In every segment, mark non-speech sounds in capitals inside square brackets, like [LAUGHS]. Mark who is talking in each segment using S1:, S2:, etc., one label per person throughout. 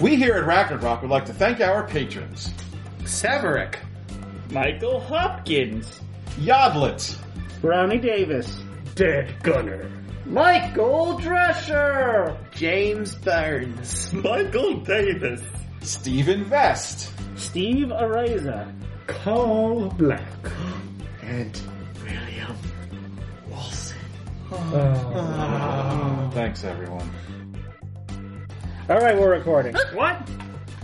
S1: We here at Ragnarok would like to thank our patrons
S2: Severick,
S3: Michael Hopkins.
S1: Yodlet,
S4: Brownie Davis.
S5: Dead Gunner.
S4: Michael Drescher.
S2: James Burns,
S3: Michael Davis.
S1: Stephen Vest,
S4: Steve Areza.
S5: Carl Black.
S2: and William Wilson.
S4: Uh,
S1: Thanks, everyone.
S4: All right, we're recording.
S3: What?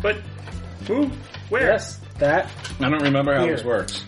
S3: But who? Where?
S4: Yes, that.
S6: I don't remember how
S4: Here.
S6: this works.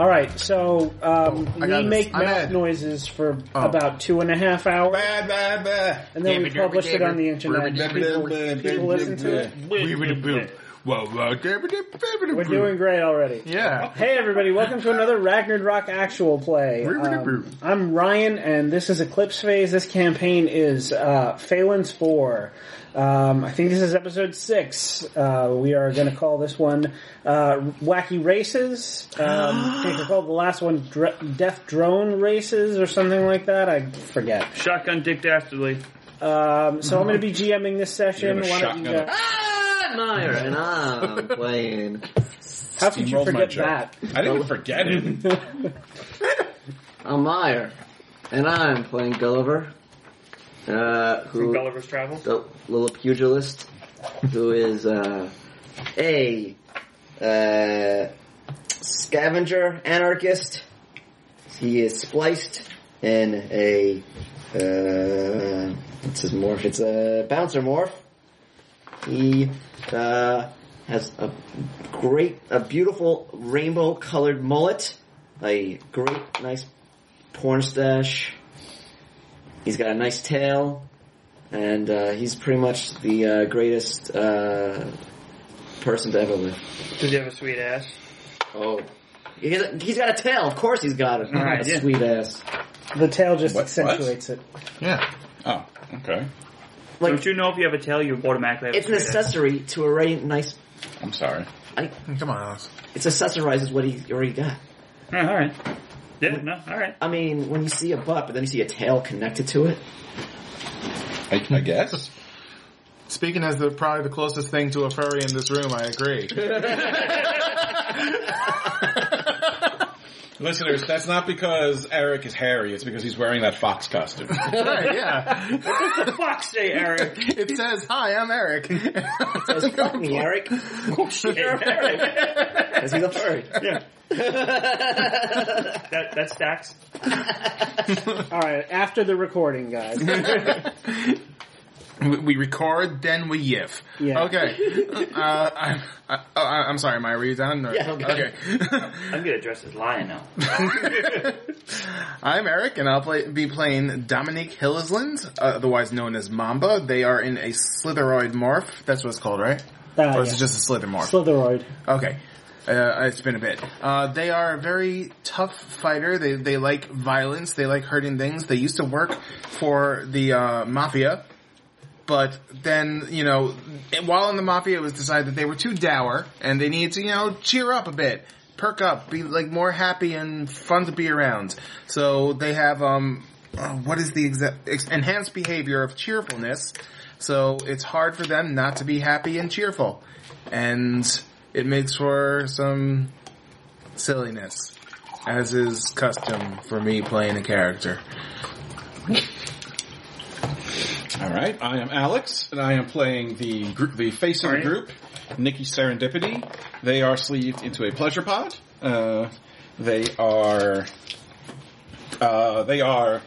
S4: All right, so um,
S2: Oh, I got
S4: we
S2: this.
S4: make
S2: I'm Oh.
S4: mouth
S2: Ed.
S4: noises for about two and a half hours,
S6: Bah, bah, bah.
S4: and then we
S2: Dabba dabba
S4: published it on the
S2: dabba.
S4: internet.
S6: Dabba
S4: People,
S6: dabba
S4: people
S6: dabba
S4: listen to
S6: dabba.
S4: it.
S6: We would have built- Whoa, whoa, dabba dabba dabba
S4: We're
S6: dabba.
S4: doing great already.
S6: Yeah.
S4: Hey everybody, welcome to another Ragnarok actual play. Um, I'm Ryan and this is Eclipse Phase. This campaign is uh, Phalanx 4. Um, I think this is episode 6. Uh, we are going to call this one uh, Wacky Races. Um, I think we called the last one Dr- Death Drone Races or something like that. I forget.
S3: Shotgun Dick Dastardly.
S4: Um, so I'm going to
S6: Mm-hmm.
S4: be GMing this session.
S6: You're gonna
S4: Why don't you
S6: shotgun
S4: guys-
S2: Ah, Meyer and I'm playing.
S4: How could
S6: Steamrolled
S4: you
S6: my
S4: forget
S6: joke.
S4: that?
S6: I didn't forget
S4: [LAUGHS]
S6: it.
S2: I'm Meyer, and I'm playing Gulliver, uh, who
S3: Gulliver's Travels.
S2: the little pugilist who is uh, a uh, scavenger anarchist. He is spliced in a uh, what's his morph? It's a bouncer morph. He uh, has a great, a beautiful rainbow-colored mullet, a great, nice porn stash. He's got a nice tail and uh, he's pretty much the uh, greatest uh, person to ever live.
S3: Does he have a sweet ass?
S2: Oh, he's, he's got a tail. Of course, he's got it.
S3: right,
S2: a
S3: yeah.
S2: sweet ass.
S4: The tail just
S6: What?
S4: accentuates it.
S6: yeah. Oh, okay.
S2: Like
S3: Don't you know if you have a tail, you automatically have
S2: it's
S3: a
S2: an
S3: sweet ass?
S2: accessory to a very nice.
S6: I'm sorry.
S2: I,
S5: Come on, Alex.
S2: it's accessorizes what he already got.
S3: Oh, all right. Yeah, no, all right. [LAUGHS]
S2: I mean, when you see a butt, but then you see a tail connected to
S5: [LAUGHS]
S2: it.
S6: I, I guess.
S5: Speaking as the probably the closest thing to a furry in this room, I agree.
S6: [LAUGHS] Listeners, that's not because Eric is hairy. It's because he's wearing that fox
S5: [LAUGHS]
S6: costume.
S5: right, yeah.
S3: What the fuck say,
S5: [LAUGHS]
S3: Eric?
S5: It says, "Hi, I'm Eric."
S2: Says, "Fuck me, Eric." You're a
S5: [LAUGHS]
S2: furry. Because he's a furry.
S3: Yeah. that, that stacks.
S4: All right, after the recording,
S6: [LAUGHS]
S4: guys.
S5: We- We record, then we yiff.
S4: Yeah.
S5: Okay. Uh, I, I, oh, I, I'm sorry, Maya, were you done? Or,
S2: Yeah, I'm good.
S5: Okay.
S3: I'm gonna dress as lion now.
S5: [LAUGHS] I'm Eric, and I'll play, be playing Dominique Hillisland, uh, otherwise known as Mamba. They are in a Slitheroid morph. That's what it's called, right?
S4: Uh,
S5: or is
S4: yeah.
S5: it just a Slither morph?
S4: Slitheroid.
S5: Okay. Uh, it's been a bit. Uh, they are a very tough fighter. They they like violence. They like hurting things. They used to work for the uh, mafia, but then you know, while in the mafia, it was decided that they were too dour and they needed to you know cheer up a bit, perk up, be like more happy and fun to be around. So they have um, uh, what is the exact ex- enhanced behavior of cheerfulness? So it's hard for them not to be happy and cheerful, and it makes for some silliness, as is custom for me playing a character.
S6: All right. I am Alex, and I am playing the group, the face of the
S3: Alright.
S6: group, Nikki Serendipity. They are sleeved into a pleasure pod. Uh, they are, uh, they are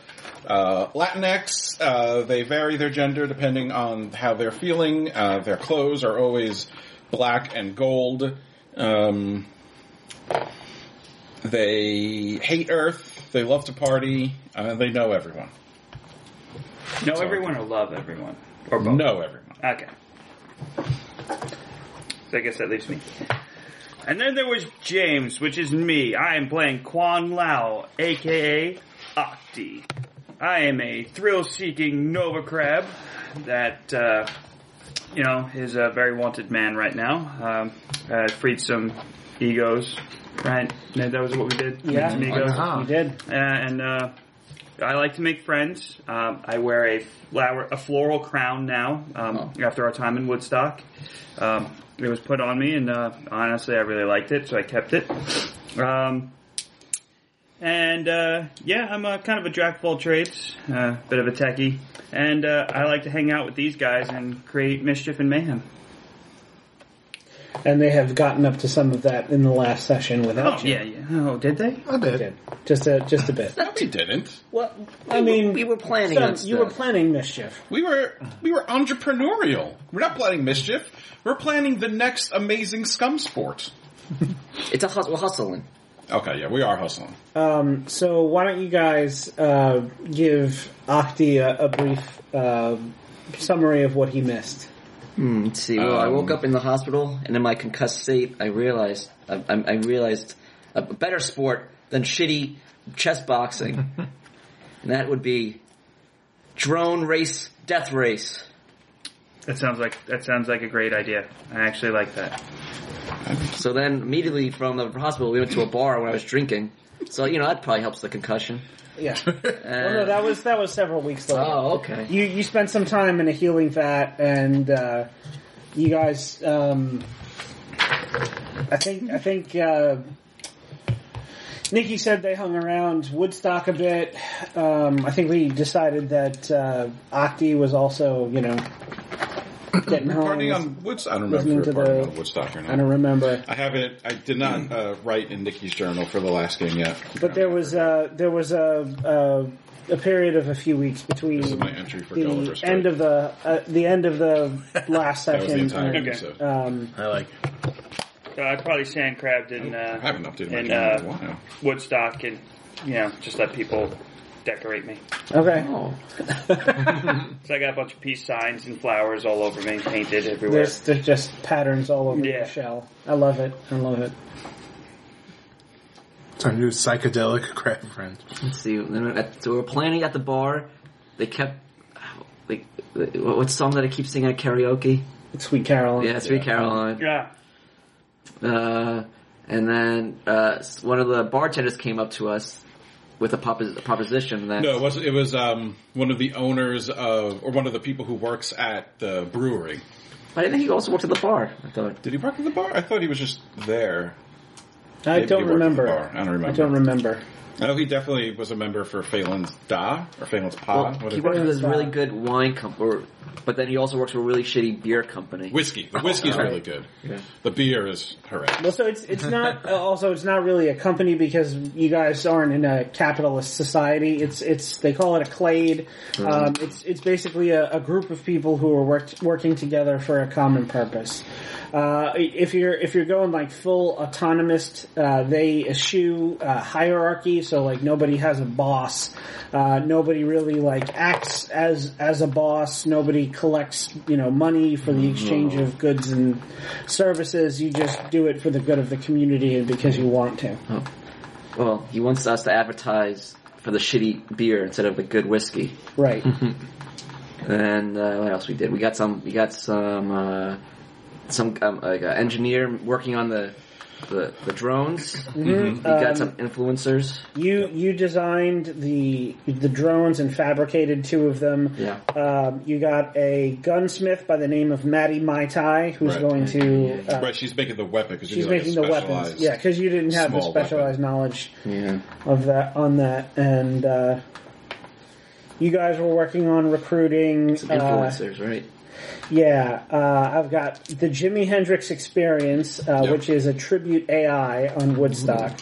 S6: uh, Latinx. Uh, they vary their gender depending on how they're feeling. Uh, their clothes are always black and gold. Um, they hate Earth. They love to party. Uh, they know everyone.
S3: Know everyone or love everyone? Or both?
S6: Know everyone.
S3: Okay. So I guess that leaves me. And then there was James, which is me. I am playing Quan Lao, aka Octi. I am a thrill-seeking Nova Crab that, uh, you know, is a very wanted man right now. Um, uh, freed some egos, right? That was what we did.
S4: Yeah.
S3: Freed some egos.
S4: You did.
S3: Uh, and uh, I like to make friends. Um, I wear a flower, a floral crown now um, after our time in Woodstock. Um, it was put on me, and uh, honestly, I really liked it, so I kept it. Um, and uh, yeah, I'm a, kind of a jack of all trades, a uh, bit of a techie, and uh, I like to hang out with these guys and create mischief and mayhem.
S4: and they have gotten up to some of that in the last session
S3: Oh
S4: without you.
S3: yeah, yeah. Oh, did they?
S5: A
S4: They
S5: bit.
S4: did. Just a just a bit.
S6: No, we didn't.
S4: Well, I mean,
S2: we were planning
S4: some-
S2: on
S4: you were
S2: stuff.
S4: planning mischief.
S6: We were we were entrepreneurial. We're not planning mischief. We're planning the next amazing scum sport.
S2: It's a hus- we're hustling.
S6: Okay, yeah, we are hustling.
S4: Um, so why don't you guys uh, give Ahti a, a brief uh, summary of what he missed?
S2: Hmm, let's see. Well, I woke
S6: Um,
S2: up in the hospital, and in my concussed state, I realized I, I, I realized a better sport than shitty chess
S4: [LAUGHS]
S2: boxing, and that would be drone race, death race.
S3: That sounds like that sounds like a great idea. I actually like that.
S2: So then, immediately from the hospital, we went to a bar when I was drinking. So you know that probably helps the concussion.
S4: Yeah.
S2: Uh,
S4: Oh no, that was that was several weeks later.
S2: oh, okay.
S4: You you spent some time in a healing vat, and uh, you guys, um, I think I think uh, Nikki said they hung around Woodstock a bit. Um, I think we decided that uh, Octi was also, you know, getting home.
S6: Partying on Woodstock. I don't
S4: Um, Listening
S6: remember if we were partying
S4: to the-
S6: on Woodstock or
S4: I
S6: not.
S4: don't remember.
S6: I have it. I did not uh, write in Nikki's journal for the last game yet.
S4: But there was uh, there was a, a a period of a few weeks between
S6: This is my entry for
S4: the
S6: Gulliver's Trip.
S4: end of the uh, the end of the
S6: [LAUGHS]
S4: last
S6: That was the
S4: session.
S6: entire
S4: and,
S6: episode.
S4: um,
S5: I like.
S3: Uh, probably sand crabbed in
S6: I haven't
S3: uh,
S6: updated my
S3: And,
S6: journal in a
S3: uh,
S6: while.
S3: Woodstock and you know just let people decorate me.
S4: Okay.
S2: Oh,
S3: So I got a bunch of peace signs and flowers all over me, painted everywhere.
S4: There's there's just patterns all over
S3: Yeah.
S4: the shell. I love it. I love it.
S5: It's our new psychedelic [LAUGHS] crab friend.
S2: let's see. Then we- at- So we were planning at the bar. They kept. Like, what- what's the song that I keep singing at karaoke?
S4: It's Sweet Caroline.
S2: Yeah, Sweet Caroline.
S3: Yeah.
S2: Uh, and then uh, s- one of the bartenders came up to us with a, propos- a proposition that
S6: No, it was it was um, one of the owners of or one of the people who works at the brewery.
S2: I think he also worked at the bar. I thought
S6: Did he work at the bar? I thought he was just there.
S4: I
S6: Maybe
S4: don't
S6: he worked at the
S4: remember.
S6: bar. I don't remember.
S4: I don't remember.
S6: I know he definitely was a member for Phelan's Da or Phelan's
S2: well,
S6: Pa. Uh-huh. what
S2: he
S6: is
S2: worked
S6: it?
S2: with this really good wine company, but then he also works for a really shitty beer company.
S6: Whiskey. The whiskey's really good. The beer is horrendous.
S4: Well, so it's it's [LAUGHS] not. uh, also, it's not really a company because you guys aren't in a capitalist society. It's it's they call it a clade. Um, it's it's basically a, a group of people who are worked, working together for a common purpose. Uh, if you're if you're going like full autonomist, uh, they eschew uh, hierarchy. So like nobody has a boss. Uh, nobody really like acts as as a boss. Nobody collects you know money for the exchange of goods and services. You just do it for the good of the community and because you want to.
S2: Oh. Well, he wants us to advertise for the shitty beer instead of the good whiskey.
S4: Right.
S2: And uh, what else we did? We got some. We got some. Uh, some um, like an engineer working on the the, the drones. We got
S4: Um,
S2: some influencers.
S4: You you designed the the drones and fabricated two of them.
S2: Yeah.
S4: Um, you got a gunsmith by the name of Maddie Mai Tai who's
S6: Right.
S4: going to uh,
S6: Right, she's making the weapon because
S4: She's making the weapons. Yeah, because you didn't have the
S6: small
S4: specialized knowledge
S2: Yeah.
S4: of that on that, and uh, you guys were working on recruiting.
S2: Some
S4: Uh,
S2: influencers, right?
S4: yeah, uh, I've got the Jimi Hendrix Experience, uh,
S6: Yep.
S4: which is a tribute AI on Woodstock.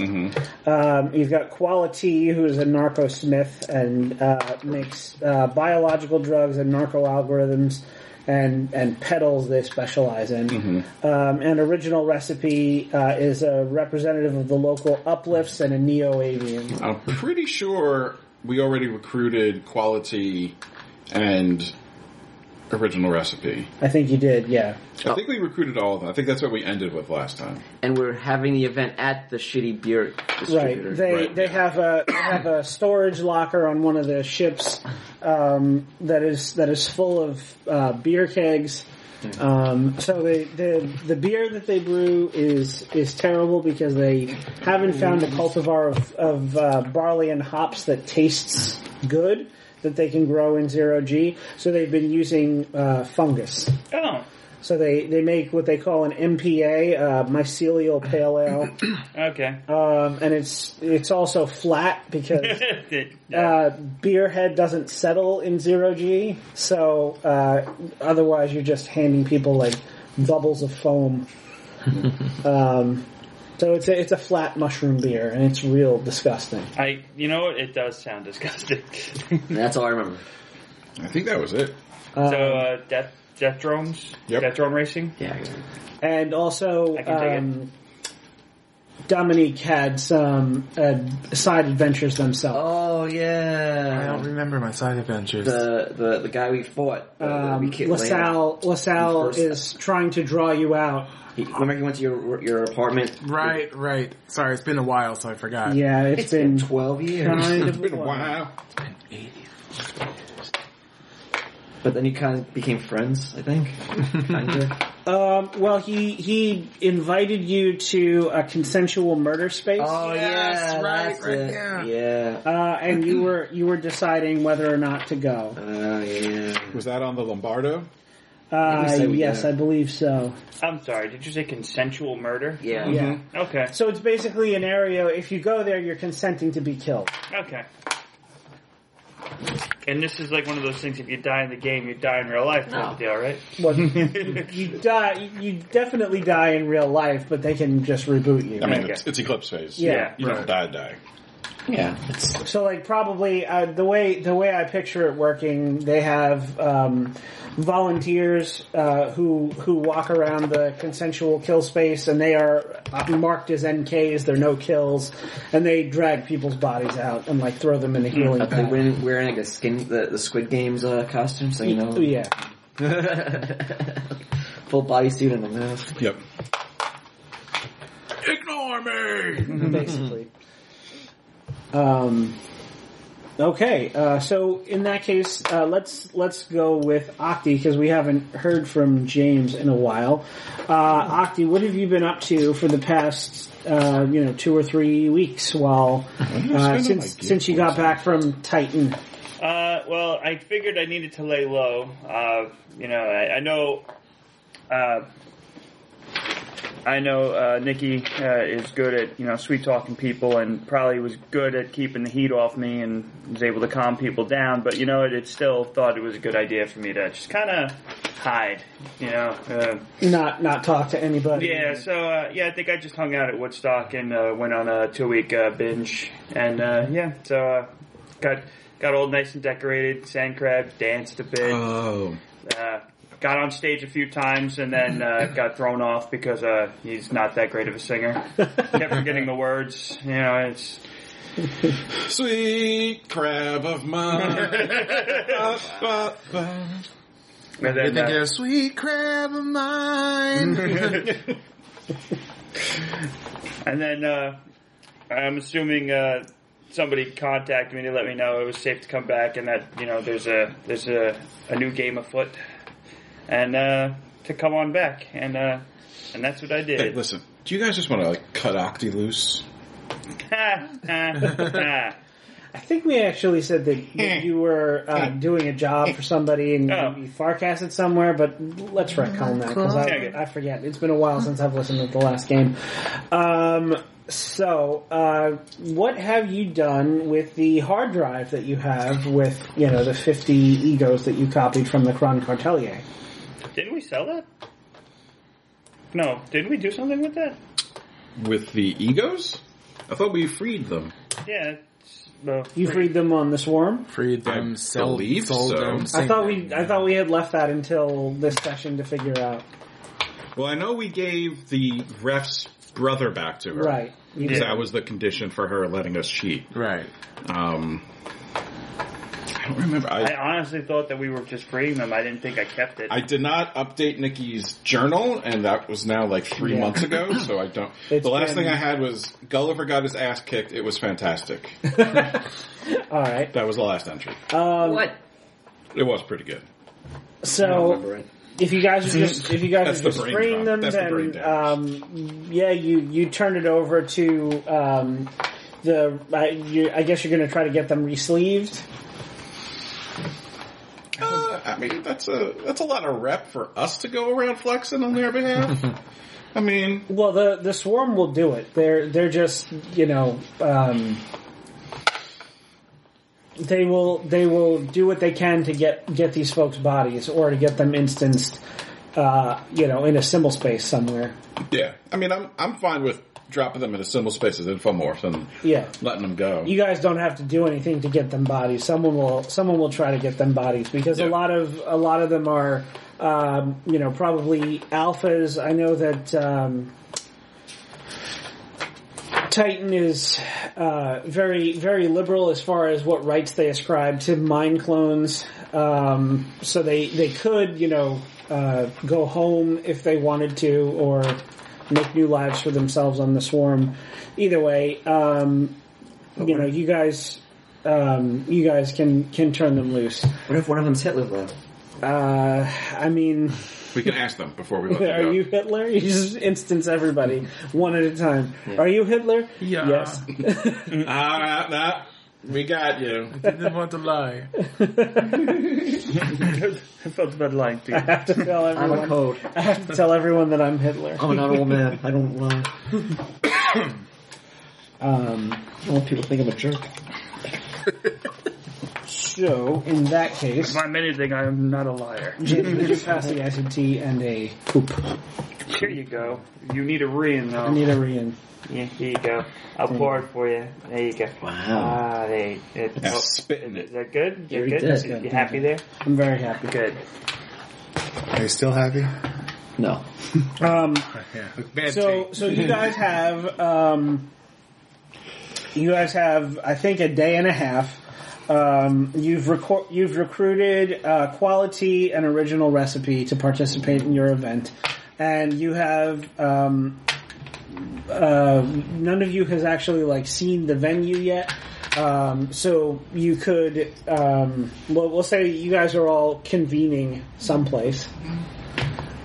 S4: Um, you've got Quality, who is a narco smith and uh, makes uh, biological drugs and narco algorithms. And, and pedals they specialize in. Um, and original recipe uh, is a representative of the local uplifts and a neo avian.
S6: I'm pretty sure we already recruited quality and original recipe.
S4: I think you did, yeah.
S6: I think we recruited all of them. I think that's what we ended with last time.
S2: And we're having the event at the shitty beer distributor.
S4: Right. They
S6: Right,
S4: they
S6: yeah.
S4: have a they have a storage locker on one of the ships um, that is that is full of uh, beer kegs
S6: Hmm.
S4: Um, so they, the the beer that they brew is is terrible because they haven't found a cultivar of, of uh, barley and hops that tastes good that they can grow in zero G. So they've been using uh, fungus.
S3: Oh,
S4: So they, they make what they call an MPA, uh, mycelial pale ale,
S3: okay. [LAUGHS]
S4: um, and it's it's also flat because uh, beer head doesn't settle in zero G, so uh, otherwise you're just handing people like bubbles of
S3: [LAUGHS]
S4: foam. um, so it's a, it's a flat mushroom beer, and it's real disgusting.
S3: I, you know what? It does sound disgusting. [LAUGHS]
S2: That's all I remember.
S6: I think that was it.
S4: Um,
S3: so, uh, death, death drones,
S6: Yep.
S3: death drone racing.
S2: Yeah.
S4: and also
S3: I can take
S4: um, Dominique had some uh, side adventures themselves.
S2: Oh yeah.
S5: I don't remember my side adventures.
S2: the the the guy we fought. uh, that we
S4: um,
S2: killed later.
S4: LaSalle LaSalle
S2: First-
S4: is trying to draw you out.
S2: He, remember he went to your your apartment.
S5: right, right. Sorry, it's been a while, so I forgot.
S4: Yeah,
S2: It's been twelve years.
S4: kind
S6: It's
S4: of
S6: been a
S4: warm.
S6: while.
S2: But then you kind of became friends, I think. kind of.
S4: [LAUGHS] Um, well, he he invited you to a consensual murder space,
S2: [LAUGHS] Oh
S5: Yes,
S2: yeah,
S5: right,
S2: that's
S5: right,
S2: it.
S5: yeah.
S2: Yeah.
S4: uh, and you were you were deciding whether or not to go.
S2: Oh yeah.
S6: Was that on the Lombardo?
S2: we
S4: Uh,
S2: say we
S4: yes,
S2: go.
S4: I believe so.
S3: I'm sorry. Did you say consensual murder?
S2: Yeah.
S4: Yeah.
S3: Okay.
S4: So it's basically an area. If you go there, you're consenting to be killed.
S3: Okay. And this is like one of those things. If you die in the game, you die in real life. Type of deal, right?
S4: [LAUGHS] Well, you die. You definitely die in real life, but they can just reboot you.
S6: I mean,
S3: Okay.
S6: it's, it's Eclipse phase.
S4: Yeah.
S6: You don't die, die.
S2: Yeah.
S4: So like probably uh, the way the way I picture it working, they have um, volunteers uh, who who walk around the consensual kill space, and they are uh, marked as NKs. They're no kills, and they drag people's bodies out and like throw them in the healing.
S2: They
S4: bath.
S2: win wearing like a skin the, the Squid Games uh, costume, so you know.
S4: Yeah.
S2: [LAUGHS] Full body suit and a mask.
S6: Yep. Ignore me!
S4: basically. Um, okay, uh, so in that case, uh, let's let's go with Octi because we haven't heard from James in a while. Uh, Octi, what have you been up to for the past uh, you know two or three
S6: [LAUGHS]
S4: weeks? While
S6: you spend all
S4: uh,
S6: my
S4: since
S6: gear
S4: since you got back from Titan,
S3: Uh, well, I figured I needed to lay low. Uh, you know, I, I know. Uh, I know uh, Nikki uh, is good at you know sweet talking people, and probably was good at keeping the heat off me, and was able to calm people down. But you know, it, it still thought it was a good idea for me to just kind of hide. You know. Uh,
S4: not not talk to anybody.
S3: yeah, so uh, yeah, I think I just hung out at Woodstock and uh, went on a two week uh, binge, and uh, yeah, so uh, got got all nice and decorated, sand crab, danced a bit, uh,
S6: Oh.
S3: got on stage a few times, and then uh, got thrown off because uh, he's not that great of a singer. Kept forgetting the words, you know. It's
S6: Sweet crab of mine. Ba, ba, ba.
S3: and
S5: You're
S3: then,
S5: thinking
S3: uh,
S5: of sweet crab of [LAUGHS] mine.
S3: and then uh, I'm assuming uh, somebody contacted me to let me know it was safe to come back, and that you know there's a there's a, a new game afoot, and uh, to come on back, and uh, and that's what
S6: [LAUGHS]
S3: I
S6: Hey,
S3: did.
S6: listen. Do you guys just want to like cut Octi loose?
S3: Ha, ha, ha.
S4: I think we actually said that, that you were uh, doing a job for somebody and
S3: Oh.
S4: you farcasted somewhere, but let's retcon that because
S3: Okay.
S4: I, I forget. It's been a while since I've listened to the last game. Um, so, uh, what have you done with the hard drive that you have with you know the fifty egos that you copied from the Cron Cartelier?
S3: didn't we sell that? No, didn't we do something with that?
S6: With the egos? I thought we freed them.
S3: Yeah. it's- well,
S4: You freed them on the swarm.
S5: Freed them,
S6: I
S5: sold,
S6: believe
S5: sold
S6: so.
S5: them.
S6: I
S4: I thought we I thought we had left that until this session to figure out.
S6: Well, I know we gave the ref's brother back to her.
S4: Right. You
S6: Because
S4: did.
S6: that was the condition for her letting us cheat.
S5: Right.
S6: Um, I don't remember.
S3: I
S6: I,
S3: honestly thought that we were just freeing them. I didn't think I kept it.
S6: I did not update Nikki's journal, and that was now like three
S4: Yeah.
S6: months ago, so I don't.
S4: [LAUGHS] It's
S6: the last
S4: been-
S6: thing I had was Gulliver got his ass kicked. It was fantastic.
S4: All right.
S6: that was the last entry.
S4: Um,
S2: What?
S6: It was pretty good.
S4: So.
S2: I don't remember it.
S4: if you guys are just if you guys
S6: That's
S4: are
S6: the
S4: just
S6: brain damage.
S4: freeing them,
S6: That's the brain damage.
S4: then um, yeah, you you turned it over to um, the. I, you, I guess you're going to try to get them re-sleeved.
S6: Uh, I mean, that's a that's a lot of rep for us to go around flexing on their
S4: [LAUGHS]
S6: behalf. I mean,
S4: Well, the the swarm will do it. They're they're just you know um, they will they will do what they can to get get these folks' bodies or to get them instanced. Uh, you know, in a symbol space somewhere.
S6: yeah. I mean, I'm I'm fine with dropping them into symbol spaces in Fomorph and
S4: Yeah.
S6: letting them go.
S4: you guys don't have to do anything to get them bodies. Someone will someone will try to get them bodies because a
S6: Yeah.
S4: lot of a lot of them are um, you know probably alphas. I know that um, Titan is uh, very very liberal as far as what rights they ascribe to mind clones. Um, so they they could you know uh, go home if they wanted to or. Make new lives for themselves on the swarm. Either way, um, you know, you guys, um, you guys can can turn them loose.
S2: What if one of them's Hitler though?
S4: Uh, I mean, [LAUGHS]
S6: We can ask them before we let them go.
S4: are you Hitler? [LAUGHS] You just instance everybody one at a time. Are you Hitler?
S5: Yeah.
S4: Yes. [LAUGHS]
S6: All right, nah, we got you.
S5: Didn't want to lie.
S3: [LAUGHS] I felt about lying to
S4: I
S3: you.
S4: have to tell
S2: I'm a
S4: everyone.
S2: code.
S4: I have to tell everyone that I'm Hitler.
S2: I'm an honorable man. I don't lie.
S4: Um,
S2: I don't want people to think I'm a jerk.
S4: so in that case,
S3: [LAUGHS] If I'm anything, I'm not a liar.
S4: James, would you pass the acid tea and a poop?
S3: Here you go. You need a ring, though.
S4: I need a rein.
S7: Yeah, here you go. I'll pour it for you. There you go.
S2: Wow.
S7: Ah, they. It,
S6: Yeah,
S7: oh,
S6: spitting
S7: is
S6: it.
S7: that good? You
S2: Very
S7: good?
S2: good.
S7: You- You happy there?
S4: I'm very happy.
S7: Good.
S5: Are you still happy?
S2: No. [LAUGHS]
S4: Um,
S5: Yeah. Bad
S4: So, so you guys have, um, you guys have, I think, a day and a half. Um, you've recor- you've recruited uh, quality and original recipe to participate in your event, and you have um, uh, none of you has actually like seen the venue yet. Um, so you could, um, well, we'll say you guys are all convening someplace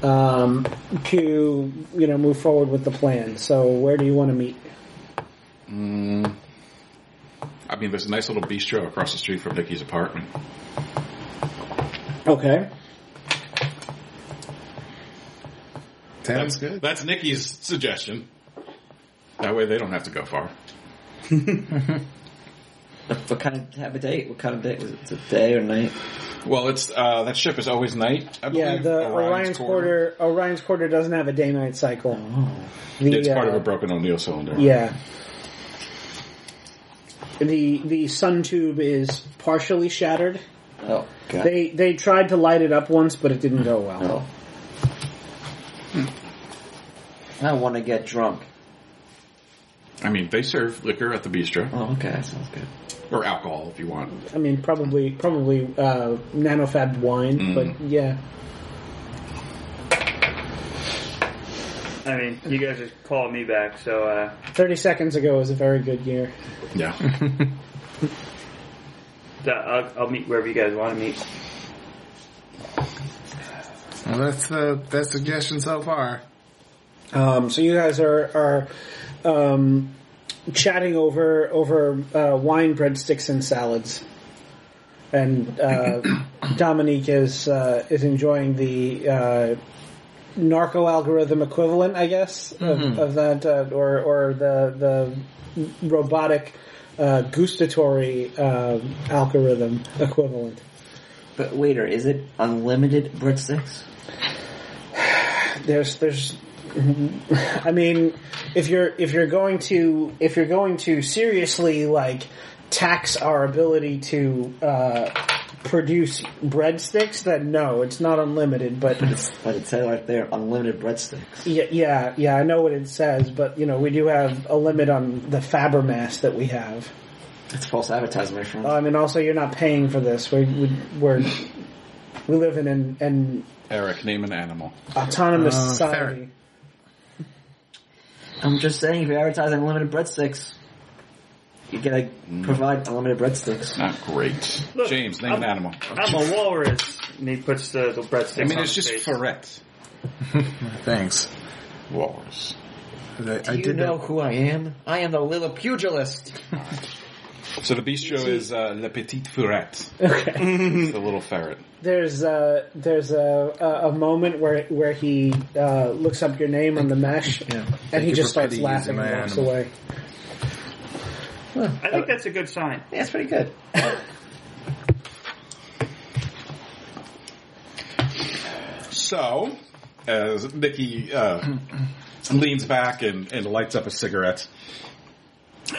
S4: um, to you know move forward with the plan. So where do you want to meet?
S6: I mean, there's a nice little bistro across the street from Vicky's apartment.
S4: Okay.
S5: Sounds good.
S6: That's Nikki's suggestion. That way they don't have to go far.
S2: What kind of have a date? What kind of date was it? A day or night?
S6: Well, it's uh, that ship is always night. I
S4: Yeah,
S6: believe.
S4: the Orion's, quarter. Orion's quarter doesn't have a day-night cycle. The,
S6: It's part
S4: uh,
S6: of a broken O'Neill cylinder.
S4: Yeah. The the sun tube is partially shattered.
S2: Oh god.
S4: They they tried to light it up once, but it didn't go well.
S2: oh. Hmm. I want to get drunk.
S6: I mean, they serve liquor at the bistro
S2: Oh, okay, that sounds good.
S6: or alcohol if you want.
S4: I mean, probably probably uh, nanofab wine,
S6: Mm.
S4: but yeah.
S7: I mean, you guys just called me back, so uh,
S4: Thirty seconds ago was a very good year.
S6: [LAUGHS] Yeah.
S7: so I'll, I'll meet wherever you guys want to meet.
S5: Well, that's the best suggestion so far.
S4: Um, so you guys are are um, chatting over over uh, wine, breadsticks, and salads, and uh, Dominique is uh, is enjoying the uh, narco algorithm equivalent, I guess, of, of that, uh, or or the the robotic uh, gustatory uh, algorithm equivalent.
S2: But waiter, is it unlimited breadsticks?
S4: there's there's I mean if you're if you're going to if you're going to seriously like tax our ability to uh, produce breadsticks then no it's not unlimited but
S2: But it said right there, unlimited breadsticks.
S4: yeah, yeah yeah I know what it says but you know we do have a limit on the faber mass that we have
S2: That's false advertising, my friend.
S4: I mean also you're not paying for this we we we're, we live in an, an
S6: Eric, name an animal.
S4: autonomous
S5: Uh,
S4: society
S2: I'm just saying, if you're advertising unlimited breadsticks, you gotta provide unlimited breadsticks.
S6: Not great.
S3: Look,
S6: James, name
S3: I'm-
S6: an animal.
S3: I'm a walrus. And he puts the, the
S6: I
S3: breadsticks
S6: mean,
S3: on
S6: it's
S3: his
S6: just
S3: face.
S6: ferret.
S5: Thanks.
S6: Walrus.
S5: I,
S2: Do
S5: I
S2: you
S5: did
S2: know
S5: know.
S2: who I am? I am the Lillipugilist.
S6: So the bistro is uh, Le Petit [LAUGHS] Ferret.
S4: Okay.
S6: It's the little ferret.
S4: There's a there's a a, a moment where where he uh, looks up your name on the mesh, and he
S5: you
S4: just
S5: for
S4: starts
S5: pity
S4: laughing
S5: using my
S4: and walks
S5: animal.
S4: away.
S3: I think that's a good sign.
S2: Yeah, it's pretty good.
S6: So, as Nikki uh, leans back and, and lights up a cigarette,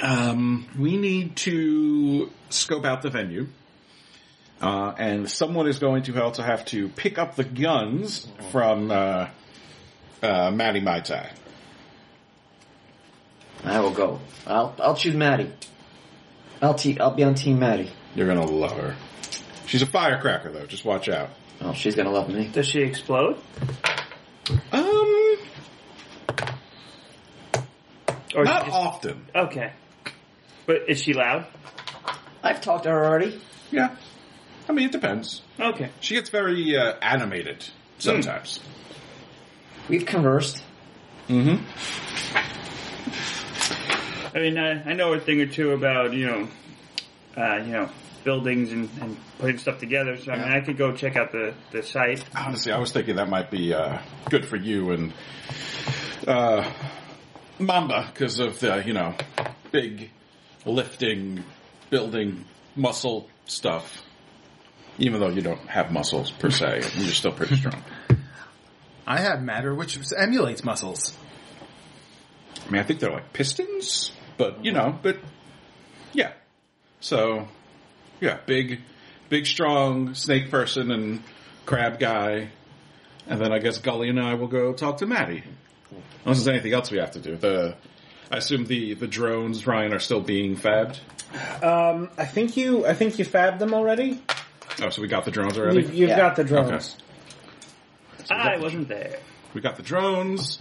S6: um, we need to scope out the venue. Uh, and someone is going to also have to pick up the guns from uh, uh, Matty Mai Tai.
S2: [LAUGHS] I will go. I'll I'll choose Maddie. I'll te- I'll be on Team Maddie.
S6: You're going to love her. She's a firecracker, though. Just watch out.
S2: Oh, she's gonna love me.
S3: Does she explode?
S6: Um,
S3: Or is she
S6: not
S3: just-
S6: often.
S3: Okay. But is she loud?
S2: I've talked to her already.
S6: Yeah. I mean, it depends.
S3: Okay.
S6: She gets very uh, animated sometimes.
S2: We've conversed.
S6: Mm-hmm.
S3: I mean, I, I know a thing or two about you know, uh, you know, buildings and, and putting stuff together. So I mean, I could go check out the the site.
S6: Honestly, I was thinking that might be uh, good for you and uh, Mamba because of the you know big lifting, building muscle stuff. Even though you don't have muscles per se, you're still pretty strong.
S5: I have matter which emulates muscles.
S6: I mean, I think they're like pistons, but you know, but yeah. So, yeah, big, big, strong snake person and crab guy, and then I guess Gully and I will go talk to Maddie. Unless there's anything else we have to do. The, I assume the the drones, Ryan, are still being fabbed.
S4: Um, I think you I think you fabbed them already.
S6: Oh, so we got the drones already.
S4: You've, you've
S2: Yeah.
S4: got the drones.
S6: Okay.
S3: Ah, I wasn't there.
S6: We got the drones.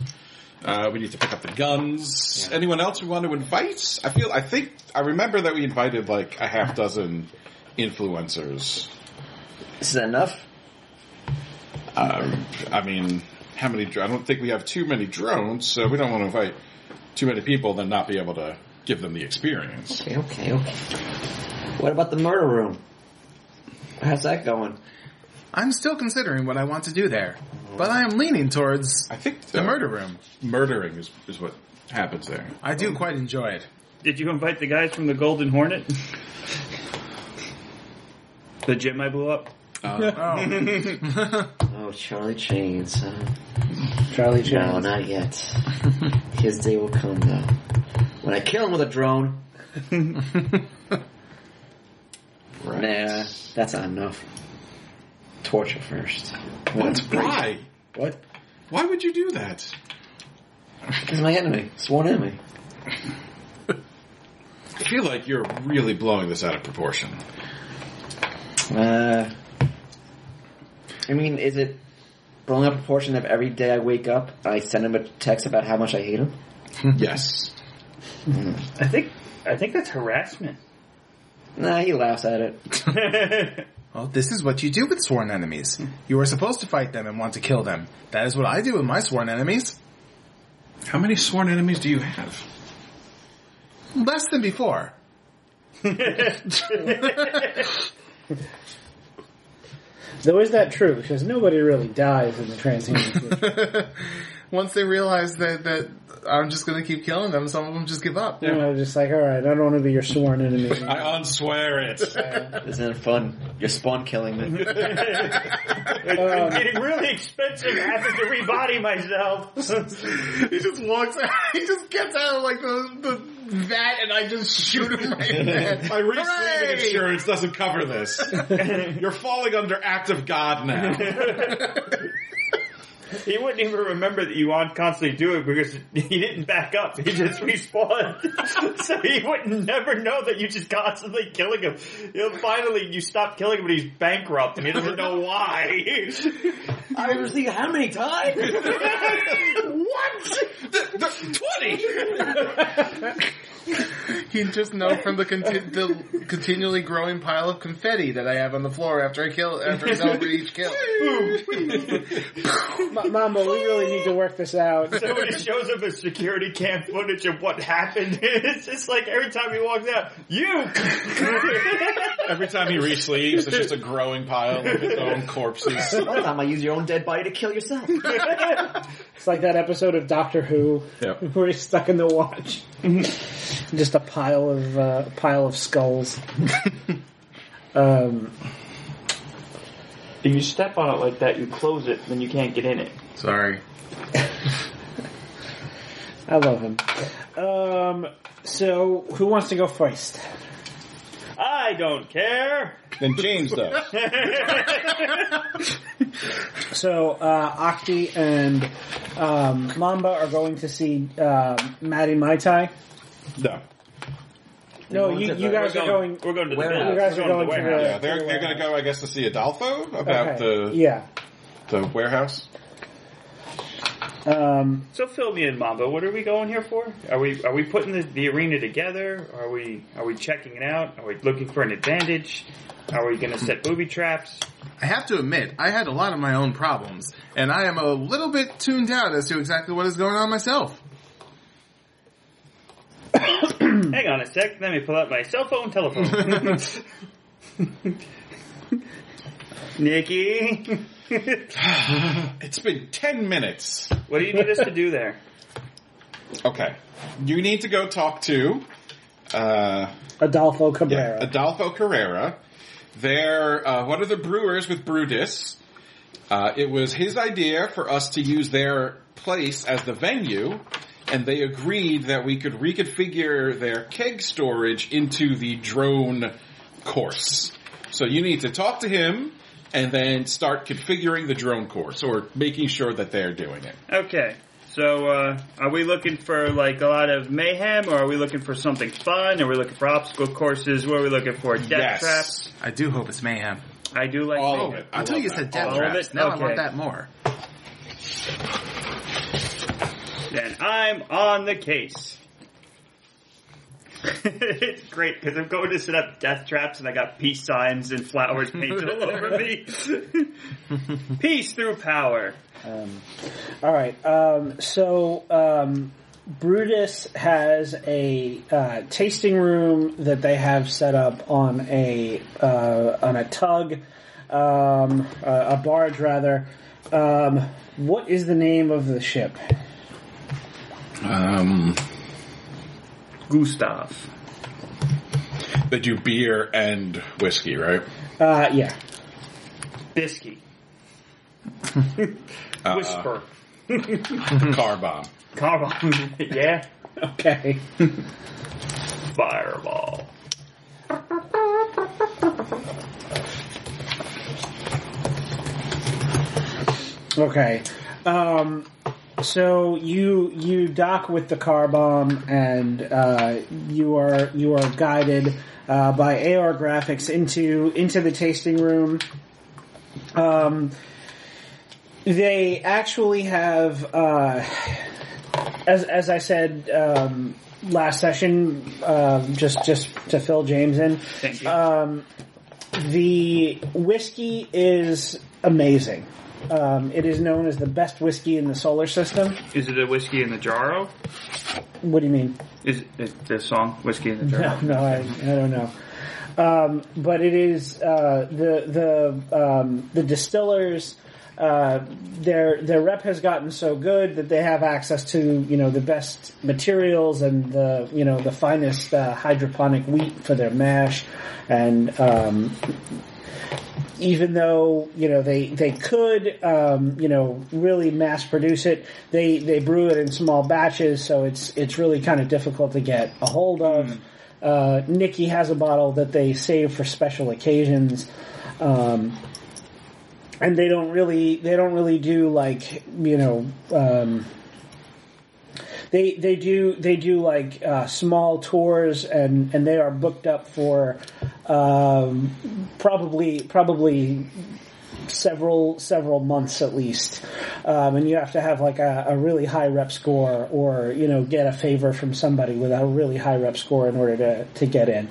S6: Uh, we need to pick up the guns. Anyone else we want to invite? I feel. I think. I remember that we invited like a half dozen influencers.
S2: Is that enough?
S6: Uh, I mean, how many? dr- I don't think we have too many drones, so we don't want to invite too many people, then not be able to give them the experience.
S2: Okay, okay, okay. What about the murder room? How's that going?
S5: I'm still considering what I want to do there, but I am leaning towards
S6: I think
S5: the murder room.
S6: murdering is is what happens there.
S5: I do quite enjoy it.
S3: Did you invite the guys from the Golden Hornet? the gym I blew up.
S5: Oh,
S2: Oh, Charlie Chains. Huh?
S4: Charlie Chains.
S2: No, not [LAUGHS] yet. His day will come though. When I kill him with a [LAUGHS] drone. Nah, that's not enough. Torture first.
S6: What? Why?
S2: What?
S6: Why would you do that?
S2: He's my enemy, sworn enemy.
S6: I feel like you're really blowing this out of proportion.
S2: Uh, I mean, is it blown up proportion of every day I wake up, I send him a text about how much I hate him?
S6: yes.
S3: I think I think that's harassment.
S2: Nah, he laughs at it.
S5: well, this is what you do with sworn enemies. You are supposed to fight them and want to kill them. That is what I do with my sworn enemies.
S6: How many sworn enemies do you have?
S5: Less than before.
S4: Though is that true? Because nobody really dies in the
S2: [LAUGHS]
S4: transhuman. group.
S5: Once they realize that that I'm just going to keep killing them, some of them just give [LAUGHS] up.
S4: You know, just like, all right, I don't want to be your sworn enemy.
S6: I unswear
S4: [LAUGHS]
S6: it.
S2: Isn't it fun? You're spawn killing me.
S3: I'm
S4: Um,
S3: [LAUGHS] getting really expensive having to rebody myself. [LAUGHS]
S5: He just walks out. [LAUGHS] He just gets out of like the, the vat and I just shoot him right in the [LAUGHS] head.
S6: My
S5: Hooray!
S6: receiving insurance doesn't cover this. You're falling under act of God now.
S3: [LAUGHS] he wouldn't even remember that you on constantly do it because he didn't back up. He just respawned. [LAUGHS] so he would never know that you just constantly killing him. He'll finally, you stop killing him and he's bankrupt and he doesn't know why. [LAUGHS]
S2: I received how many times?
S6: what? The, the, 20!
S5: you just know from the, conti- the continually growing pile of confetti that I have on the floor after I kill after I [LAUGHS] celebrate each kill.
S4: M- Mama, we really need to work this out.
S3: Somebody shows up as security cam footage of what happened. [LAUGHS] It's just like every time he walks out, you.
S6: [LAUGHS]
S3: [LAUGHS]
S6: Every time he re-sleeps, it's just a growing pile of his own corpses.
S2: One time I used your own dead body to kill yourself.
S4: It's like that episode of Doctor Who
S6: Yep.
S4: [LAUGHS] where he's stuck in the watch. Just a pile of uh, pile of skulls. um,
S3: If you step on it like that, you close it, then you can't get in it.
S5: Sorry.
S4: I love him. Um, so who wants to go first?
S3: I don't care. [LAUGHS]
S6: Then James does.
S4: So uh, Akti and um, Mamba are going to see uh, Maddie Mai Tai.
S6: No.
S4: No,
S2: Who's
S4: you,
S2: it?
S4: you guys are going.
S3: We're going to the
S2: Where-
S3: warehouse.
S4: You guys
S3: We're
S4: are
S3: going
S4: going
S3: to the
S4: to
S3: warehouse.
S4: the.
S6: Yeah, they're, they're gonna go, I guess, to see Adolfo
S4: Okay.
S6: about the
S4: Yeah.
S6: the warehouse.
S4: Um,
S3: So fill me in, Mamba. What are we going here for? Are we are we putting the, the arena together? Are we are we checking it out? Are we looking for an advantage? Are we going to set booby traps?
S5: I have to admit, I had a lot of my own problems, and I am a little bit tuned out as to exactly what is going on myself.
S3: Hang on a sec. Let me pull out my cell phone
S4: [LAUGHS]
S3: telephone. [LAUGHS] Nikki, [LAUGHS]
S6: It's been ten minutes.
S3: what do you need us to do there?
S6: Okay, you need to go talk to uh,
S4: Adolfo
S6: yeah,
S4: Cabrera.
S6: Adolfo Carrera. They're uh, one of the brewers with Brutus. Uh, it was his idea for us to use their place as the venue, and they agreed that we could reconfigure their keg storage into the drone course. So you need to talk to him and then start configuring the drone course or making sure that they're doing it.
S3: Okay. So, uh, are we looking for like a lot of mayhem, or are we looking for something fun? Are we looking for obstacle courses? What are we looking for? Death
S6: Yes.
S3: traps.
S5: I do hope it's mayhem.
S3: I do like
S6: All of
S3: mayhem.
S6: it. Oh, I
S5: I thought
S6: love
S5: you
S6: that. Oh,
S5: said death
S3: All of
S5: traps.
S3: it?
S5: Now I
S3: Okay.
S5: want that more.
S3: Then I'm on the case. [LAUGHS] it's great because I'm going to set up death traps and I got peace signs and flowers painted all
S6: [LAUGHS]
S3: over me. peace through power.
S4: All right. Um, so um, Brutus has a uh, tasting room that they have set up on a uh, on a tug, um, a, a barge rather. Um, what is the name of the ship?
S6: Um,
S3: Gustav.
S6: they do beer and whiskey, right?
S4: Uh, yeah. [LAUGHS]
S3: Bisky. Whisper.
S4: Mm-hmm.
S6: Car bomb.
S3: Carbon. [LAUGHS] yeah.
S4: Okay.
S3: Fireball.
S4: Okay. Um, so you you dock with the car bomb, and uh, you are you are guided uh, by AR graphics into into the tasting room. Um, they actually have, uh, as as I said um, last session, um, just just to fill James in
S3: Thank you.
S4: Uh, the whiskey is amazing. Um, it is known as the best whiskey in the solar system.
S3: Is it a whiskey in the jarro?
S4: What do you mean? [LAUGHS]
S3: Is it the song Whiskey in the
S4: No,
S3: Jarro?
S4: no, I, I don't know. Um, but it is uh, the the um, the distillers. Uh, their their rep has gotten so good that they have access to you know the best materials and the you know the finest uh, hydroponic wheat for their mash, and um, even though you know they they could um, you know really mass produce it, they they brew it in small batches, so it's it's really kind of difficult to get a hold of. Uh, Nikki has a bottle that they save for special occasions. Um, and they don't really, they don't really do like, you know, um, they they do they do like uh, small tours and and they are booked up for um, probably probably several several months at least, um, and you have to have like a, a really high rep score, or you know get a favor from somebody with a really high rep score in order to to get in.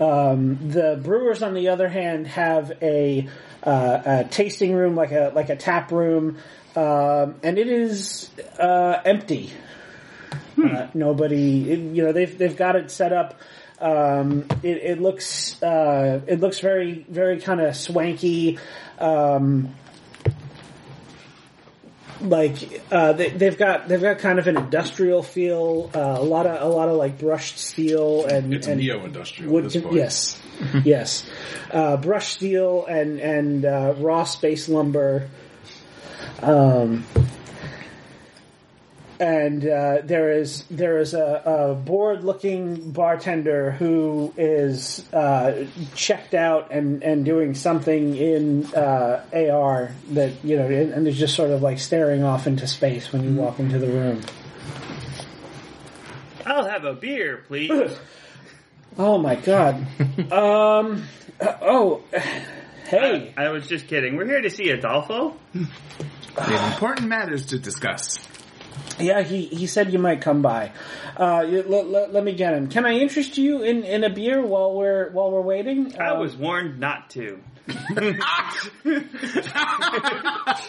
S4: Um, the brewers, on the other hand, have a uh, a tasting room like a like a tap room, um, and it is uh, empty. Uh, nobody, it- you know, they've they've got it set up. Um, it, it looks uh, it looks very very kind of swanky. Um, like uh, they, they've got they've got kind of an industrial feel. Uh, a lot of a lot of like brushed steel and
S6: It's
S4: and
S6: neo-industrial
S4: wood
S6: at this
S4: con-
S6: point.
S4: Yes, [LAUGHS] yes, uh, brushed steel and and uh, raw space lumber. Um, and uh, there is there is a, a bored looking bartender who is uh, checked out and, and doing something in uh, AR that you know and, and is just sort of like staring off into space when you walk into the room.
S3: I'll have a beer, please.
S4: Oh my god! um, uh, oh, [SIGHS] hey,
S3: Uh, I was just kidding. We're here to see Adolfo.
S5: We have important matters to discuss.
S4: yeah, he, he said you might come by. Uh, you- let, let, let me get him. Can I interest you in, in a beer while we're while we're waiting?
S3: I
S4: Um,
S3: was warned not to.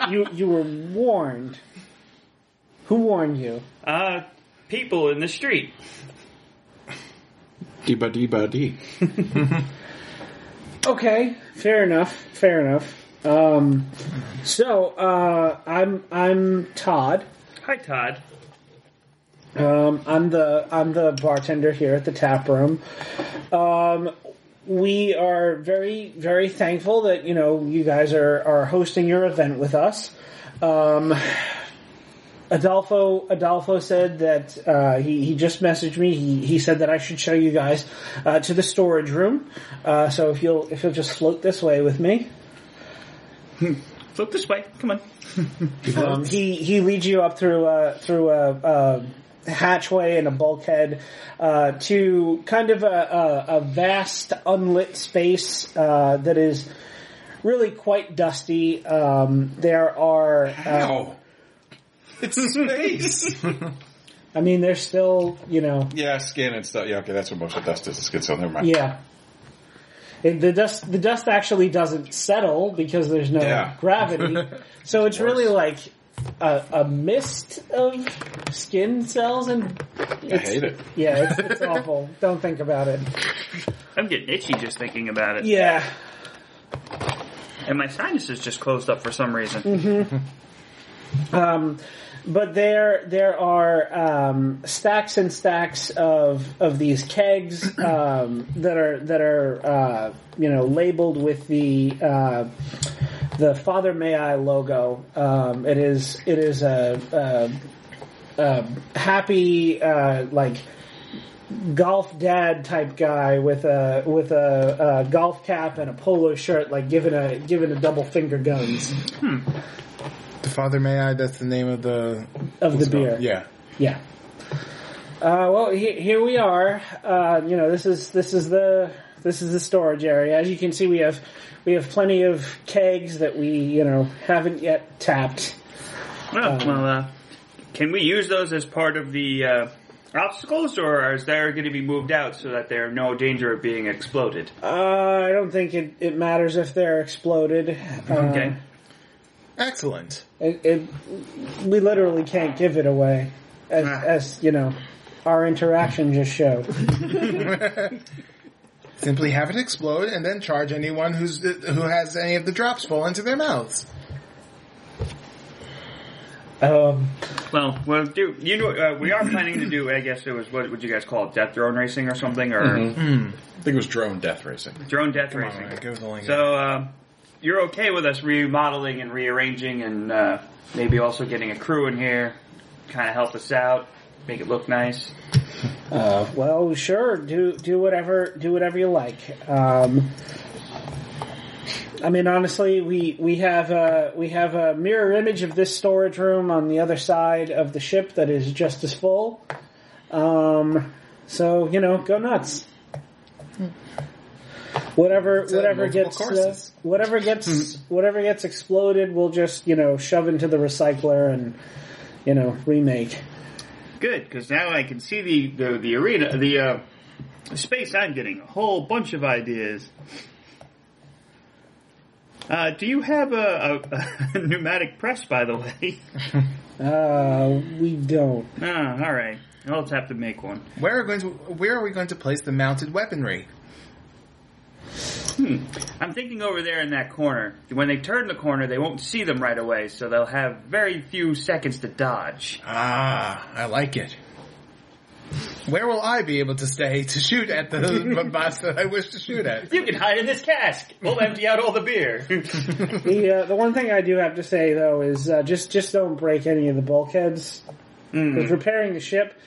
S4: you you were warned. Who warned you?
S3: Uh, people in the street.
S6: Deba deba dee.
S4: Okay, fair enough. Fair enough. Um, so uh, I'm I'm Todd.
S3: Hi, Todd.
S4: Um, I'm the I'm the bartender here at the tap room. Um, we are very very thankful that you know you guys are are hosting your event with us. Um, Adolfo Adolfo said that uh, he he just messaged me. He he said that I should show you guys uh, to the storage room. Uh, so if you'll if you'll just float this way with me.
S3: Flip this way. Come on.
S4: Um, he he leads you up through a through a, a hatchway and a bulkhead uh, to kind of a, a, a vast unlit space uh, that is really quite dusty. Um, there are, uh,
S6: Ow. It's space.
S4: I mean, there's still you know,
S6: yeah, skin and stuff. Yeah, okay, that's what most of the dust is. It's good, so never mind.
S4: yeah. It, the dust the dust actually doesn't settle because there's no
S6: Yeah. [LAUGHS]
S4: gravity, so it's really like. A, a mist of skin cells and
S6: I hate it.
S4: Yeah, it's, it's awful. Don't think about it.
S3: I'm getting itchy just thinking about it.
S4: Yeah.
S3: And my sinuses just closed up for some reason.
S4: Mm-hmm. Um, but there, there are um, stacks and stacks of of these kegs [CLEARS THROAT] um, that are that are uh, you know labeled with the uh, the Father May I logo. Um, it is it is a, a, a happy uh, like golf dad type guy with a with a, a golf cap and a polo shirt, like giving a giving a double finger guns
S5: The [LAUGHS] Father May I, that's the name of the.
S4: of the beer.
S5: Yeah.
S4: Yeah. Uh, well, he, here we are. Uh, you know, this is this is the this is the storage area. As you can see, we have we have plenty of kegs that we you know haven't yet tapped.
S3: Well,
S4: Uh-huh.
S3: well uh, can we use those as part of the uh, obstacles, or is they going to be moved out so that they're no danger of being exploded?
S4: Uh, I don't think it, it matters if they're exploded. Uh,
S3: Okay.
S5: Excellent.
S4: It, it, we literally can't give it away, as, as you know, our interaction just showed.
S5: Simply have it explode and then charge anyone who's who has any of the drops fall into their mouths.
S4: Um,
S3: Well, well, do you know uh, we are planning to do? I guess it was what would you guys call it? Death drone racing or something, or
S6: I think it was drone death racing.
S3: drone death racing.
S5: Alright, go with the link.
S3: So uh, you're okay with us remodeling and rearranging, and uh, maybe also getting a crew in here, kind of help us out, make it look nice.
S4: well, sure. Do do whatever do whatever you like. Um, I mean, honestly, we we have a we have a mirror image of this storage room on the other side of the ship that is just as full. Um, so you know, go nuts. whatever whatever
S5: multiple
S4: gets uh,
S5: courses. Hmm.
S4: whatever gets whatever gets exploded, we'll just you know shove into the recycler and you know remake.
S3: Good, because now I can see the the, the arena, the uh, space. I'm getting a whole bunch of ideas. Uh, do you have a, a, [LAUGHS] a pneumatic press, by the way?
S4: Uh, we don't.
S3: ah, all right. I'll just have to make one.
S5: Where are going to where are we going to place the mounted weaponry?
S3: Hmm. I'm thinking over there in that corner. When they turn the corner, they won't see them right away, so they'll have very few seconds to dodge.
S5: Ah, I like it. Where will I be able to stay to shoot at the boss that I wish to shoot at?
S7: You can hide in this cask. We'll empty out all the beer.
S4: The uh, the one thing I do have to say though is uh, just just don't break any of the bulkheads.
S5: Mm.
S4: Because repairing the ship,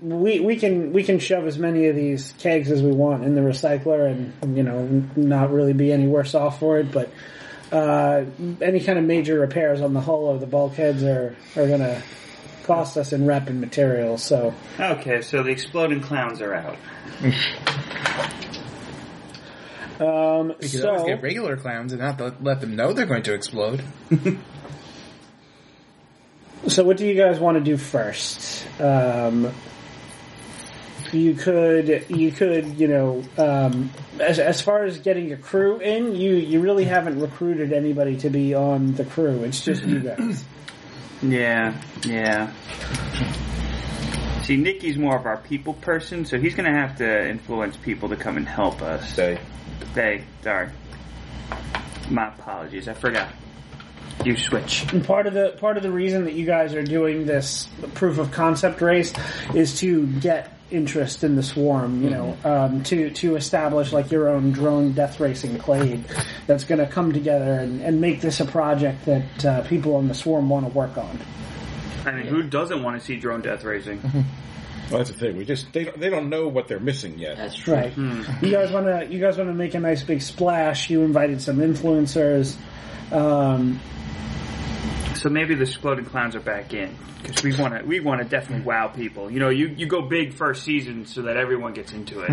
S4: we we can we can shove as many of these kegs as we want in the recycler, and you know not really be any worse off for it. But uh, any kind of major repairs on the hull of the bulkheads are are gonna cost us in rep and materials. So
S3: [LAUGHS] Okay, so the exploding clowns are out.
S4: um
S5: You could always
S4: so
S5: get regular clowns and not th- let them know they're going to explode.
S4: so what do you guys want to do first? Um, you could you could you know um, as as far as getting your crew in, you you really haven't recruited anybody to be on the crew. It's just you guys.
S3: Yeah, yeah. See, Nikki's more of our people person, so he's gonna have to influence people to come and help us.
S6: Say,
S3: Hey, sorry. My apologies, I forgot. You switch.
S4: And part of the part of the reason that you guys are doing this proof of concept race is to get interest in the swarm. You know,
S6: Mm-hmm.
S4: um, to to establish like your own drone death racing clade that's going to come together and, and make this a project that uh, people in the swarm want to work on.
S3: I mean, who doesn't want to see drone death racing?
S6: well, that's the thing. We just they, they don't know what they're missing yet.
S2: [LAUGHS] That's true.
S4: Right.
S6: Mm-hmm.
S4: You guys want to you guys want to make a nice big splash. You invited some influencers. Um,
S3: So maybe the exploding clowns are back in because we want to. We want to definitely wow people. You know, you you go big first season so that everyone gets into it.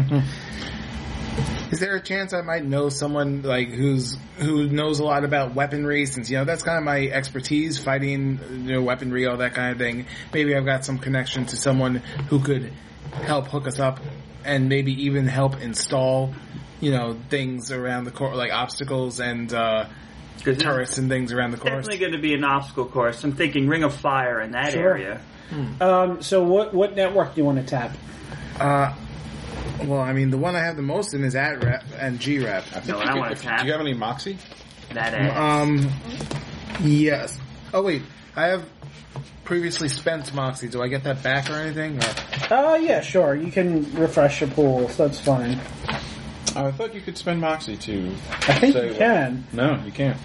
S5: Is there a chance I might know someone like who's who knows a lot about weaponry? Since you know that's kind of my expertise, fighting, you know, weaponry, all that kind of thing. Maybe I've got some connection to someone who could help hook us up, and maybe even help install, you know, things around the course, like obstacles and uh,
S3: Because
S5: turrets and things around the course.
S3: definitely going to be an obstacle course. I'm thinking Ring of Fire in that
S4: Sure.
S3: area.
S4: um, so what what network do you want to tap?
S5: Uh, well, I mean, the one I have the most in is at rep and G rep.
S3: No, I want to tap
S6: Do you have any moxie? Uh,
S3: that ass.
S5: Um, yes. Oh wait, I have previously spent Moxie. Do I get that back or anything? Or,
S4: Uh, yeah, sure. You can refresh your pools. That's fine.
S6: Oh, I thought you could spend moxie to.
S4: I think
S6: Say
S4: you
S6: what?
S4: can.
S6: No, you can't.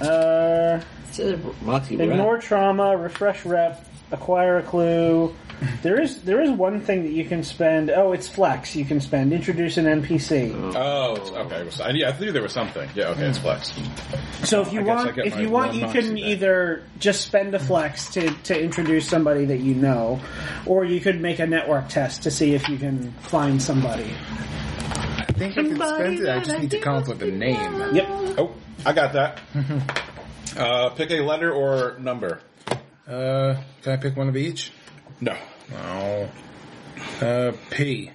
S4: Uh,
S2: It says Moxie Rat.
S4: ignore trauma, refresh rep, acquire a clue. There is there is one thing that you can spend. Oh, it's flex. You can spend introduce an NPC.
S6: Oh, it's- okay. so I, I knew there was something. Yeah, okay, it's flex.
S4: So if you
S6: I guess I
S4: want,
S6: get
S4: if
S6: my
S4: you want,
S6: one
S4: you
S6: moxie
S4: can
S6: back.
S4: either just spend a flex to to introduce somebody that you know, or you could make a network test to see if you can find somebody.
S5: I think I can spend it. I just need to come up with a name.
S4: Yep.
S6: Oh, I got that. [LAUGHS] uh, pick a letter or number.
S5: Uh, can I pick one of each?
S6: No.
S5: No. Uh, P.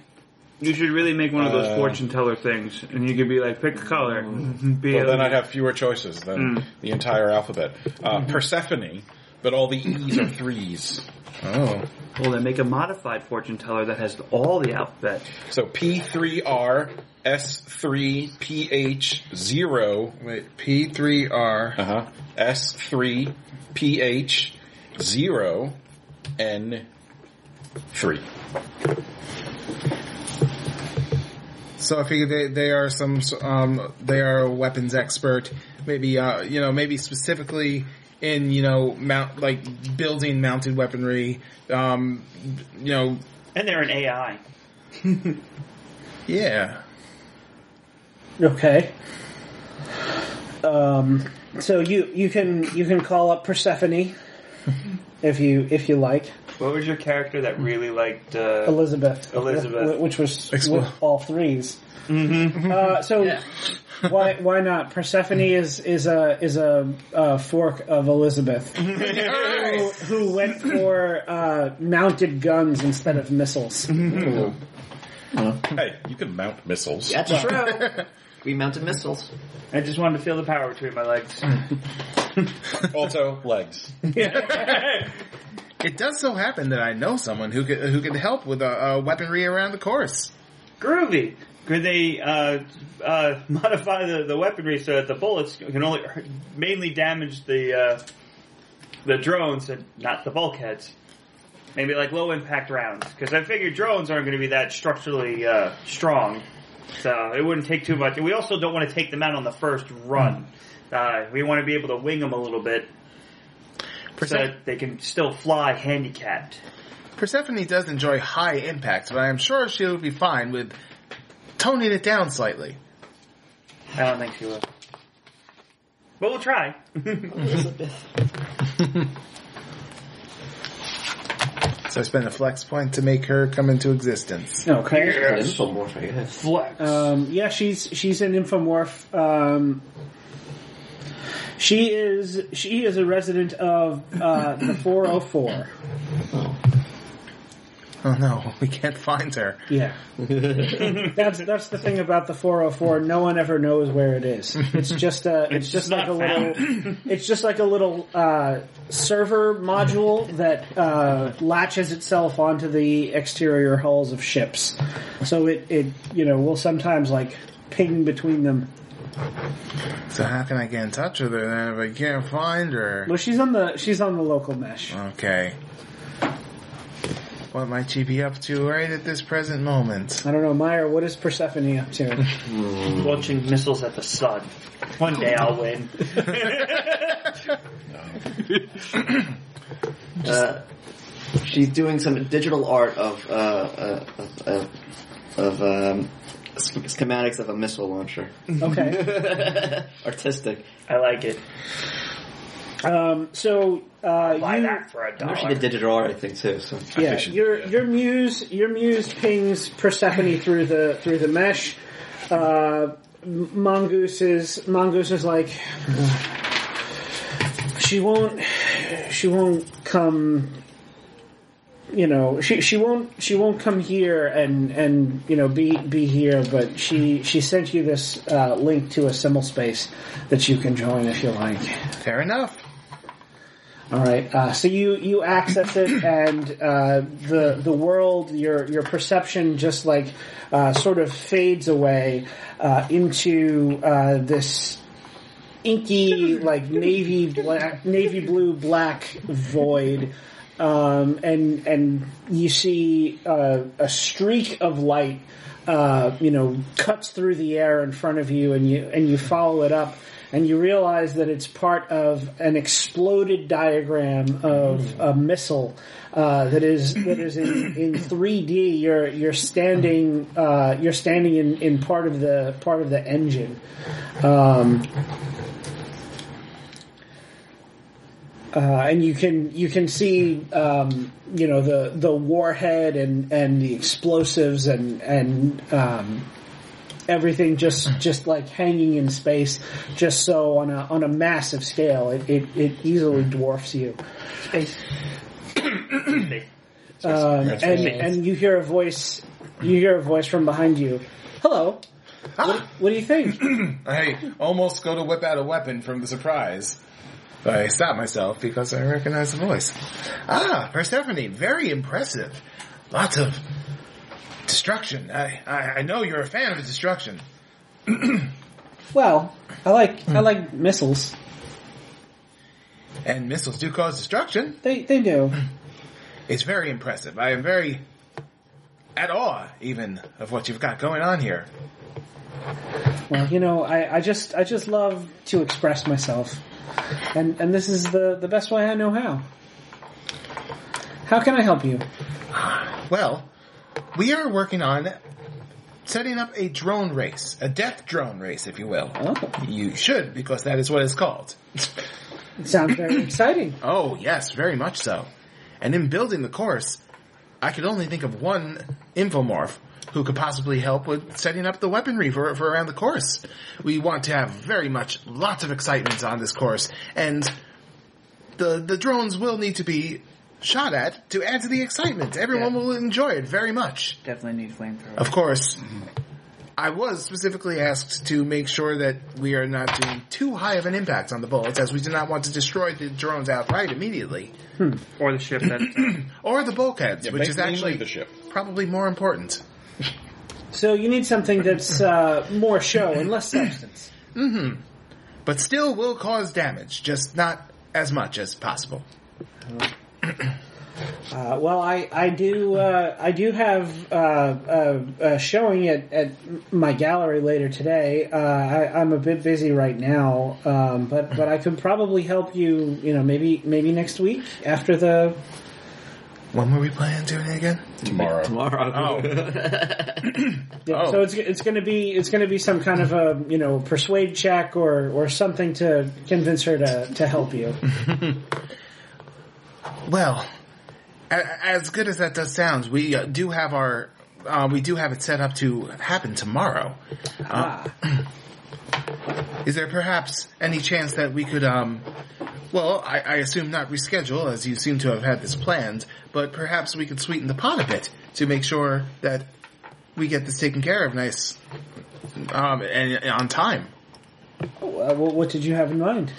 S3: you should really make one of those
S6: Uh,
S3: fortune teller things, and you could be like, pick a color. Be
S6: Well,
S3: a-
S6: then I'd have fewer choices
S3: Hmm.
S6: than the entire alphabet. Uh,
S3: Mm-hmm.
S6: Persephone, but all the E's are threes.
S5: Oh.
S3: well, then make a modified fortune teller that has all the alphabet.
S6: So P3R, S3, PH0,
S5: Wait, P three R.
S6: uh-huh, S3, PH0, N3.
S5: So I figure they, they are some um they are a weapons expert. Maybe uh you know maybe specifically in you know mount like building mounted weaponry. Um, you know
S7: and they're an AI.
S5: yeah.
S4: Okay. Um, [LAUGHS] so you you can you can call up Persephone if you if you like.
S7: What was your character that really liked? Uh,
S4: Elizabeth.
S7: Elizabeth.
S4: Wh- Which was
S5: Explore.
S4: with all 3s Mm-hmm. Uh, so why why not? Persephone is is a is a, uh fork of Elizabeth, who, who went for uh, mounted guns instead of missiles.
S6: Hey, you can mount missiles.
S2: That's true. We mounted missiles.
S7: I just wanted to feel the power between my legs.
S6: Also, legs.
S5: [LAUGHS] It does so happen that I know someone who could, who could help with uh, uh, weaponry around the course.
S7: Groovy. Could they uh, uh, [LAUGHS] modify the, the weaponry so that the bullets can only mainly damage the uh, the drones and not the bulkheads? Maybe like low impact rounds because I figure drones aren't going to be that structurally uh, strong, so it wouldn't take too much. And we also don't want to take them out on the first run. Uh, we want to be able to wing them a little bit so
S5: Persep-
S7: that they can still fly handicapped.
S5: Persephone does enjoy high impact, but I am sure she will be fine with toning it down slightly.
S7: I don't think she will, but we'll try.
S5: So I spend a flex point to make her come into existence.
S4: Okay.
S2: Infomorph, I guess.
S7: Flex.
S4: Um, yeah, she's she's an infomorph. Um, she is she is a resident of uh, the 404.
S5: Oh no, [LAUGHS] we can't find her.
S4: Yeah, that's that's the thing about the 404. No one ever knows where it is. It's just a it's, just like a little it's just like a little uh, server module that uh, latches itself onto the exterior hulls of ships. So it it you know will sometimes like ping between them.
S5: So how can I get in touch with her then if I can't find her?
S4: Well, she's on the she's on the local mesh.
S5: Okay. What might she be up to right at this present moment?
S4: I don't know, Meyer. What is Persephone up to?
S7: Launching missiles at the sun. One day I'll win.
S2: Uh, she's doing some digital art of uh, uh, of, uh, of um, sch- schematics of a missile launcher. [LAUGHS]
S4: Okay.
S2: Artistic.
S7: I like it.
S4: Um, so uh,
S7: Buy
S4: you,
S7: that for a
S2: I know she
S7: dollar.
S2: did digital art, I think, too. So
S4: yeah, your your muse your muse pings Persephone through the through the mesh. Uh, M- Mongoose is Mongoose is like she won't she won't come. You know she she won't she won't come here and and you know be be here, but she she sent you this uh, link to a simul space that you can join if you like.
S5: Fair enough.
S4: All right. Uh, so you you access it, and uh, the the world, your your perception just like uh, sort of fades away uh, into uh, this inky like navy black navy blue black void. Um, and and you see uh, a streak of light, uh, you know, cuts through the air in front of you, and you and you follow it up, and you realize that it's part of an exploded diagram of a missile uh, that is that is in, in 3D. You're you're standing uh, you're standing in, in part of the part of the engine. Um, uh, and you can you can see um, you know the the warhead and, and the explosives and and um, everything just just like hanging in space, just so on a on a massive scale, it it, it easily dwarfs you. [COUGHS] Um, and and you hear a voice you hear a voice from behind you. Hello.
S5: Ah!
S4: What, what do you think?
S5: I almost go to whip out a weapon from the surprise. But I stop myself because I recognize the voice. Ah, Persephone, very impressive. Lots of destruction. I, I, I know you're a fan of destruction.
S4: Well, I like I like missiles.
S5: And missiles do cause destruction.
S4: They they do.
S5: It's very impressive. I am very at awe, even, of what you've got going on here.
S4: Well, you know, I, I just I just love to express myself, and and this is the the best way I know how. How can I help you?
S5: Well, we are working on setting up a drone race, a death drone race, if you will.
S4: Oh,
S5: You should, because that is what it's called.
S4: it sounds very exciting.
S5: Oh, yes, very much so. And in building the course, I could only think of one infomorph who could possibly help with setting up the weaponry for, for around the course. We want to have very much lots of excitement on this course, and the the drones will need to be shot at to add to the excitement. Everyone
S8: Yeah.
S5: will enjoy it very much.
S8: Definitely need flamethrower.
S5: Of course, I was specifically asked to make sure that we are not doing too high of an impact on the bullets, as we do not want to destroy the drones outright immediately,
S3: Or the ship
S2: [LAUGHS]
S3: that.
S5: or the bulkheads, which is
S6: mainly
S5: actually
S6: the ship.
S5: probably more important.
S4: So you need something that's uh, more show and less substance.
S5: but still will cause damage, just not as much as possible.
S4: Uh, well, I I do uh, I do have uh, uh, a showing at, at my gallery later today. Uh, I, I'm a bit busy right now, um, but but I could probably help you. You know, maybe maybe next week after the
S5: When were we planning on doing it again?
S6: tomorrow.
S3: Oh,
S2: Tomorrow.
S4: Yeah, So it's it's going to be it's going to be some kind of a you know persuade check or or something to convince her to to help you. [LAUGHS]
S5: Well, a- as good as that does sound, we uh, do have our uh, we do have it set up to happen tomorrow.
S6: Ah.
S5: Uh, is there perhaps any chance that we could? Um, well, I, I assume not reschedule, as you seem to have had this planned. But perhaps we could sweeten the pot a bit to make sure that we get this taken care of nice um, and, and on time.
S4: Uh, what, what did you have in mind?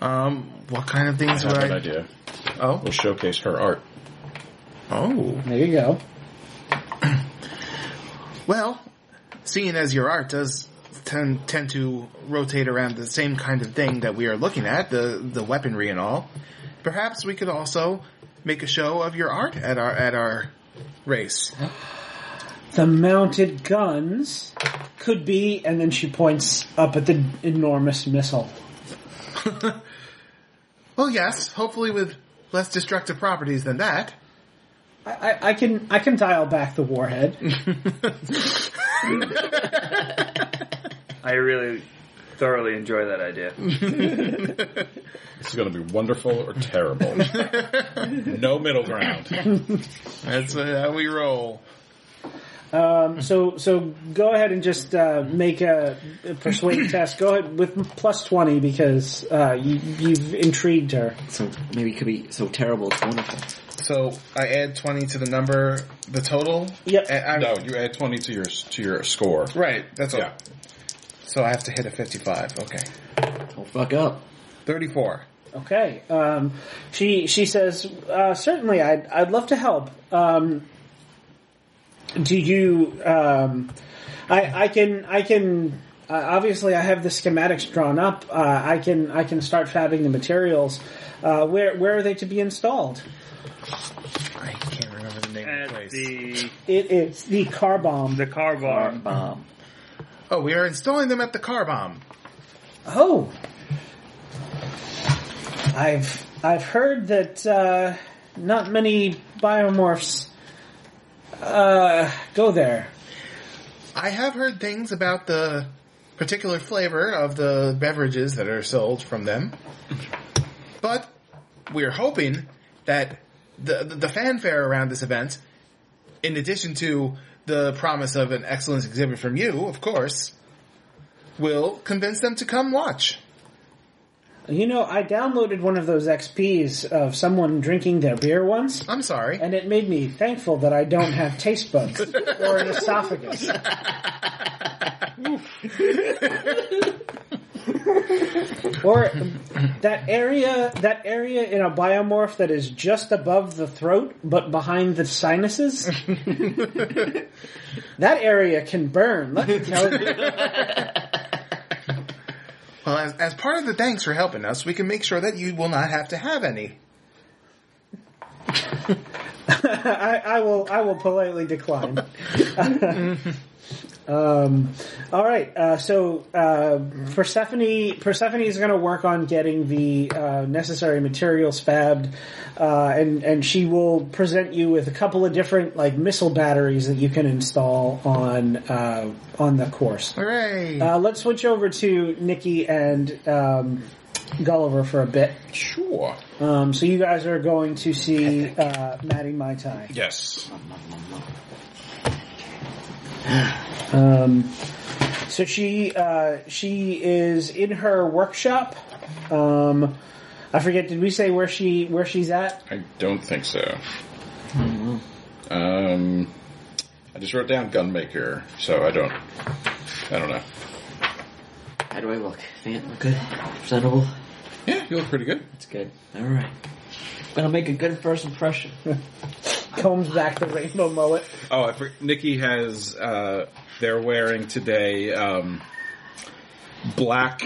S5: Um, what kind of things
S6: I
S5: would
S6: have an
S5: I?
S6: idea.
S5: Oh,
S6: We'll showcase her art.
S5: oh.
S4: There you go.
S5: Well, seeing as your art does tend tend to rotate around the same kind of thing that we are looking at, the the weaponry and all, perhaps we could also make a show of your art at our at our race.
S4: The mounted guns could be, and then she points up at the enormous missile.
S5: Well, yes, hopefully with less destructive properties than that.
S4: I, I, I can I can dial back the [LAUGHS] warhead.
S3: I really thoroughly enjoy that idea.
S6: This is going to be wonderful or
S5: [LAUGHS]
S6: terrible. no middle ground.
S5: That's uh, how we roll.
S4: Um, so so go ahead and just uh, make a, a [COUGHS] persuade test. Go ahead with plus twenty because uh, you you've intrigued her.
S2: so maybe it could be so terrible it's wonderful.
S5: So I add twenty to the number, the total.
S4: Yep.
S5: And I'm-
S6: No, you add twenty to your to your score.
S5: Right. That's all.
S6: Yeah.
S5: So I have to hit a fifty-five. Okay.
S2: Don't fuck up.
S5: Thirty-four.
S4: Okay. Um, she she says, uh, certainly, I'd I'd love to help. Um, do you? Um, I I can I can. Uh, obviously, I have the schematics drawn up. Uh, I can I can start fabbing the materials. Uh, where where are they to be installed?
S5: I can't remember the name of
S3: At
S5: the place.
S3: the
S4: It, it's the car bomb.
S3: the car bar.
S2: Bomb.
S5: Oh, we are installing them at the car bomb.
S4: Oh, I've I've heard that uh, not many biomorphs uh, go there.
S5: I have heard things about the particular flavor of the beverages that are sold from them, but we're hoping that the the, the fanfare around this event, in addition to the promise of an excellent exhibit from you, of course, will convince them to come watch.
S4: You know, I downloaded one of those XPs of someone drinking their beer once,
S5: I'm sorry.
S4: and it made me thankful that I don't have taste buds or an esophagus. or that area, that area in a biomorph that is just above the throat but behind the sinuses. that area can burn. Let me tell you.
S5: Well, as, as part of the thanks for helping us, we can make sure that you will not have to have any.
S4: I, I will. I will politely decline. um, all right. Uh, so uh, Persephone, Persephone is going to work on getting the uh, necessary materials fabbed, uh, and and she will present you with a couple of different like missile batteries that you can install on uh, on the course.
S5: Hooray!
S4: Uh, let's switch over to Nikki and um, Gulliver for a bit.
S6: Sure.
S4: Um, so you guys are going to see uh, Maddie Mai Tai.
S6: Yes.
S4: Um, so she uh, she is in her workshop. Um, I forget. Did we say where she where she's at?
S6: I don't think so. Mm-hmm. Um, I just wrote down gunmaker, so I don't. I don't know.
S2: How do I look? Fan, look good? Presentable?
S6: Yeah, you look pretty good.
S2: That's good. Alright. Gonna make a good first impression.
S4: Combs back the rainbow mullet.
S6: Oh, I for- Nikki has. Uh, they're wearing today um, black.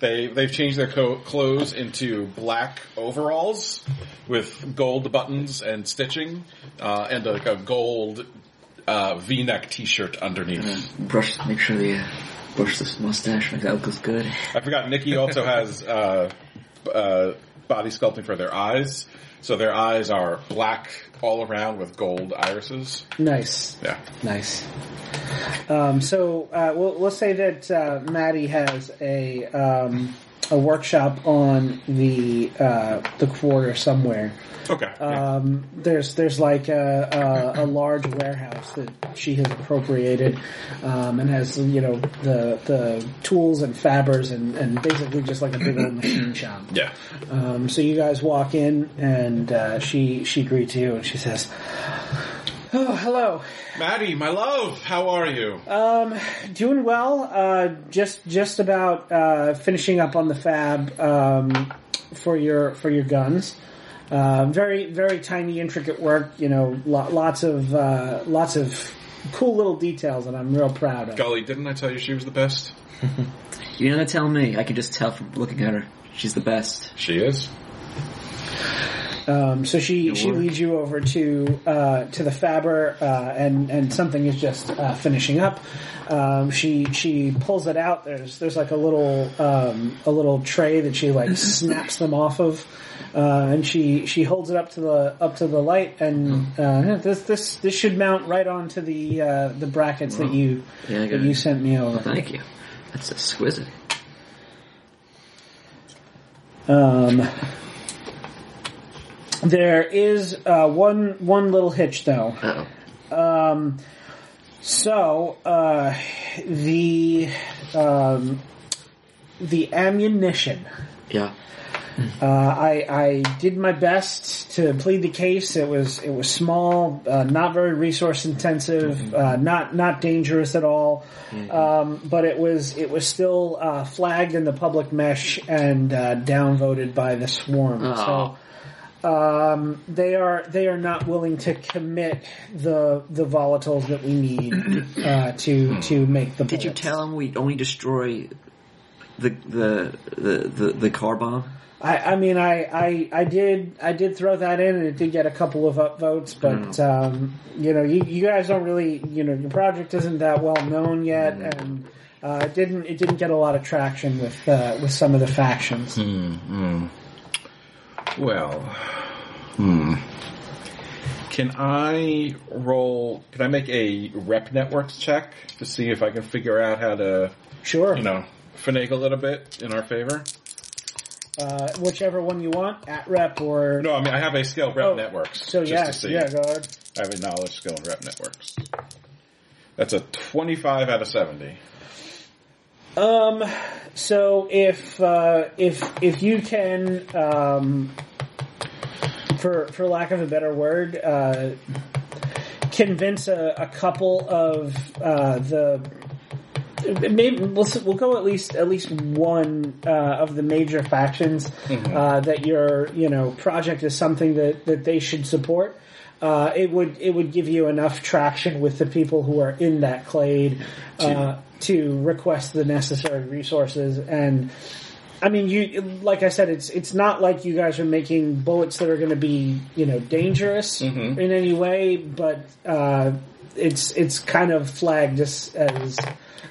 S6: They they've changed their co- clothes into black overalls with gold buttons and stitching, uh, and like a gold uh, V-neck T-shirt underneath.
S2: Brush, make sure the, uh, brush this mustache, make that look as good.
S6: I forgot Nikki also has uh, uh, body sculpting for their eyes, so their eyes are black all around with gold irises.
S4: Nice,
S6: Yeah.
S4: nice. Um, so uh, we'll, we'll say that uh, Maddie has a um, a workshop on the uh, the quarter somewhere.
S6: Okay.
S4: Um, there's there's like a, a, a large warehouse that she has appropriated, um, and has you know the the tools and fabbers and, and basically just like a big old machine shop.
S6: yeah.
S4: Um, so you guys walk in and uh, she she greets you and she says, "Oh, hello.
S6: Maddie, my love, how are you?
S4: Um, doing well. Uh, just just about uh, finishing up on the fab um, for your for your guns. Uh, very very tiny intricate work. You know, lo- lots of uh, lots of cool little details that I'm real proud of.
S6: Golly, didn't I tell you she was the best?
S2: You know, tell me. I can just tell from looking at her. She's the best.
S6: She is.
S4: Um, so she she
S2: work.
S4: leads you over to uh, to the Faber, uh, and and something is just uh, finishing up. Um, she she pulls it out. There's there's like a little um, a little tray that she like snaps them off of, uh, and she she holds it up to the up to the light,
S2: Hmm.
S4: and uh, this this this should mount right onto the uh, the brackets that you
S2: Yeah, I got
S4: that you
S2: it.
S4: sent me over.
S2: Oh, Thank you. That's exquisite.
S4: Um, there is uh, one one little hitch though.
S2: Uh-oh.
S4: Um, so uh, the um, the ammunition.
S2: Yeah.
S4: Uh, I I did my best to plead the case. It was it was small, uh, not very resource
S2: Mm-hmm.
S4: intensive, uh, not not dangerous at all. Um, but it was it was still uh, flagged in the public mesh and uh, downvoted by the swarm.
S2: Aw.
S4: So. Um, they are they are not willing to commit the the volatiles that we need uh, to to make the.
S2: Did you tell him we only destroy the the the the, the car bomb?
S4: I, I mean, I, I, I did, I did throw that in, and it did get a couple of upvotes.
S6: Hmm.
S4: But um, you know, you, you guys don't really, you know, your project isn't that well known
S6: Hmm.
S4: yet, and uh, it didn't, it didn't get a lot of traction with uh, with some of the factions.
S6: Hmm. Well, hmm. Can I roll? Can I make a rep networks check to see if I can figure out how to,
S4: Sure,
S6: you know, finagle a little bit in our favor?
S4: uh, whichever one you want, at rep or
S6: No, I mean I have a skill rep
S4: Oh,
S6: networks.
S4: So
S6: just
S4: yeah,
S6: to see.
S4: yeah, go ahead.
S6: I have a knowledge skill in rep networks. That's a twenty-five out of seventy.
S4: Um, so if uh, if if you can, um, for for lack of a better word, uh, convince a, a couple of uh, the. Maybe we'll, s- we'll go at least at least one uh, of the major factions uh, that your you know project is something that, that they should support. Uh, it would it would give you enough traction with the people who are in that clade uh, to request the necessary resources and I mean, you like I said, it's it's not like you guys are making bullets that are going to be you know dangerous
S6: Mm-hmm.
S4: in any way, but uh, it's it's kind of flagged as, as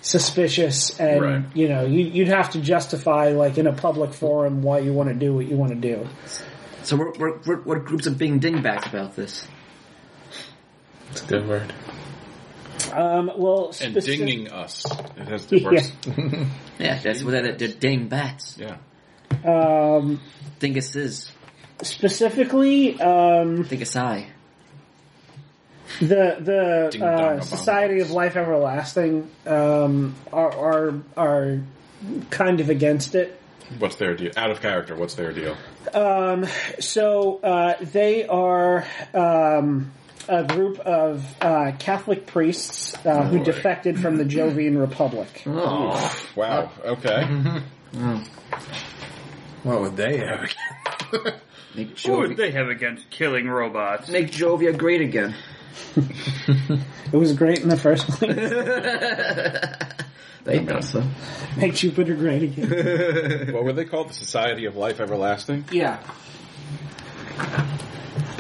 S4: suspicious, and
S6: Right.
S4: you know you, you'd have to justify like in a public forum why you want to do what you want to do.
S2: So we're, we're, we're, what groups of being dingbats about this?
S6: It's a good word.
S4: Um, well,
S6: And
S4: speci-
S6: dinging us. It has the worst.
S2: Yeah, that's what that did. Ding bats.
S6: Yeah.
S4: Um,
S2: Think it's is.
S4: specifically, um,
S2: Think it's I.
S4: the the uh,
S5: dong,
S4: Society of Life Everlasting um, are, are are kind of against it.
S6: What's their deal? Out of character. What's their deal?
S4: Um, so uh, they are um, a group of uh, Catholic priests uh, who
S6: Lord.
S4: defected from the Jovian Republic.
S2: Oh.
S6: Wow. Okay. [LAUGHS]
S5: What would they have?
S2: Make
S3: What would
S2: Jovia,
S3: they have against killing robots?
S2: make Jovia great again.
S4: It was great in the first [LAUGHS] place.
S2: They thought so.
S4: Make Jupiter great again.
S6: what were they called? The Society of Life Everlasting.
S4: Yeah.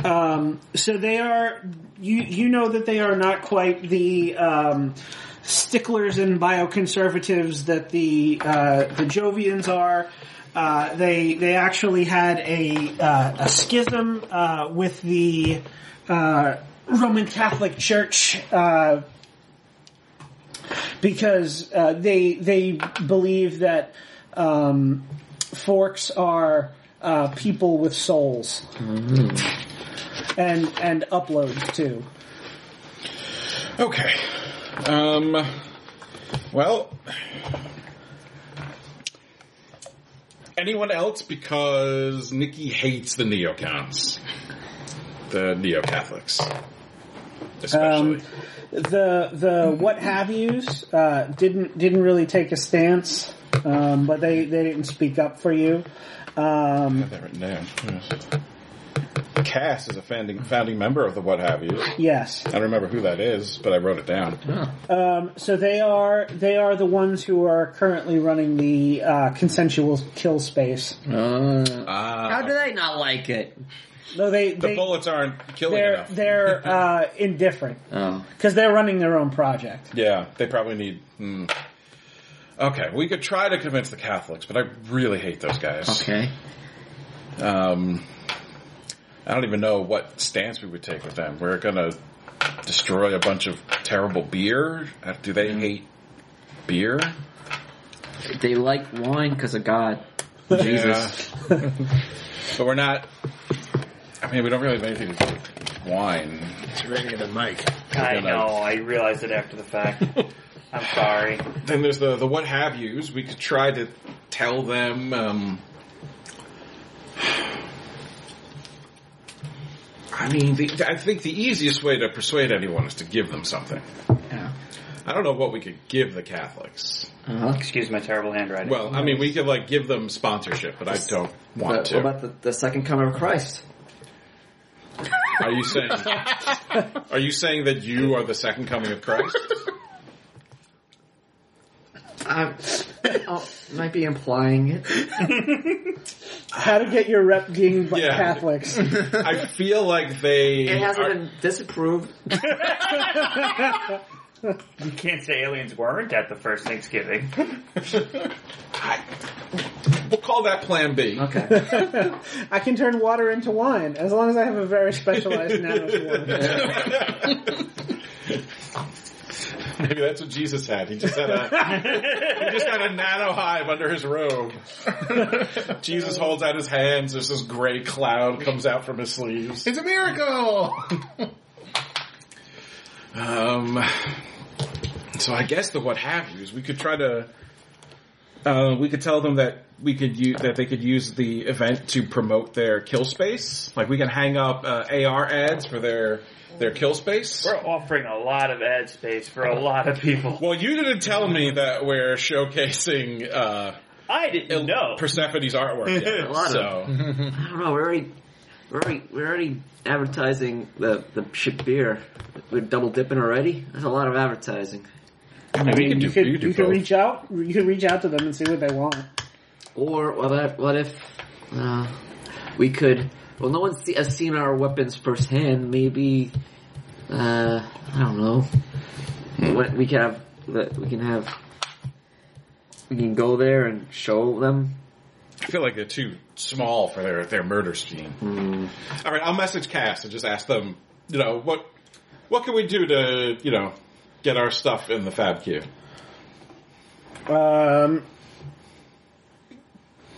S4: Um, so they are you you know that they are not quite the um, sticklers and bioconservatives that the uh, the Jovians are. Uh, they they actually had a uh, a schism uh, with the uh, Roman Catholic Church. Uh, because uh, they they believe that um, forks are uh, people with souls, and and uploads too.
S6: Okay. Um. Well. Anyone else? Because Nikki hates the neocons, the neo Catholics, especially.
S4: Um, the the what have yous uh, didn't didn't really take a stance, um, but they they didn't speak up for you. Um,
S6: Have that written down. Yes. Cass is a founding founding member of the What Have You.
S4: yes,
S6: I don't remember who that is, but I wrote it down.
S4: um, so they are they are the ones who are currently running the uh, consensual kill space.
S2: Mm. Uh, How
S6: Ah,
S2: do they not like it?
S4: No, they
S6: the
S4: they
S6: bullets aren't killing
S4: they're
S6: enough. [LAUGHS]
S4: they're uh, indifferent
S2: Oh.
S4: because they're running their own project.
S6: Yeah, they probably need. Hmm. Okay, we could try to convince the Catholics, but I really hate those guys.
S2: Okay.
S6: Um, I don't even know what stance we would take with them. We're gonna destroy a bunch of terrible beer. Uh, Do they
S2: Mm.
S6: hate beer?
S2: They like wine because of God. [LAUGHS] Jesus.
S6: Yeah. [LAUGHS] but we're not. I mean, we don't really have anything to do with wine.
S5: It's right near the mic.
S7: I
S6: We're gonna-
S7: know. I realized it after the fact. I'm sorry.
S6: Then there's the the what have yous. We could try to tell them. Um, I mean, the, I think the easiest way to persuade anyone is to give them something.
S2: Yeah.
S6: I don't know what we could give the Catholics.
S2: Uh-huh.
S7: Excuse my terrible handwriting.
S6: Well, I mean, we could like give them sponsorship, but I don't want
S2: But
S6: to.
S2: what about the, the second coming of Christ?
S6: Are you saying? Are you saying that you are the second coming of Christ?
S2: I oh, might be implying it.
S4: How to get your rep being
S6: [LAUGHS]
S4: b-
S6: Yeah.
S4: Catholics? [LAUGHS]
S6: I feel like they.
S2: It hasn't
S6: are-
S2: been disapproved.
S7: You can't say aliens weren't at the first Thanksgiving.
S6: I, we'll call that Plan B.
S2: Okay.
S4: I can turn water into wine as long as I have a very specialized
S6: [LAUGHS]
S4: nanoform.
S6: Maybe that's what Jesus had. He just had a he just had a nano hive under his [LAUGHS] robe. Jesus holds out his hands. There's this gray cloud comes out from his sleeves.
S5: It's a miracle. [LAUGHS]
S6: Um, so I guess the what have yous we could try to uh, we could tell them that we could use that they could use the event to promote their kill space. Like we can hang up uh, AR ads for their their kill space.
S7: We're offering a lot of ad space for a lot of people.
S6: Well, you didn't tell me that we're showcasing uh,
S7: I didn't know.
S6: Persephone's artwork [LAUGHS] yet.
S2: A lot of-
S6: so
S2: I don't know. We're already, we're already, we're already advertising the the ship beer. We're double dipping already. That's a lot of advertising.
S6: I mean, we can do,
S4: You could,
S6: we
S4: you
S6: can do
S4: could
S6: both.
S4: reach out. You could reach out to them and see what they want.
S2: Or what if, what if uh, we could? Well, no one see, has seen our weapons firsthand. Maybe uh, I don't know. What we can have, that we can have, we can go there and show them.
S6: I feel like they're too small for their their murder scene. Mm. All right, I'll message Cass and just ask them. You know what? What can we do to you know get our stuff in the Fab queue?
S4: Um,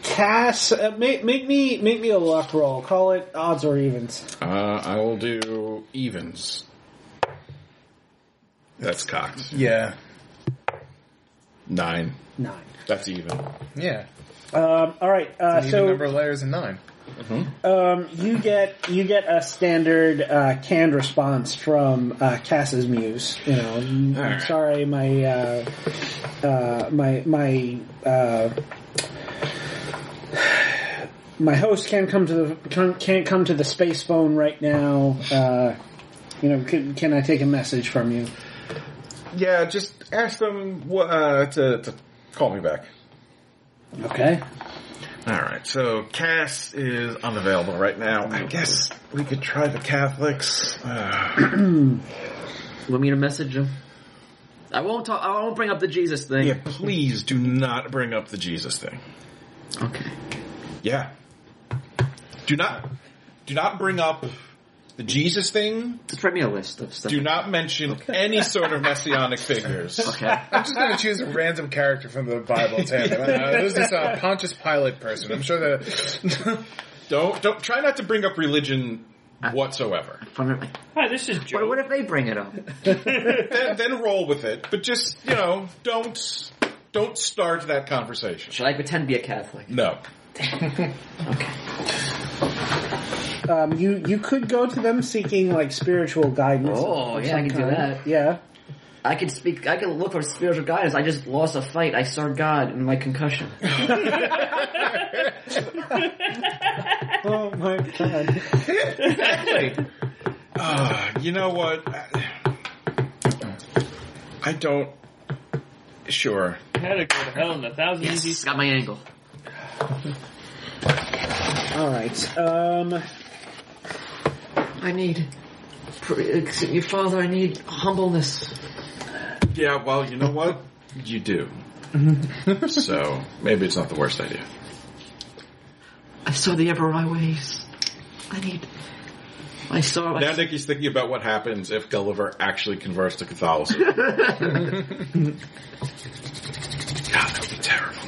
S4: Cass, uh, make, make me make me a luck roll. Call it odds or evens.
S6: Uh, I will do evens. That's cocked.
S5: Yeah.
S6: Nine.
S4: Nine.
S6: That's even.
S5: Yeah.
S4: Um, all right. Uh,
S5: Even
S4: so
S5: number of layers in nine.
S4: um, you get you get a standard uh, canned response from uh, Cass's muse. You know, I'm
S6: All right.
S4: sorry, my uh, uh, my my. Uh, my host can't come to the can- can't come to the space phone right now. Uh, you know, can, can I take a message from you?
S6: Yeah, just ask them wh- uh, to, to call me back.
S4: Okay.
S6: All right, so Cass is unavailable right now. I guess we could try the Catholics. Uh, [CLEARS THROAT]
S2: Want me to message him? I won't talk. I won't bring up the Jesus thing.
S6: yeah, please do not bring up the Jesus thing.
S2: Okay.
S6: Yeah.
S1: Do not, do not bring up the Jesus thing.
S2: Just write me a list of stuff.
S1: Do not mention any sort of messianic figures.
S2: [LAUGHS]
S1: [LAUGHS]
S2: okay.
S5: I'm just gonna choose a random character from the Bible. Tim. Uh, this is a Pontius Pilate person. I'm sure that
S1: Don't, don't try not to bring up religion whatsoever.
S2: Fun-
S7: Hi, this is
S2: But
S7: Joe.
S2: what if they bring it up?
S1: then, then roll with it, but just you know, don't don't start that conversation.
S2: Should I pretend to be a Catholic?
S1: No.
S4: Um, you you could go to them seeking like spiritual guidance.
S2: Oh,
S4: of
S2: yeah, I
S4: some
S2: can do
S4: kind.
S2: that.
S4: Yeah.
S2: I can speak. I can look for spiritual guidance. I just lost a fight. I saw God in my concussion.
S4: Oh my god.
S6: Ah,
S1: Uh, you know what?
S6: I don't. Sure.
S7: Had to go to hell in a thousand
S2: Yes, got my angle.
S4: All right. Um,
S2: I need. pr- excuse me, Father, I need humbleness.
S6: Yeah, well, you know what? You do. so maybe it's not the worst idea.
S2: I saw the Emperor I ways. I need. I saw.
S6: Now Nikki's thinking about what happens if Gulliver actually converts to Catholicism. [LAUGHS] God, that would be terrible.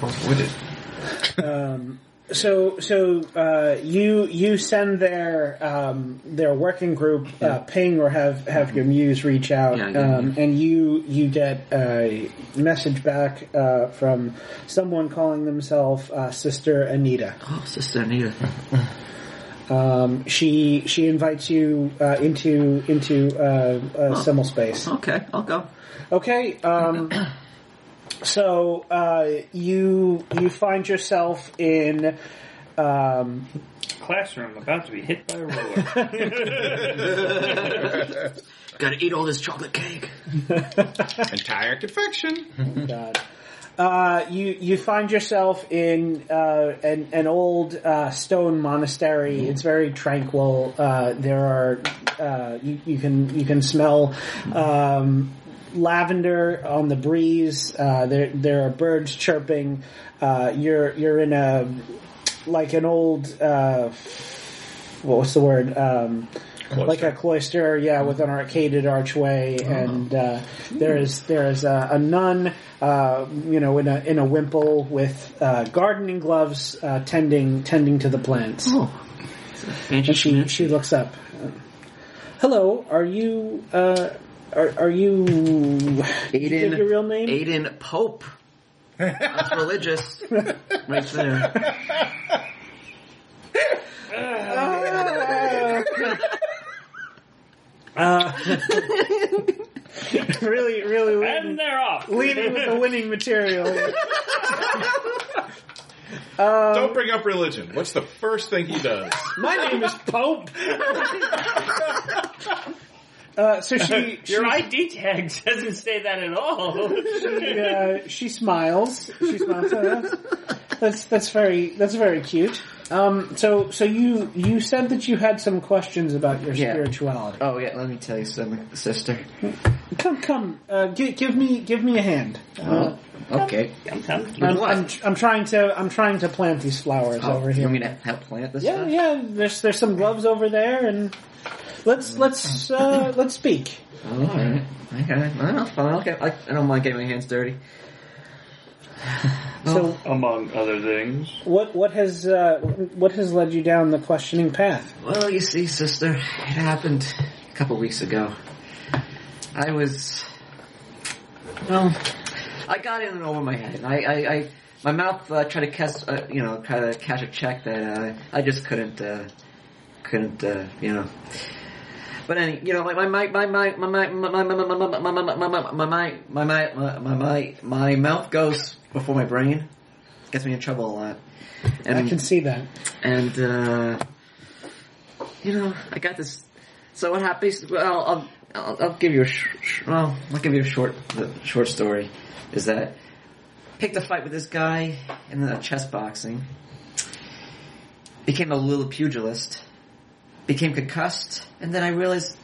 S6: What would it?
S4: um, so so uh, you you send their um, their working group uh, ping or have have your muse reach out,
S2: Yeah, I get
S4: um, and you you get a message back uh, from someone calling themselves uh, Sister Anita.
S2: Oh, Sister Anita.
S4: Um, she she invites you uh, into into uh, uh, Simmel space.
S2: Okay, I'll go.
S4: Okay. Um, so uh, you you find yourself in. Um,
S7: classroom about to be hit by a roller.
S2: Gotta eat all this chocolate cake.
S1: Entire confection.
S4: [LAUGHS] God. Uh, you you find yourself in uh, an an old uh, stone monastery. It's very tranquil. Uh, there are uh, you, you can you can smell um, lavender on the breeze. Uh, there there are birds chirping. Uh, you're you're in a like an old uh, what was the word? Um, like a cloister, yeah, with an arcaded archway, and uh, there is there is a, a nun, uh, you know, in a in a wimple with uh, gardening gloves, uh, tending tending to the plants.
S2: Oh.
S4: And she she looks up. Hello, are you? Uh, are, are you? Aiden,
S2: Aiden,
S4: your real name?
S2: Aiden Pope. That's religious. Right there.
S4: [LAUGHS] really, really leading,
S7: and they're
S4: [LAUGHS]
S7: off.
S4: leading with the winning material.
S1: don't bring up religion. What's the first thing he does?
S4: My name is Pope. uh, so she
S7: Your ID tag [LAUGHS] doesn't say that at all.
S4: she, uh, she smiles. She smiles. Oh, that's, that's that's very that's very cute. Um, so so you you said that you had some questions about your
S2: Yeah.
S4: spirituality.
S2: Oh yeah, let me tell you something, sister.
S4: Come come, uh, give, give me give me a hand. Uh,
S2: Okay.
S4: I'm,
S2: what?
S4: I'm I'm trying to I'm trying to plant these flowers
S2: Oh,
S4: over
S2: you
S4: here.
S2: want me to help plant this?
S4: yeah
S2: one?
S4: yeah. There's there's some gloves over there, and let's let's uh, let's speak.
S2: All right. Okay. [SIGHS] Well, fine. I'll get, I, I don't mind getting my hands dirty.
S4: So,
S7: among other things.
S4: what what has uh, what has led you down the questioning path?
S2: Well, you see, sister, it happened a couple weeks ago. I was, well, I got in and over my head. I, I, I my mouth uh, tried to catch, uh, you know, try to cash a check that uh, I just couldn't, uh, couldn't, uh, you know. But any, you know, my my my my my my my my my my my my my my my my my my mouth goes before my brain. Gets me in trouble a lot.
S4: I can see that.
S2: And, uh, you know, I got this. So what happens? Well, I'll, I'll, I'll give you a sh- sh- well, I'll give you a short the short story. Is that picked a fight with this guy in the chess boxing, became a little pugilist, became concussed, and then I realized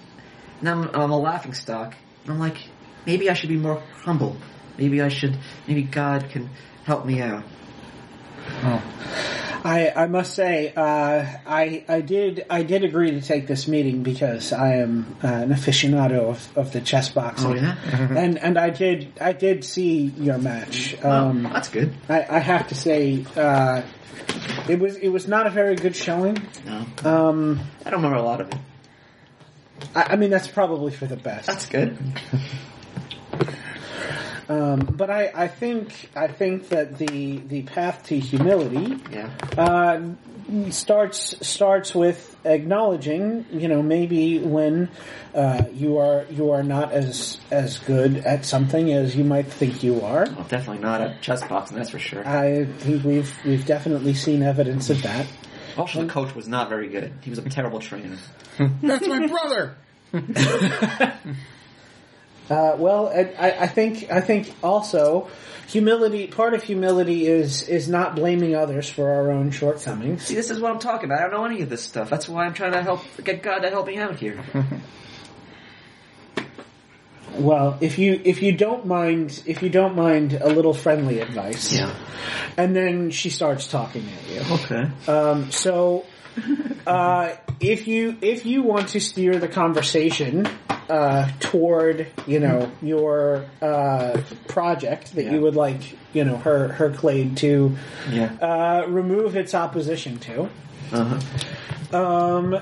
S2: now I'm, I'm a laughing stock. I'm like, maybe I should be more humble. Maybe I should. Maybe God can help me out.
S4: I, I must say, uh, I I did I did agree to take this meeting because I am uh, an aficionado of, of the chess boxing.
S2: Oh, yeah?
S4: and and I did I did see your match.
S2: oh,
S4: Um,
S2: that's good.
S4: I, I have to say, uh, it was it was not a very good showing.
S2: No,
S4: Um,
S2: I don't remember a lot of it.
S4: I, I mean, that's probably for the best.
S2: That's good.
S4: Um, but I, I think I think that the the path to humility
S2: Yeah.
S4: uh, starts starts with acknowledging, you know, maybe when uh, you are you are not as as good at something as you might think you are.
S2: Well, definitely not a chess boxing, that's for sure.
S4: I think we've we've definitely seen evidence of that.
S2: Also, the coach was not very good. He was a terrible trainer.
S5: That's my brother.
S4: Uh, well, I, I I think I think also humility. Part of humility is is not blaming others for our own shortcomings.
S2: See, this is what I'm talking about. I don't know any of this stuff. That's why I'm trying to help get God to help me out [LAUGHS] here.
S4: Well, if you if you don't mind if you don't mind a little friendly advice, And then she starts talking at you.
S2: Okay.
S4: Um, so, uh, if you if you want to steer the conversation uh, toward you know your uh, project that
S2: Yeah.
S4: you would like you know her her clade to
S2: Yeah.
S4: uh, remove its opposition to,
S2: Uh-huh.
S4: um, uh,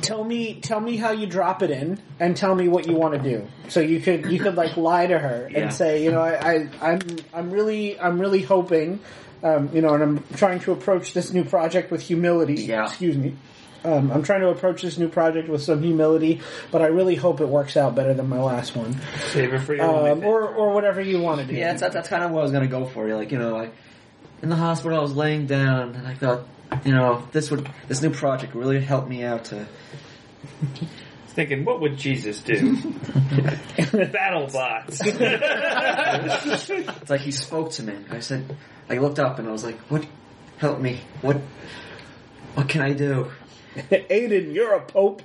S4: tell me tell me how you drop it in, and tell me what you want to do. So you could you could like lie to her
S2: Yeah.
S4: and say, you know, I, I I'm I'm really I'm really hoping, um, you know, and I'm trying to approach this new project with humility.
S2: Yeah.
S4: Excuse me. Um, I'm trying to approach this new project with some humility, but I really hope it works out better than my last one,
S7: Save it for your
S4: um,
S7: only-
S4: or or whatever you want to do.
S2: Yeah, that's, that's, that's kind of what I was gonna go for. Like, you know, like in the hospital, I was laying down, and I thought, you know, this would this new project really help me out to.
S7: Thinking, what would Jesus do? Battle bots.
S2: It's like he spoke to me. I said, I looked up and I was like, what? Help me. What? What can I do?
S4: [LAUGHS] Aiden, you're a pope.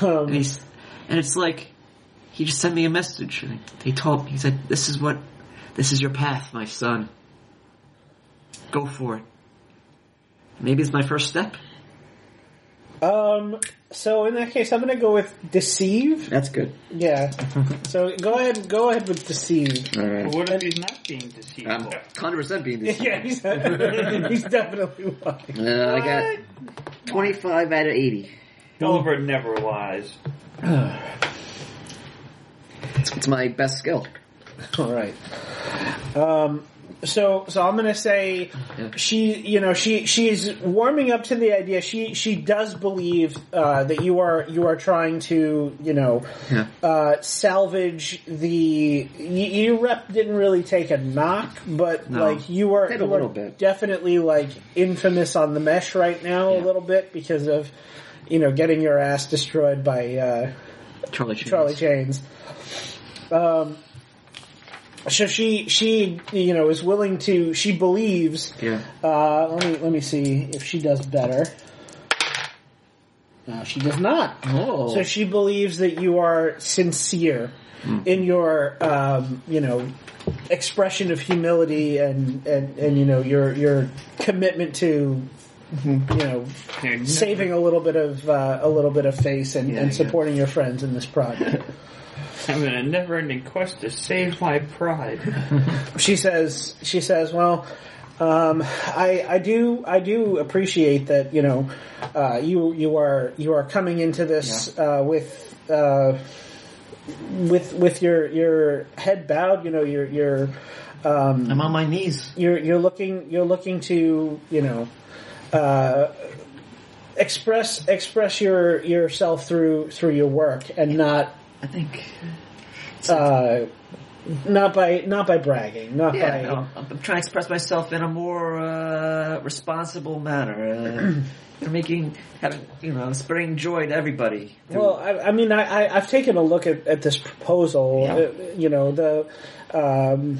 S2: And he's, and it's like, he just sent me a message and he told me, he said, this is what, this is your path, my son. Go for it. Maybe it's my first step.
S4: Um, so in that case, I'm going to go with deceive.
S2: That's good. [LAUGHS]
S4: Yeah. So go ahead, go ahead with deceive.
S7: But what if he's not being deceitful?
S2: I'm 100% being this.
S4: [LAUGHS] Yeah, he's, he's definitely lying.
S2: Uh, I got 25 out of 80.
S7: Gulliver never lies.
S2: It's, it's my best skill.
S4: All right. Um, so so I'm going to say she, you know, she she's warming up to the idea. She she does believe uh, that you are you are trying to you know
S2: Yeah.
S4: uh, salvage the. You, you rep didn't really take a knock, but
S2: No.
S4: like you were,
S2: Did a
S4: you were
S2: little bit.
S4: definitely like infamous on the mesh right now a little bit because of you know getting your ass destroyed by uh,
S2: Charlie Sheen.
S4: Charlie Chains. Um, so she she you know is willing to. She believes.
S2: Yeah.
S4: Uh, let me let me see if she does better. No, she does not.
S2: Oh. Hmm.
S4: So she believes that you are sincere in your, um, you know, expression of humility and, and, and you know your your commitment to, you know, saving a little bit of uh, a little bit of face and,
S2: Yeah,
S4: and
S2: yeah.
S4: supporting your friends in this project.
S7: I'm in a never-ending quest to save my pride.
S4: she says she says well um, I, I do I do appreciate that you know uh, you you are you are coming into this uh, with uh, with with your your head bowed you know your your um,
S2: I'm on my knees.
S4: you're you're looking you're looking to you know uh, express express your yourself through through your work and not
S2: I think.
S4: uh, not by not by bragging not
S2: Yeah,
S4: by
S2: no, I'm, I'm trying to express myself in a more uh, responsible manner. [CLEARS THROAT] Uh, making, having, you know, spreading joy to everybody.
S4: Well, I, I mean, I, I, I've taken a look at, at this proposal.
S2: Yeah.
S4: Uh, you know, the um,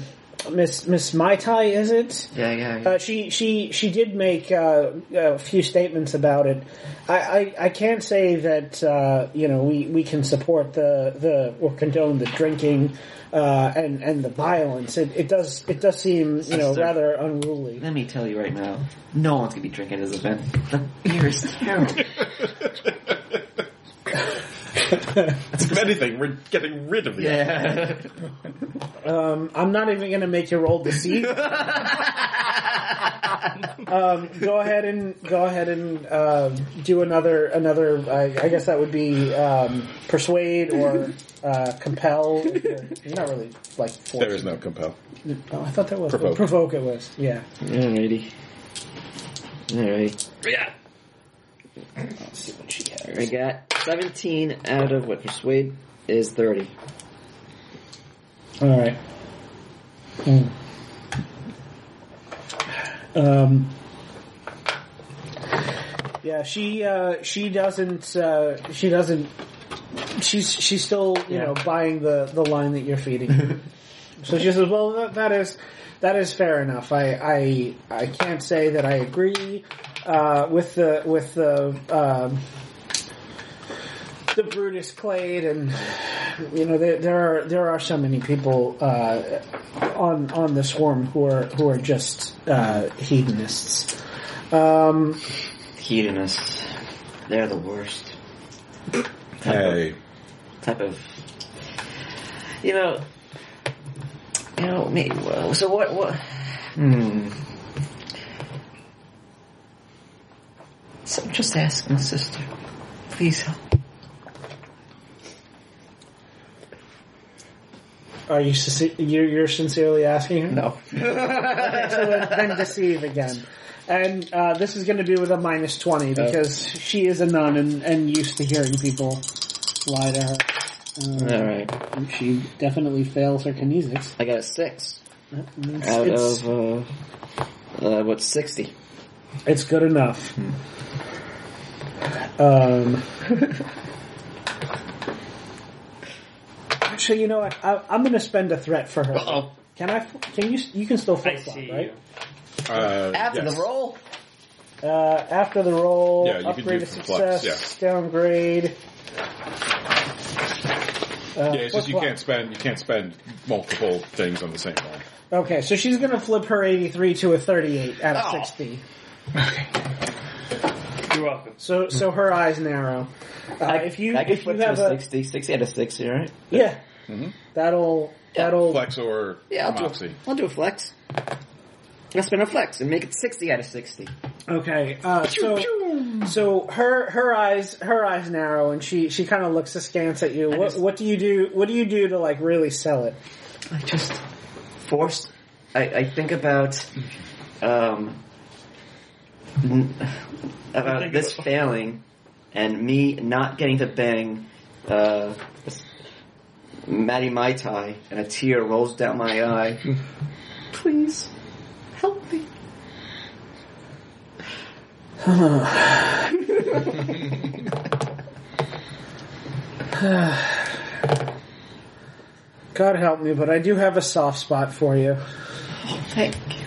S4: Miss Miss Mai Tai, is it?
S2: Yeah, yeah. yeah.
S4: Uh, she she she did make uh, a few statements about it. I, I, I can't say that uh, you know we, we can support the, the or condone the drinking uh, and and the violence. It, it does it does seem you know
S2: Sister.
S4: rather unruly.
S2: Let me tell you right now, no one's gonna be drinking at this event. The beer [LAUGHS] is terrible.
S6: If anything, we're getting rid of it.
S2: yeah.
S4: Um, I'm not even going to make you roll deceive. um, go ahead and go ahead and uh, do another another. I, I guess that would be um, persuade or uh, compel. You're not really like force.
S6: There is no compel.
S4: Oh, I thought there was
S6: Provoke.
S4: provoke. It was yeah.
S2: Alrighty. Alright.
S7: yeah.
S2: I got 17 out of what persuade is 30.
S4: All right. Hmm. Um. Yeah, she uh, she doesn't uh, she doesn't she's she's still you know buying the the line that you're feeding. so she says, "Well, that, that is that is fair enough. I I I can't say that I agree uh, with the with the." Um, the Brutus Clade, and you know there, there are there are so many people uh, on on the swarm who are who are just uh, hedonists. Um,
S2: Hedonists. They're the worst. Type,
S6: Hey,
S2: of, type of. You know. You know, me. well, So what. what hmm. So I'm just asking, sister. Please help.
S4: are you sincer- you're, you're sincerely asking her?
S2: No.
S4: [LAUGHS] Okay, so then, then deceive again. And uh, this is going to be with a minus twenty because she is a nun and, and used to hearing people lie to her. Um,
S2: Alright.
S4: She definitely fails her kinesics.
S2: I got a 6
S4: That means
S2: out
S4: it's-
S2: of. Uh, uh, what's 60?
S4: It's good enough.
S6: Hmm. [LAUGHS]
S4: Um, actually, you know what? I, I'm going to spend a threat for her. Can I? fl- Can you? You can still
S7: I
S4: flip flop,
S7: see
S4: right?
S6: uh,
S2: After
S6: yes.
S2: the roll?
S4: Uh, after the roll,
S6: Yeah, you can
S4: upgrade
S6: do
S4: to
S6: flip-flops,
S4: success, downgrade. Uh,
S6: Yeah, it's just you
S4: flip-flop.
S6: can't spend you can't spend multiple things on the same line.
S4: Okay, so she's going to flip her 83 to a 38 out of 60.
S7: Oh. You're welcome.
S4: So, so her eyes narrow. Uh, if you
S2: I can
S4: if you
S2: flip
S4: have
S2: to a
S4: a
S2: 60. 60 out of 60, alright?
S4: yeah, that'll that'll
S6: Flex or
S2: Yeah, I'll do,
S6: Moxie.
S2: I'll do a flex. I'll spin a flex and make it 60 out of 60.
S4: Okay, uh, so so her her eyes her eyes narrow and she she kind of looks askance at you. What
S2: just-
S4: what do you do? What do you do to like really sell it?
S2: I just forced. I, I think about, um, n- about
S7: Think
S2: this
S7: about-
S2: failing and me not getting to bang, uh, Maddie Mai Tai and a tear rolls down my eye. Please, help me.
S4: God help me, but I do have a soft spot for you.
S2: Thank you.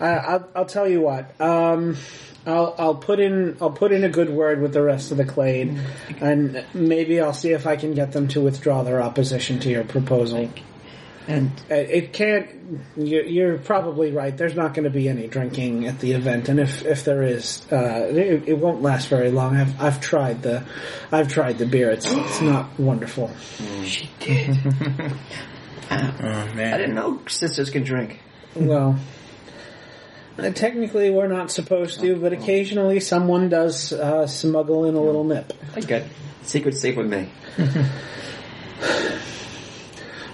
S4: I, I'll I'll tell you what. Um, I'll I'll put in I'll put in a good word with the rest of the clade, and maybe I'll see if I can get them to withdraw their opposition to your proposal.
S2: And
S4: Uh, It can't. You're, you're probably right. There's not going to be any drinking at the event, and if if there is, uh, it, it won't last very long. I've I've tried the, I've tried the beer. It's it's not wonderful.
S2: she did.
S5: Oh
S2: I
S5: man.
S2: didn't know sisters can drink.
S4: Well, uh, technically we're not supposed to, but occasionally someone does uh, smuggle in a little nip.
S2: I got secret safe with me.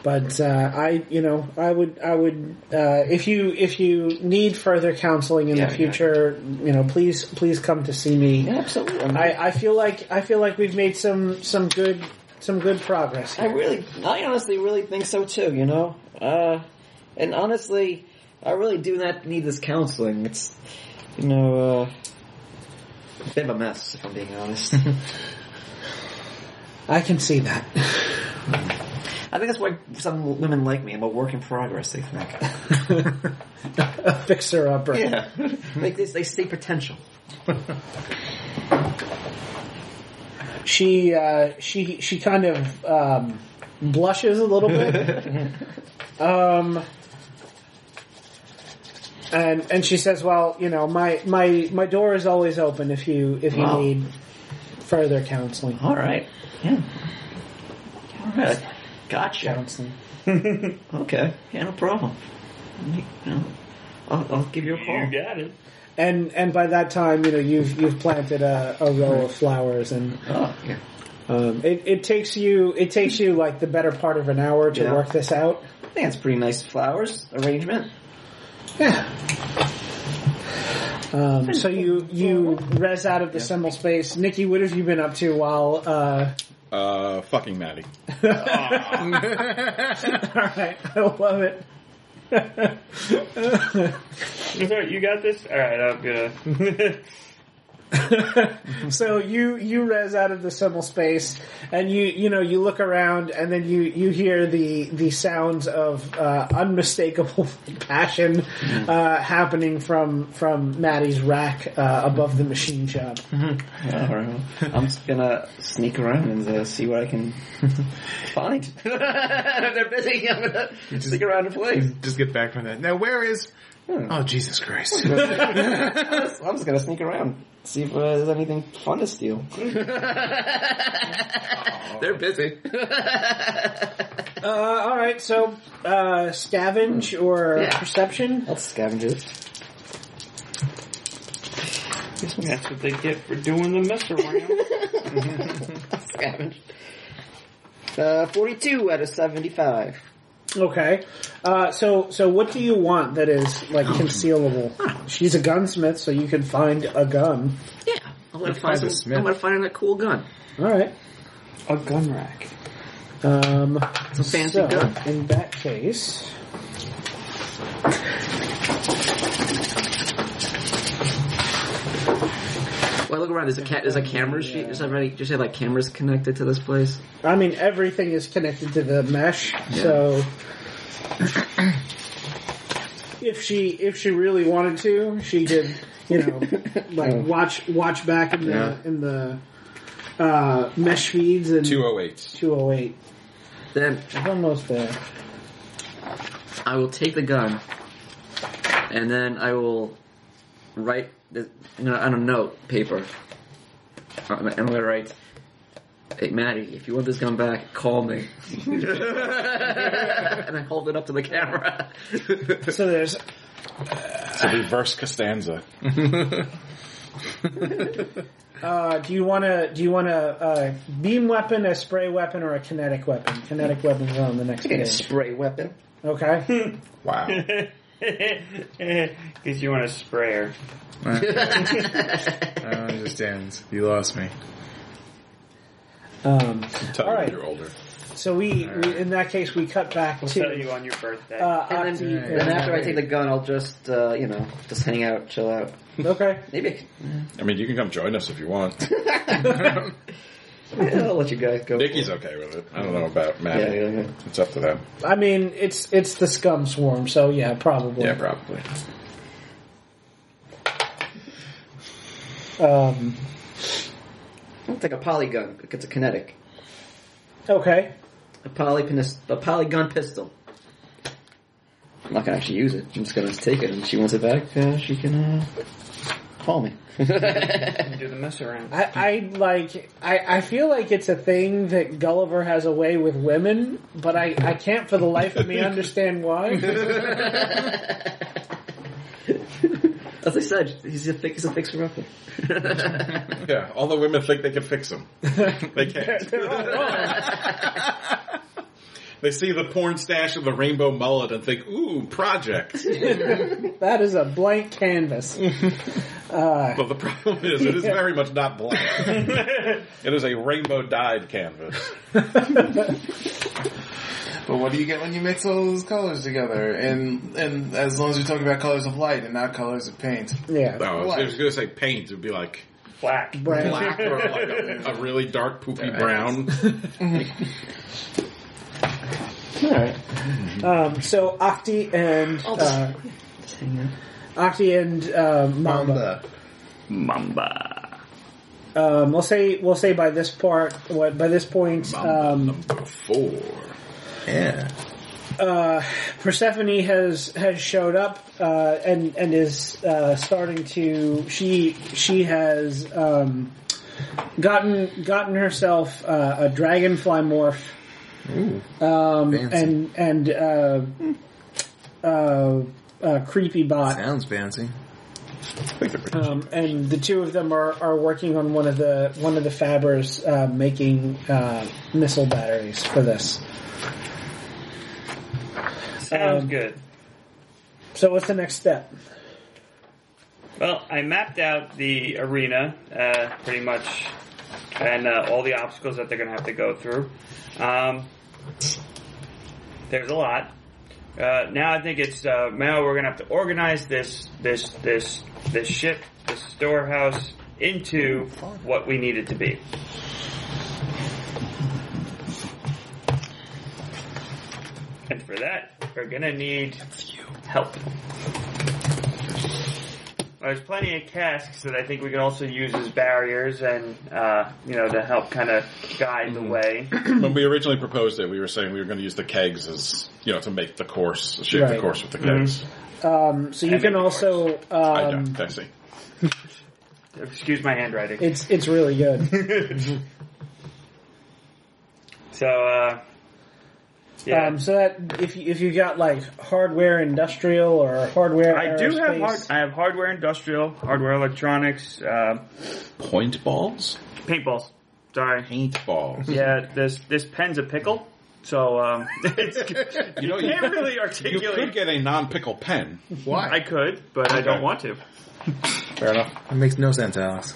S4: But uh, I, you know, I would, I would, uh, if you if you need further counseling in
S2: Yeah,
S4: the
S2: yeah.
S4: future, you know, please please come to see me.
S2: Absolutely. I'm-
S4: I, I feel like I feel like we've made some some good some good progress.
S2: I really, I honestly really think so too. You know, uh, and honestly, I really do not need this counseling. It's, you know, uh, a bit of a mess. If I'm being [LAUGHS] honest,
S4: I
S2: I
S4: can see that. [LAUGHS]
S2: think that's why some women like me. I'm a work in progress. They think,
S4: A fixer upper.
S2: yeah, [LAUGHS] like this, they see potential.
S4: She uh, she she kind of um, blushes a little bit.
S2: [LAUGHS]
S4: um, and and she says, "Well, you know, my my my door is always open if you if you
S2: Wow.
S4: need further counseling."
S2: All right, yeah, all right, gotcha.
S4: Counseling.
S2: Okay, yeah, no problem. You know, I'll, I'll give you a call.
S7: You got it.
S4: And and by that time, you know, you've you've planted a, a row of flowers and.
S2: Oh, yeah.
S4: Um, it, it takes you it takes you like the better part of an hour to
S2: Yeah.
S4: work this out.
S2: I think that's pretty nice flowers arrangement.
S4: Yeah. Um, so you you res out of the symbol space. Nikki, what have you been up to while? Uh...
S1: Uh, fucking Maddie.
S4: All right, [LAUGHS] I love it.
S7: It's all right, uh, You got this? Alright, I'm gonna.
S4: so you you res out of the symbol space, and you you know you look around, and then you you hear the the sounds of uh, unmistakable [LAUGHS] passion uh, happening from from Maddie's rack uh, above the machine shop.
S2: [LAUGHS] All right. well, I'm just gonna sneak around and uh, see what I [LAUGHS] can find. [LAUGHS] They're busy. [LAUGHS] I'm gonna sneak around and play.
S5: Just get back from that. Now where is? Oh Jesus Christ!
S2: I'm just gonna sneak around, see if uh, there's anything fun to steal. They're busy.
S4: Uh, all right, so uh, scavenge or
S2: Yeah.
S4: perception.
S2: That's scavengers.
S7: That's what they get for doing the mess around.
S2: Scavenge. Uh, 42 out of 75.
S4: Okay, uh, so so what do you want that is like concealable? She's a gunsmith, so you can find a gun.
S2: Yeah, I'm gonna find.
S5: a
S2: Some,
S5: smith.
S2: I'm gonna find a cool gun.
S4: All right,
S7: A gun rack.
S4: um,
S2: Some fancy
S4: so
S2: gun.
S4: in that case.
S2: Well, I look around. Is a cat? Is a camera sheet? Is that ready? Just have like cameras connected to this place?
S4: I mean, everything is connected to the mesh, so if she if she really wanted to, she could, you
S7: [LAUGHS]
S4: know, like watch watch back in the in the uh, mesh feeds and
S5: [LAUGHS]
S1: 208.
S4: two oh eight.
S2: Then
S4: It's almost there.
S2: I will take the gun, and then I will write this, you know, on a note paper. Uh, I'm, I'm gonna write, "Hey Maddie, if you want this gun back, call me." [LAUGHS] and I hold it up to the camera.
S4: So there's
S1: It's a reverse Costanza.
S4: uh, do you want to do you want a, uh beam weapon, a spray weapon, or a kinetic weapon? Kinetic weapons are on the next
S2: Get a
S4: page.
S2: spray weapon.
S4: Okay.
S2: [LAUGHS]
S6: [LAUGHS]
S5: Wow.
S9: [LAUGHS]
S7: [LAUGHS] Because you want a sprayer.
S5: I don't understand. You lost me.
S4: Um,
S1: Tell
S4: All
S1: you when
S4: right.
S1: you're older.
S4: so we, we in that case we cut back
S7: We'll tell
S4: to.
S7: you on your birthday.
S4: Uh,
S2: And
S4: Octi-
S2: [LAUGHS] then, then after I take the gun, I'll just uh, you know just hang out, chill out.
S4: okay.
S2: Maybe
S1: I mean, you can come join us if you
S2: [LAUGHS]
S1: want.
S2: I'll let you guys go.
S1: Nikki's okay with it. I don't know about Maddie.
S2: Yeah, yeah, yeah.
S1: It's up to them.
S4: I mean, it's it's the scum swarm, so yeah, probably.
S1: Yeah, probably.
S4: Um,
S2: I'll take a polygun. It's a kinetic.
S4: okay.
S2: A poly a polygun pistol. I'm not gonna actually use it. I'm just gonna take it, and if she wants it back, uh, she can uh, call me. [LAUGHS]
S9: Do the mess around.
S4: I, I like I, I feel like it's a thing that Gulliver has a way with women, but I, I can't for the life of me
S2: [LAUGHS]
S4: understand why.
S2: As I said, he's a fix, he's a fixer [LAUGHS] upper.
S6: Yeah, all the women think they can fix him. They
S2: [LAUGHS]
S6: can't.
S4: They're all wrong.
S6: [LAUGHS] They see the porn stash of the rainbow mullet and think, ooh, project.
S4: that is a blank
S2: [LAUGHS]
S4: canvas. Uh,
S6: But the problem is, it is very much not black. it is a rainbow dyed canvas.
S5: But what do you get when you mix all those colors together? And and as long as you're talking about colors of light and not colors of paint,
S4: yeah,
S6: No, I was going to say paint. It would be like
S7: Black.
S4: Brand-
S6: black or like a, a really dark poopy brown.
S4: Um, so Octi and uh, Octi and uh, Mamba.
S3: Mamba.
S4: Um, we'll say we'll say by this part. What by this point, um,
S6: Number four.
S5: yeah,
S4: uh, Persephone has has showed up uh, and and is uh, starting to. She she has um, gotten gotten herself uh, a dragonfly morph. um,
S5: fancy.
S4: and and uh, uh, uh, creepy bot.
S5: sounds fancy.
S4: Um, and the two of them are, are working on one of the one of the fabbers uh, making uh, missile batteries for this.
S9: Um,
S7: Sounds good.
S4: Um, So what's the next step?
S7: Well, I mapped out the arena uh, pretty much, and uh, all the obstacles that they're going to have to go through. Um, there's a lot. Uh, now I think it's uh, now we're going to have to organize this this this this ship, this storehouse into what we need it to be. And for that, we're going to need help. There's plenty of casks that I think we can also use as barriers and, uh, you know, to help kind of guide the way.
S4: Mm-hmm.
S6: when we originally proposed it, we were saying we were going to use the kegs as, you know, to make the course, shape
S4: Right.
S6: the course with the kegs.
S4: Um, so you
S7: And
S4: can
S7: make
S4: also
S6: I
S4: um,
S6: don't, I see.
S7: Excuse my handwriting.
S4: it's it's really good.
S7: So, uh, yeah.
S4: Um, so that if you, if you got like hardware industrial or hardware,
S3: I do have
S4: aerospace-
S3: hard, I have hardware industrial, hardware electronics, uh,
S6: Point balls?
S3: paintballs. Sorry.
S6: Paint balls.
S3: Yeah, this this pen's a pickle. So um, [LAUGHS] it's,
S6: You know,
S3: I can't
S6: you,
S3: really
S6: you could
S3: articulate.
S6: get a non-pickle pen.
S5: Why?
S3: I could, but I don't want to.
S6: Fair enough.
S5: it makes no sense, Alex.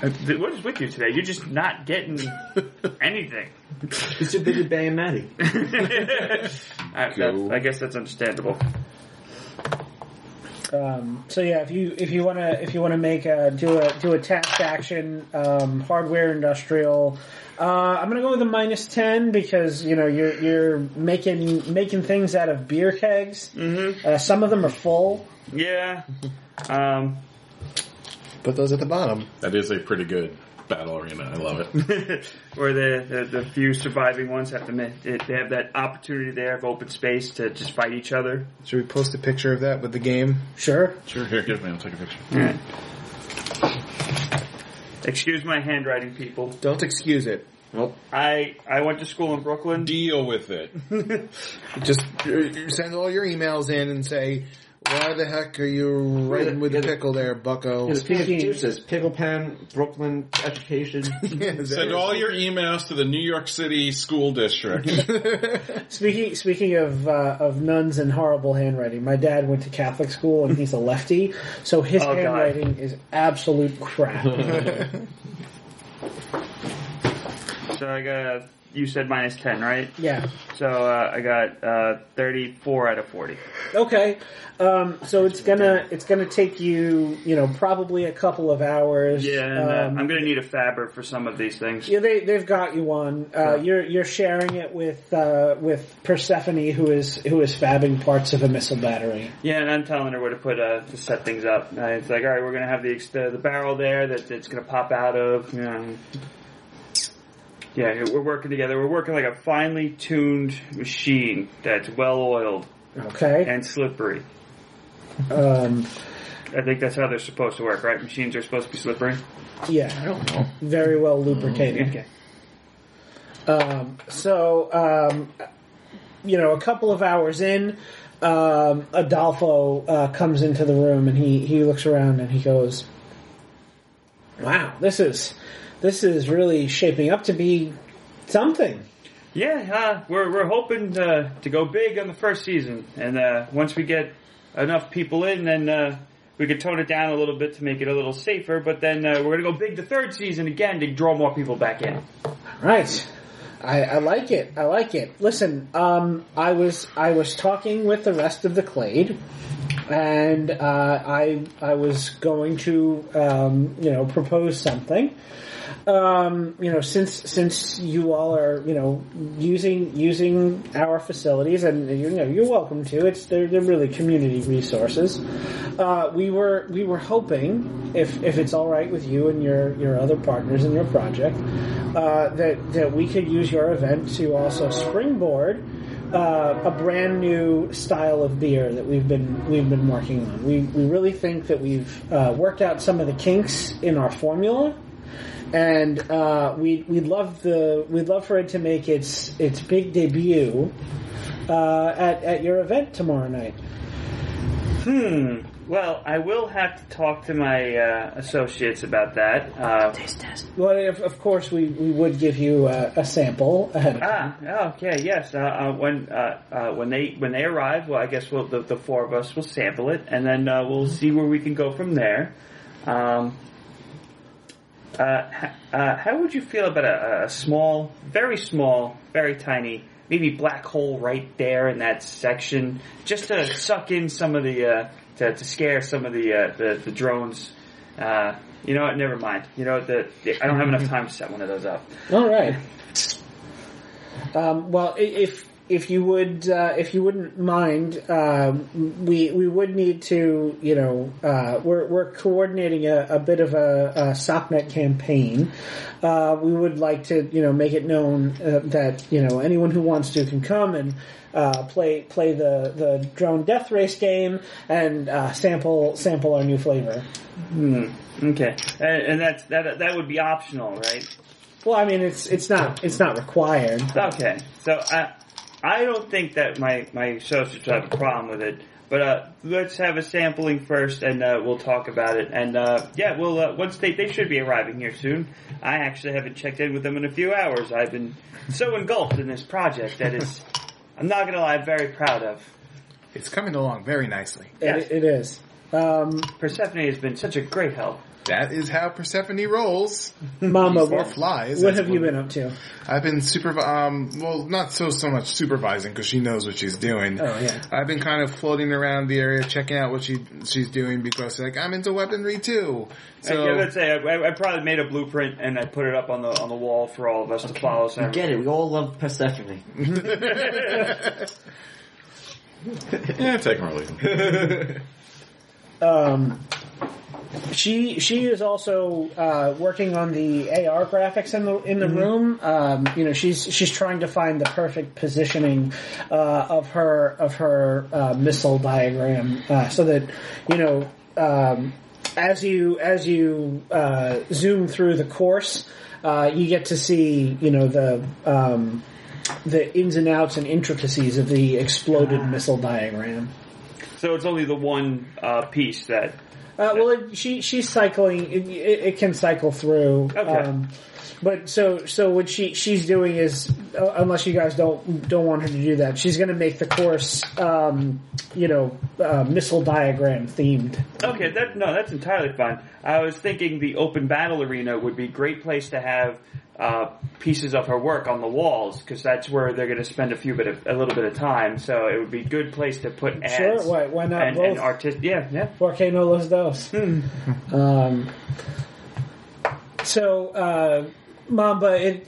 S3: Th- What is with you today? You're just not getting anything.
S9: He's too busy banging Maddie.
S3: I, that, I guess that's understandable.
S4: Um, so yeah, if you if you want to if you want to make a do a do a task action um, hardware industrial, uh, I'm gonna go with a minus ten because you know you're you're making making things out of beer kegs. Mm-hmm. Uh, some of them are full.
S3: Yeah. Um, [LAUGHS]
S5: Put those at the bottom.
S6: That is a pretty good battle arena. I love it.
S3: where the, the the few surviving ones have to ma- they they have that opportunity there of open space to just fight each other.
S5: Should we post a picture of that with the game?
S4: Sure.
S6: Sure, here, give me. I'll take a picture.
S3: Excuse my handwriting, people.
S5: Don't excuse it.
S3: I I went to school in Brooklyn.
S6: Deal with it.
S5: Just uh, send all your emails in and say, "Why the heck are you writing with the pickle there, Bucko?"
S9: His piece of
S4: Speaking-
S9: juices, pickle pen, Brooklyn
S5: [LAUGHS]
S9: education.
S6: Send all your emails to the New York City school district.
S4: Speaking speaking of uh, of nuns and horrible handwriting, my dad went to Catholic school and he's a lefty, so his
S3: God.
S4: handwriting is absolute crap.
S3: So I got you said minus ten, right?
S4: yeah.
S3: So uh, I got uh, thirty four out of forty.
S4: Okay, um, so it's gonna it's gonna take you you know probably a couple of hours.
S3: Yeah, and, uh,
S4: um,
S3: I'm gonna need a fabber for some of these things.
S4: yeah, they they've got you on. Uh, you're you're sharing it with uh, with Persephone, who is who is fabbing parts of a missile battery.
S3: Yeah, and I'm telling her where to put uh, to set things up. And it's like, all right, we're gonna have the ex- the, the barrel there that it's gonna pop out of. You know. Yeah, we're working together. We're working like a finely tuned machine that's well oiled.
S4: Okay.
S3: and slippery.
S4: Um,
S3: I think that's how they're supposed to work, right? Machines are supposed to be slippery.
S4: yeah. Very well lubricated.
S3: Okay.
S4: Um, so, um, you know, a couple of hours in, um, Adolfo uh, comes into the room and he, he looks around and he goes, "Wow, this is this is really shaping up to be something."
S3: Yeah, uh, we're we're hoping uh, to go big on the first season, and uh, once we get enough people in, then uh, we could tone it down a little bit to make it a little safer. But then uh, we're gonna go big the third season again to draw more people back in.
S4: Right. I, I like it. I like it. Listen, um, I was I was talking with the rest of the clade, and uh, I I was going to um, you know propose something. Um, you know, since since you all are you know using using our facilities, and you know you're welcome to. It's they're, they're really community resources. Uh, we were we were hoping if if it's all right with you and your your other partners in your project uh, that that we could use your event to also springboard uh, a brand new style of beer that we've been we've been working on. We we really think that we've uh, worked out some of the kinks in our formula, and uh, we we'd love the we'd love for it to make its its big debut uh, at at your event tomorrow night.
S3: Hmm. Well, I will have to talk to my uh, associates about that. Uh,
S4: Well, of, of course, we, we would give you a, a sample ahead of
S3: ah, okay, yes. Uh, uh, when uh, uh, when they when they arrive, well, I guess we'll, the the four of us will sample it, and then uh, we'll see where we can go from there. Um, uh, h- uh, how would you feel about a, a small, very small, very tiny, maybe black hole right there in that section, just to suck in some of the, uh, to, to scare some of the uh, the, the drones. Uh, you know what? Never mind. You know what? The, the, I don't have enough time to set one of those up.
S4: All right. Um, well, i- if if you would uh, if you wouldn't mind, um, we we would need to you know uh, we're we're coordinating a, a bit of a, a Sopnet campaign. Uh, we would like to you know make it known uh, that you know anyone who wants to can come and. Uh, play play the, the drone death race game and uh, sample sample our new flavor.
S3: Hmm. Okay. And, and that's that. That would be optional, right?
S4: Well, I mean it's it's not it's not required.
S3: Okay, so I, I don't think that my my associates have a problem with it, but uh, let's have a sampling first, and uh, we'll talk about it. And uh, yeah, well, uh, once they they should be arriving here soon. I actually haven't checked in with them in a few hours. I've been so engulfed in this project that is, I'm not gonna lie, I'm very proud of.
S5: It's coming along very nicely.
S4: It, it is. Um,
S3: Persephone has been such a great help.
S5: That is how Persephone rolls.
S4: [LAUGHS] Mama,
S5: Or
S4: what,
S5: flies.
S4: what
S5: as
S4: have you
S5: one-
S4: been up to?
S5: I've been super. Um, well, not so so much supervising because she knows what she's doing.
S4: Oh, yeah.
S5: I've been kind of floating around the area, checking out what she she's doing because like I'm into weaponry too. So
S3: I, I would say I, I- I probably made a blueprint and I put it up on the on the wall for all of us to follow. So
S2: Get it? We all love Persephone.
S6: [LAUGHS] Yeah, take them or leave 'em.
S4: Um, she she is also uh, working on the AR graphics in the in the room. Um, you know, she's she's trying to find the perfect positioning uh, of her of her uh, missile diagram uh, so that you know. Um, as you as you uh, zoom through the course, uh, you get to see you know the um, the ins and outs and intricacies of the exploded missile diagram.
S3: so it's only the one uh, piece that
S4: Uh, well, it, she she's cycling. It, it, it can cycle through. um,
S3: Okay.
S4: but so so what she she's doing is uh, unless you guys don't don't want her to do that, she's going to make the course, um, you know, uh, missile diagram themed.
S3: Okay, that no, that's entirely fine. I was thinking the open battle arena would be a great place to have uh, pieces of her work on the walls because that's where they're going to spend a few bit of a little bit of time. So it would be a good place to put ads.
S4: Sure, why- why not
S3: And, and
S4: both?
S3: artist, yeah, yeah.
S4: Por qué no los dos? um, so, uh, Mamba, it,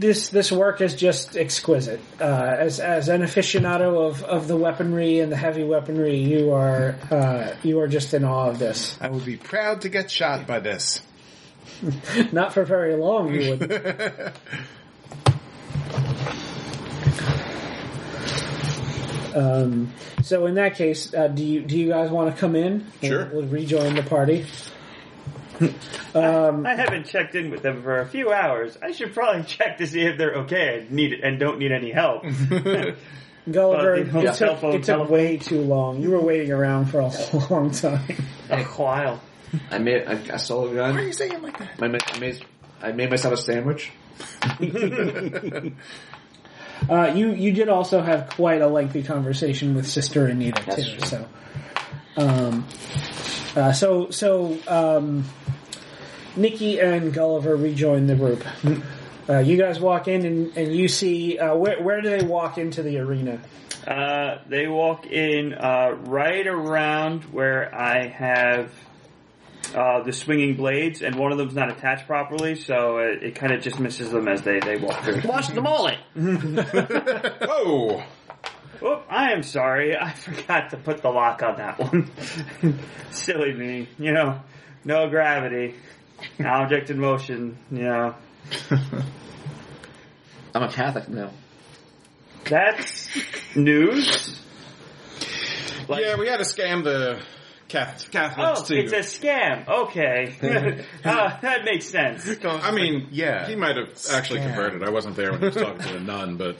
S4: this this work is just exquisite. Uh, as as an aficionado of, of the weaponry and the heavy weaponry, you are uh, you are just in awe of this. [LAUGHS]
S5: I would be proud to get shot by this.
S4: Not for very long, you would. Um, so in that case, uh, do you do you guys want to come in?
S6: Sure.
S4: We'll, we'll rejoin the party. um,
S3: I haven't checked in with them for a few hours. I should probably [LAUGHS] check to see if they're okay and need and don't need any help.
S4: Gulliver,
S3: Well, Uh, the
S4: it
S3: cell
S4: took,
S3: phone
S4: it took
S3: telephone.
S4: way too long. You were waiting around for a [LAUGHS] long time.
S3: a while.
S7: I made I, I stole a gun.
S5: Why are you saying it like that?
S7: I made, I made I made myself a sandwich.
S4: Uh, you you did also have quite a lengthy conversation with Sister Anita
S7: That's
S4: too.
S7: true.
S4: So, um, uh, so so um, Nikki and Gulliver rejoin the group.
S3: Hmm.
S4: Uh, you guys walk in and, and you see uh, where where do they walk into the arena?
S3: Uh, they walk in uh, right around where I have uh, the swinging blades, and one of them's not attached properly, so it, it kind of just misses them as they, they walk through.
S2: Wash the mullet.
S6: Oh,
S3: Oop, I am sorry. I [LAUGHS] forgot to put the lock on that one. [LAUGHS] Silly me. You know, no gravity. Object in motion. You know,
S7: I'm a Catholic now.
S3: that's news. Like-
S6: yeah, we had to scam the Cath- Catholics
S3: Oh,
S6: too.
S3: it's a scam. Okay. [LAUGHS] uh, that makes sense.
S6: I mean,
S5: Yeah.
S6: he might have actually converted. I wasn't there when he was talking to the nun, but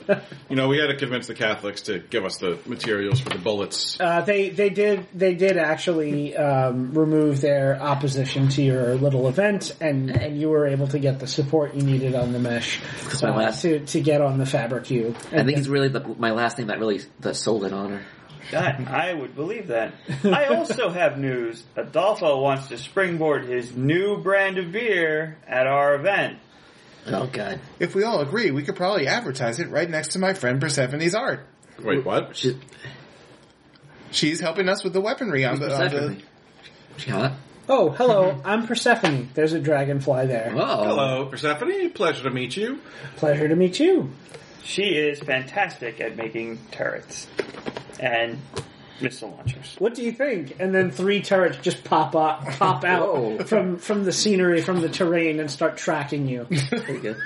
S6: you know, we had to convince the Catholics to give us the materials for the bullets.
S4: Uh, they they did they did actually um, remove their opposition to your little event, and, and you were able to get the support you needed on the mesh
S2: my
S4: uh,
S2: last-
S4: to to get on the fabric you.
S2: I think it's really the, my last name that really that sold it on her.
S3: That, I would believe that.
S5: [LAUGHS]
S3: I also have news. Adolfo wants to springboard his new brand of beer at our event.
S2: Oh god,
S5: If we all agree, we could probably advertise it right next to my friend Persephone's art.
S6: Wait, what?
S2: she's
S5: She's helping us with the weaponry on the. On the
S2: Persephone. She hot.
S4: Oh,
S2: [LAUGHS]
S4: hello, I'm Persephone. There's a dragonfly there.
S2: Whoa.
S6: Hello, Persephone. Pleasure to meet you.
S4: Pleasure to meet you.
S3: She is fantastic at making turrets and missile launchers.
S4: What do you think? And then three turrets just pop up, pop
S2: Whoa.
S4: out from from the scenery, from the terrain, and start tracking
S2: [LAUGHS]
S4: you.
S2: Pretty good.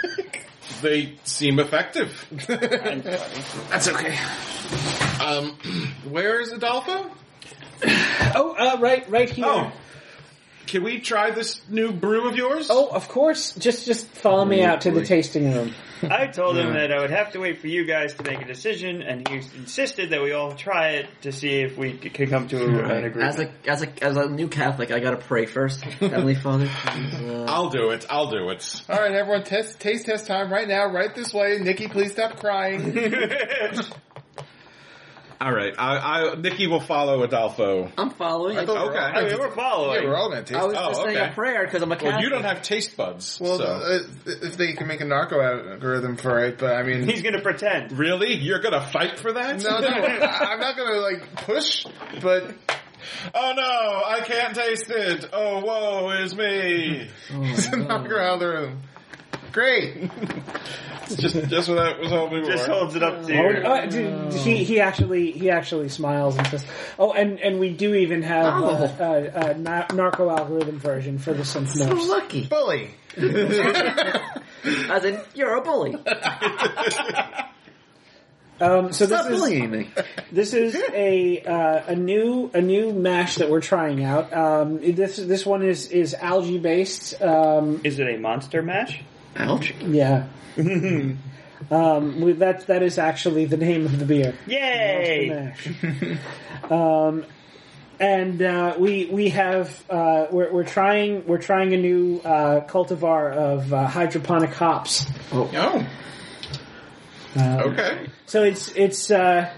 S6: They seem effective.
S3: I'm sorry.
S5: That's okay.
S6: Um, [CLEARS THROAT] where is Adolfo?
S4: oh, uh, right, right here.
S6: Oh, can we try this new brew of yours?
S4: Oh, of course. Just just follow me
S2: Oh,
S4: out to the tasting room.
S3: I told him that I would have to wait for you guys to make a decision, and he insisted that we all try it to see if we c- could come to an agreement.
S2: As a as a as a new Catholic, I gotta pray first. Heavenly Father, please, uh,
S6: I'll do it. I'll do it.
S5: All right, everyone, test, taste test time right now, right this way. Nikki, please stop crying.
S6: All right. I, I Nikki will follow Adolfo.
S2: I'm following. I,
S5: thought-
S6: Okay.
S3: [LAUGHS] I mean, Oh, we're
S5: yeah,
S3: following.
S5: Oh, we're all gonna taste.
S2: was
S5: it.
S2: just
S6: oh,
S2: saying
S6: okay.
S2: a prayer because I'm a Catholic.
S6: well, you don't have taste buds.
S5: well,
S6: so.
S5: uh, if they can make a narco algorithm for it, but I mean,
S6: [LAUGHS]
S3: He's going to pretend.
S6: really, you're gonna fight for that?
S5: no, no, I- I'm not gonna like push,
S2: [LAUGHS]
S5: but
S6: [LAUGHS] Oh no, I can't taste it. Oh woe is me.
S5: it's a narco algorithm. Great.
S6: just, just what that was all we
S3: Just
S6: were.
S3: holds it up to
S4: Oh,
S3: you.
S4: uh, d- d- he he actually he actually smiles and says, "Oh, and and we do even have uh, uh, uh, na- narco algorithm version for the synth
S2: So
S4: notes.
S2: lucky.
S5: Bully.
S2: As in, you're a bully.
S4: Um, so
S2: Stop
S4: this is
S2: bullying me.
S4: This is a uh, a new a new mash that we're trying out. Um, this this one is is algae based. Um,
S3: Is it a monster mash?
S2: Ouch.
S4: yeah. um, we, that that is actually the name of the beer.
S3: Yay!
S4: Mash. um, and uh, we we have uh, we're, we're trying we're trying a new uh, cultivar of uh, hydroponic hops.
S6: Oh,
S4: Um,
S6: okay.
S4: So it's it's uh,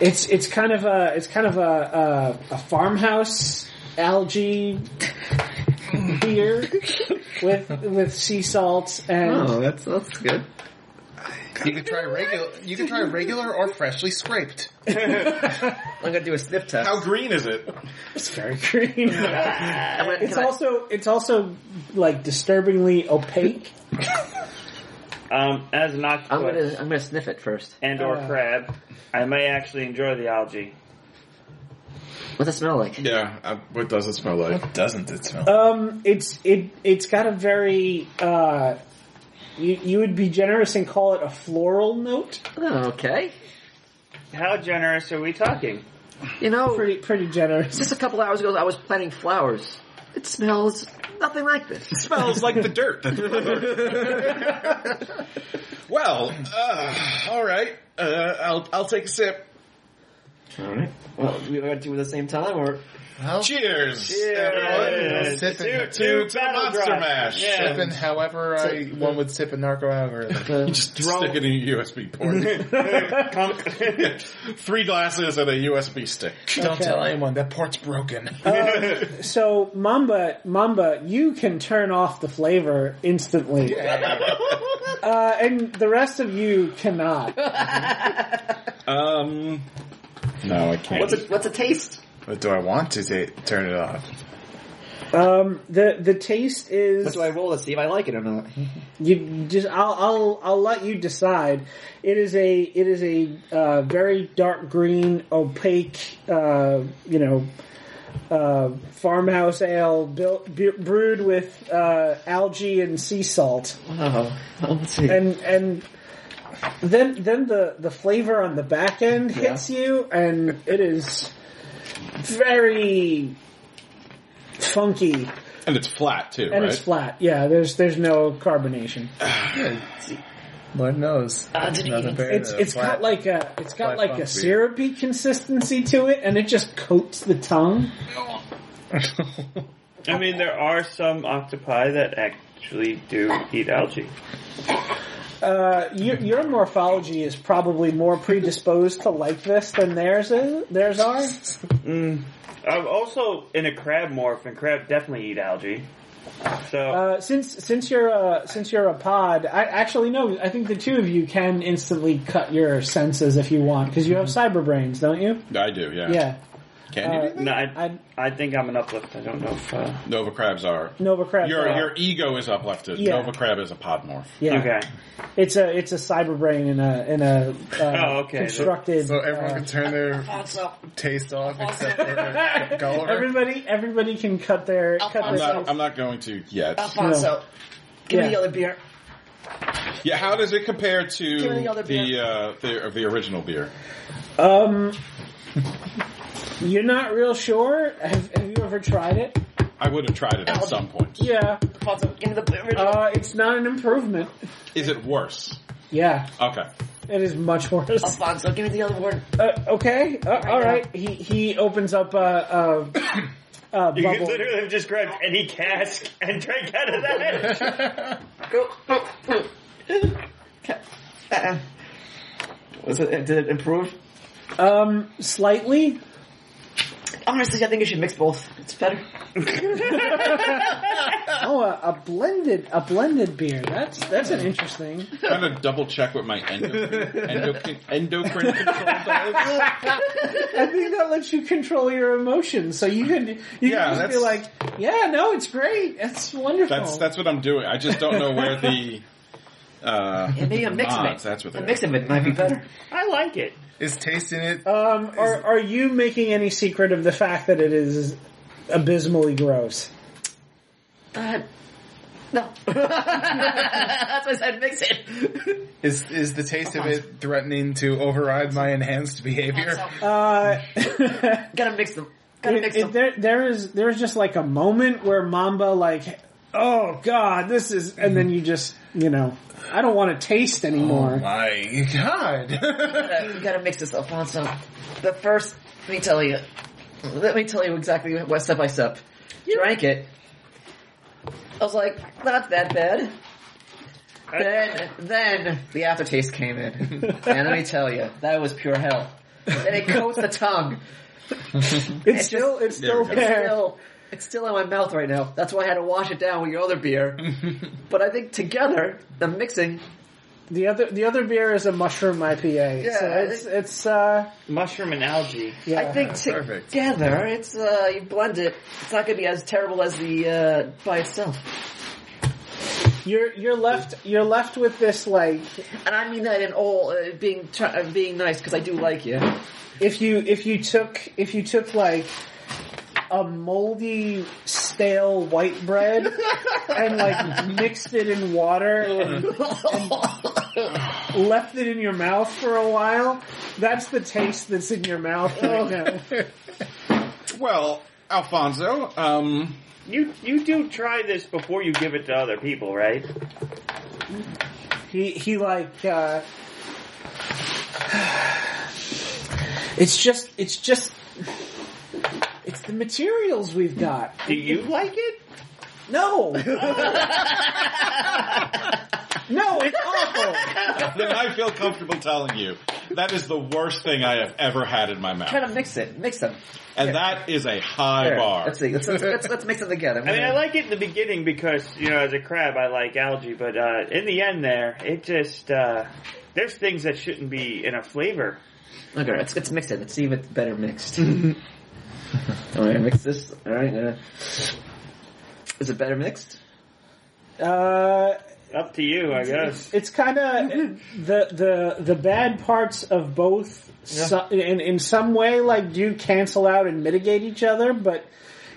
S4: it's it's kind of a it's kind of a a, a farmhouse algae beer with with sea salt and
S2: Oh, that's that's good.
S5: You can try regular. You can try regular or freshly scraped.
S2: I'm gonna do a sniff test.
S6: How green is it?
S4: [LAUGHS] it's very green.
S2: I'm gonna-
S4: it's
S2: can I-
S4: also it's also like disturbingly opaque.
S3: Um, as an octopus
S2: I'm gonna I'm gonna sniff it first.
S3: and or
S4: Uh.
S3: crab, I may actually enjoy the algae.
S2: What's it smell like?
S6: Yeah. Uh, what does it smell like? Oh,
S5: Doesn't it smell?
S4: Um, it's it it's got a very uh, you you would be generous and call it a floral note.
S2: Oh, okay.
S3: How generous are we talking?
S2: You know,
S4: Pretty, pretty generous.
S2: just a couple hours ago, I was planting flowers. It smells nothing like this.
S6: smells like the dirt. [LAUGHS] well, uh, all right. Uh, I'll I'll take a sip.
S2: All right. Well, we got to do it at the same time, or
S5: Well,
S6: Cheers,
S5: everyone. Sip and-
S6: to, to Monster Mash.
S5: sip and however I, one would sip a narco algorithm.
S2: [LAUGHS] uh,
S6: Just stick it in a USB [LAUGHS] port. Three glasses and a USB stick.
S5: Don't tell anyone that port's broken.
S4: Uh, so Mamba, Mamba, you can turn off the flavor instantly, uh, and the rest of you cannot.
S6: Um, no, I can't.
S2: what's it? What's it taste?
S5: But do I want to ta- turn it off?
S4: Um, the the taste is
S2: Do I roll to see if I like it or not?
S4: you just I'll I'll I'll let you decide. It is a it is a uh, very dark green, opaque, uh, you know, uh, farmhouse ale built bu- brewed with uh, algae and sea salt.
S2: Oh, let's see.
S4: and and then then the the flavor on the back end hits you, and it is very funky,
S6: And it's flat too,
S4: and
S6: right?
S4: it's flat. Yeah, there's there's no carbonation.
S5: Lord knows.
S4: Uh, It's it's got like a it's got
S5: flat
S4: like
S5: funk beer.
S4: a syrupy consistency to it, and it just coats the tongue.
S3: I mean, there are some octopi that actually do eat algae.
S4: Uh, your, your morphology is probably more predisposed to like this than theirs is, theirs [LAUGHS] are.
S3: I'm Um, also in a crab morph, and crab definitely eat algae. So
S4: Uh, since since you're a, since you're a pod, I actually no. I think the two of you can instantly cut your senses if you want because you have cyber brains, don't you?
S6: I do, yeah.
S4: Yeah.
S6: Can you?
S4: Uh,
S6: do that?
S3: no, I,
S4: I
S3: I think I'm an uplift. I don't know if. Uh,
S6: Nova crabs are.
S4: Nova Crab.
S6: Your your ego is uplifted.
S4: Yeah.
S6: Nova crab is a podmorph.
S4: yeah.
S3: Okay.
S4: It's a it's a cyber brain in a in a uh,
S5: [LAUGHS]
S3: Oh, okay.
S4: constructed.
S5: So everyone
S4: uh,
S5: can turn their taste off
S4: [LAUGHS]
S5: except for Gulliver.
S4: everybody everybody can cut their cut
S6: I'm
S4: their
S6: not. I'm not going to yet.
S2: Oh.
S4: Alfonso,
S2: give me
S4: Yeah.
S2: the other beer.
S6: Yeah. How does it compare to
S2: me the other
S6: the uh, the, of the original beer?
S4: Um, you're not real sure. Have, have you ever tried it?
S6: I would have tried it at some point.
S4: Yeah.
S2: Alfonso, give me the beer.
S4: Uh, it's not an improvement.
S6: Is it worse?
S4: Yeah,
S6: Okay.
S4: it is much worse.
S2: Alfonso, give me the other one.
S4: Uh, okay, uh, all right. He he opens up a, a, a
S7: You could
S4: bubble.
S7: literally have just grabbed any cask and drank out of that.
S2: Go. Uh-uh. Was it, did it improve?
S4: Um, slightly.
S2: Honestly, I think you should mix both. It's better.
S4: Oh, a, a blended a blended beer. That's that's an interesting.
S6: I'm gonna double check what my endocrine endocrine, endocrine control is.
S4: I think that lets you control your emotions, so you can you
S6: Yeah,
S4: can just
S6: that's-
S4: be like, yeah, no, it's great. That's wonderful.
S6: That's that's what I'm doing. I just don't know where the. Uh,
S2: Yeah, maybe a mix of it.
S6: mods, That's what
S2: A
S6: they're.
S2: mix of it might be better.
S3: I like it.
S5: Is tasting it?
S4: um, are are you making any secret of the fact that it is abysmally gross?
S2: Uh, no. That's why I said mix it.
S5: Is is the taste of it threatening to override my enhanced behavior?
S4: [LAUGHS] Uh,
S2: Gotta mix them. Gotta
S4: It-
S2: mix
S4: it-
S2: them.
S4: there, there is there is just like a moment where Mamba like, oh god, this is, and then you just you know, I don't want to taste
S6: Oh,
S4: anymore.
S5: My God! [LAUGHS]
S2: gotta, you gotta mix this, Alfonso. The first, let me tell you, let me tell you exactly what step by step. Drank it. I was like, not that bad. Then, then the aftertaste came in, and let me tell you, that was pure hell. And it coats the tongue.
S4: it's still it's
S6: There we
S4: still [LAUGHS]
S6: go.
S4: there.
S2: Still, it's still in my mouth right now. That's why I had to wash it down with your other beer. but I think together, the mixing,
S4: the other the other beer is a mushroom IPA.
S2: Yeah,
S4: so
S2: I
S4: it's it's uh
S3: Mushroom and algae.
S4: yeah.
S2: I think
S5: perfect.
S2: together, it's uh, you blend it. It's not going to be as terrible as the uh, by itself.
S4: you're you're left you're left with this like
S2: And I mean that in all uh, being tr- uh, being nice because I do like you.
S4: if you if you took if you took like a moldy s- stale white bread and like mixed it in water and, and left it in your mouth for a while. That's the taste that's in your mouth right now.
S6: Well, Alfonso, um,
S3: You you do try this before you give it to other people, right?
S4: He he like uh It's just it's just it's the materials we've got.
S3: Do you like it? [LAUGHS]
S4: No. no, it's awful.
S6: then I feel comfortable telling you that is the worst thing I have ever had in my
S2: Try
S6: mouth,
S2: to mix it. Mix them.
S6: and that is a high
S2: Here,
S6: bar.
S2: Let's see. Let's, let's, let's, let's mix them together.
S3: I mean, I like it in the beginning because you know, as a crab, I like algae, but uh, in the end, there it just uh, there's things that shouldn't be in a flavor.
S2: Okay, let's, let's mix it. Let's see if it's better mixed. [LAUGHS] Alright, mix this. Alright, uh, is it better mixed?
S4: Uh
S3: Up to you, I guess.
S4: it's kind of the the the bad parts of both so- in in some way like do cancel out and mitigate each other but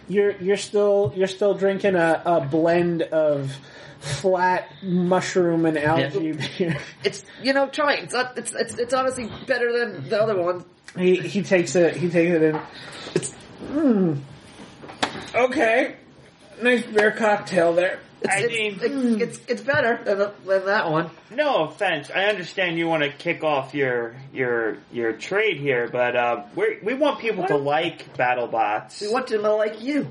S4: you're you're still you're still drinking a, a blend of flat mushroom and algae beer [LAUGHS]
S2: It's you know, try it. It's not, it's, it's it's honestly better than the other one.
S4: he he takes it he takes it in Mm. okay nice beer cocktail there
S2: It's,
S3: I
S2: it's,
S3: mean-
S2: it's, it's it's better than, the- than that one.
S3: No offense, I understand you want to kick off your your your trade here, but uh, we we want people to like BattleBots.
S2: We want them to like you.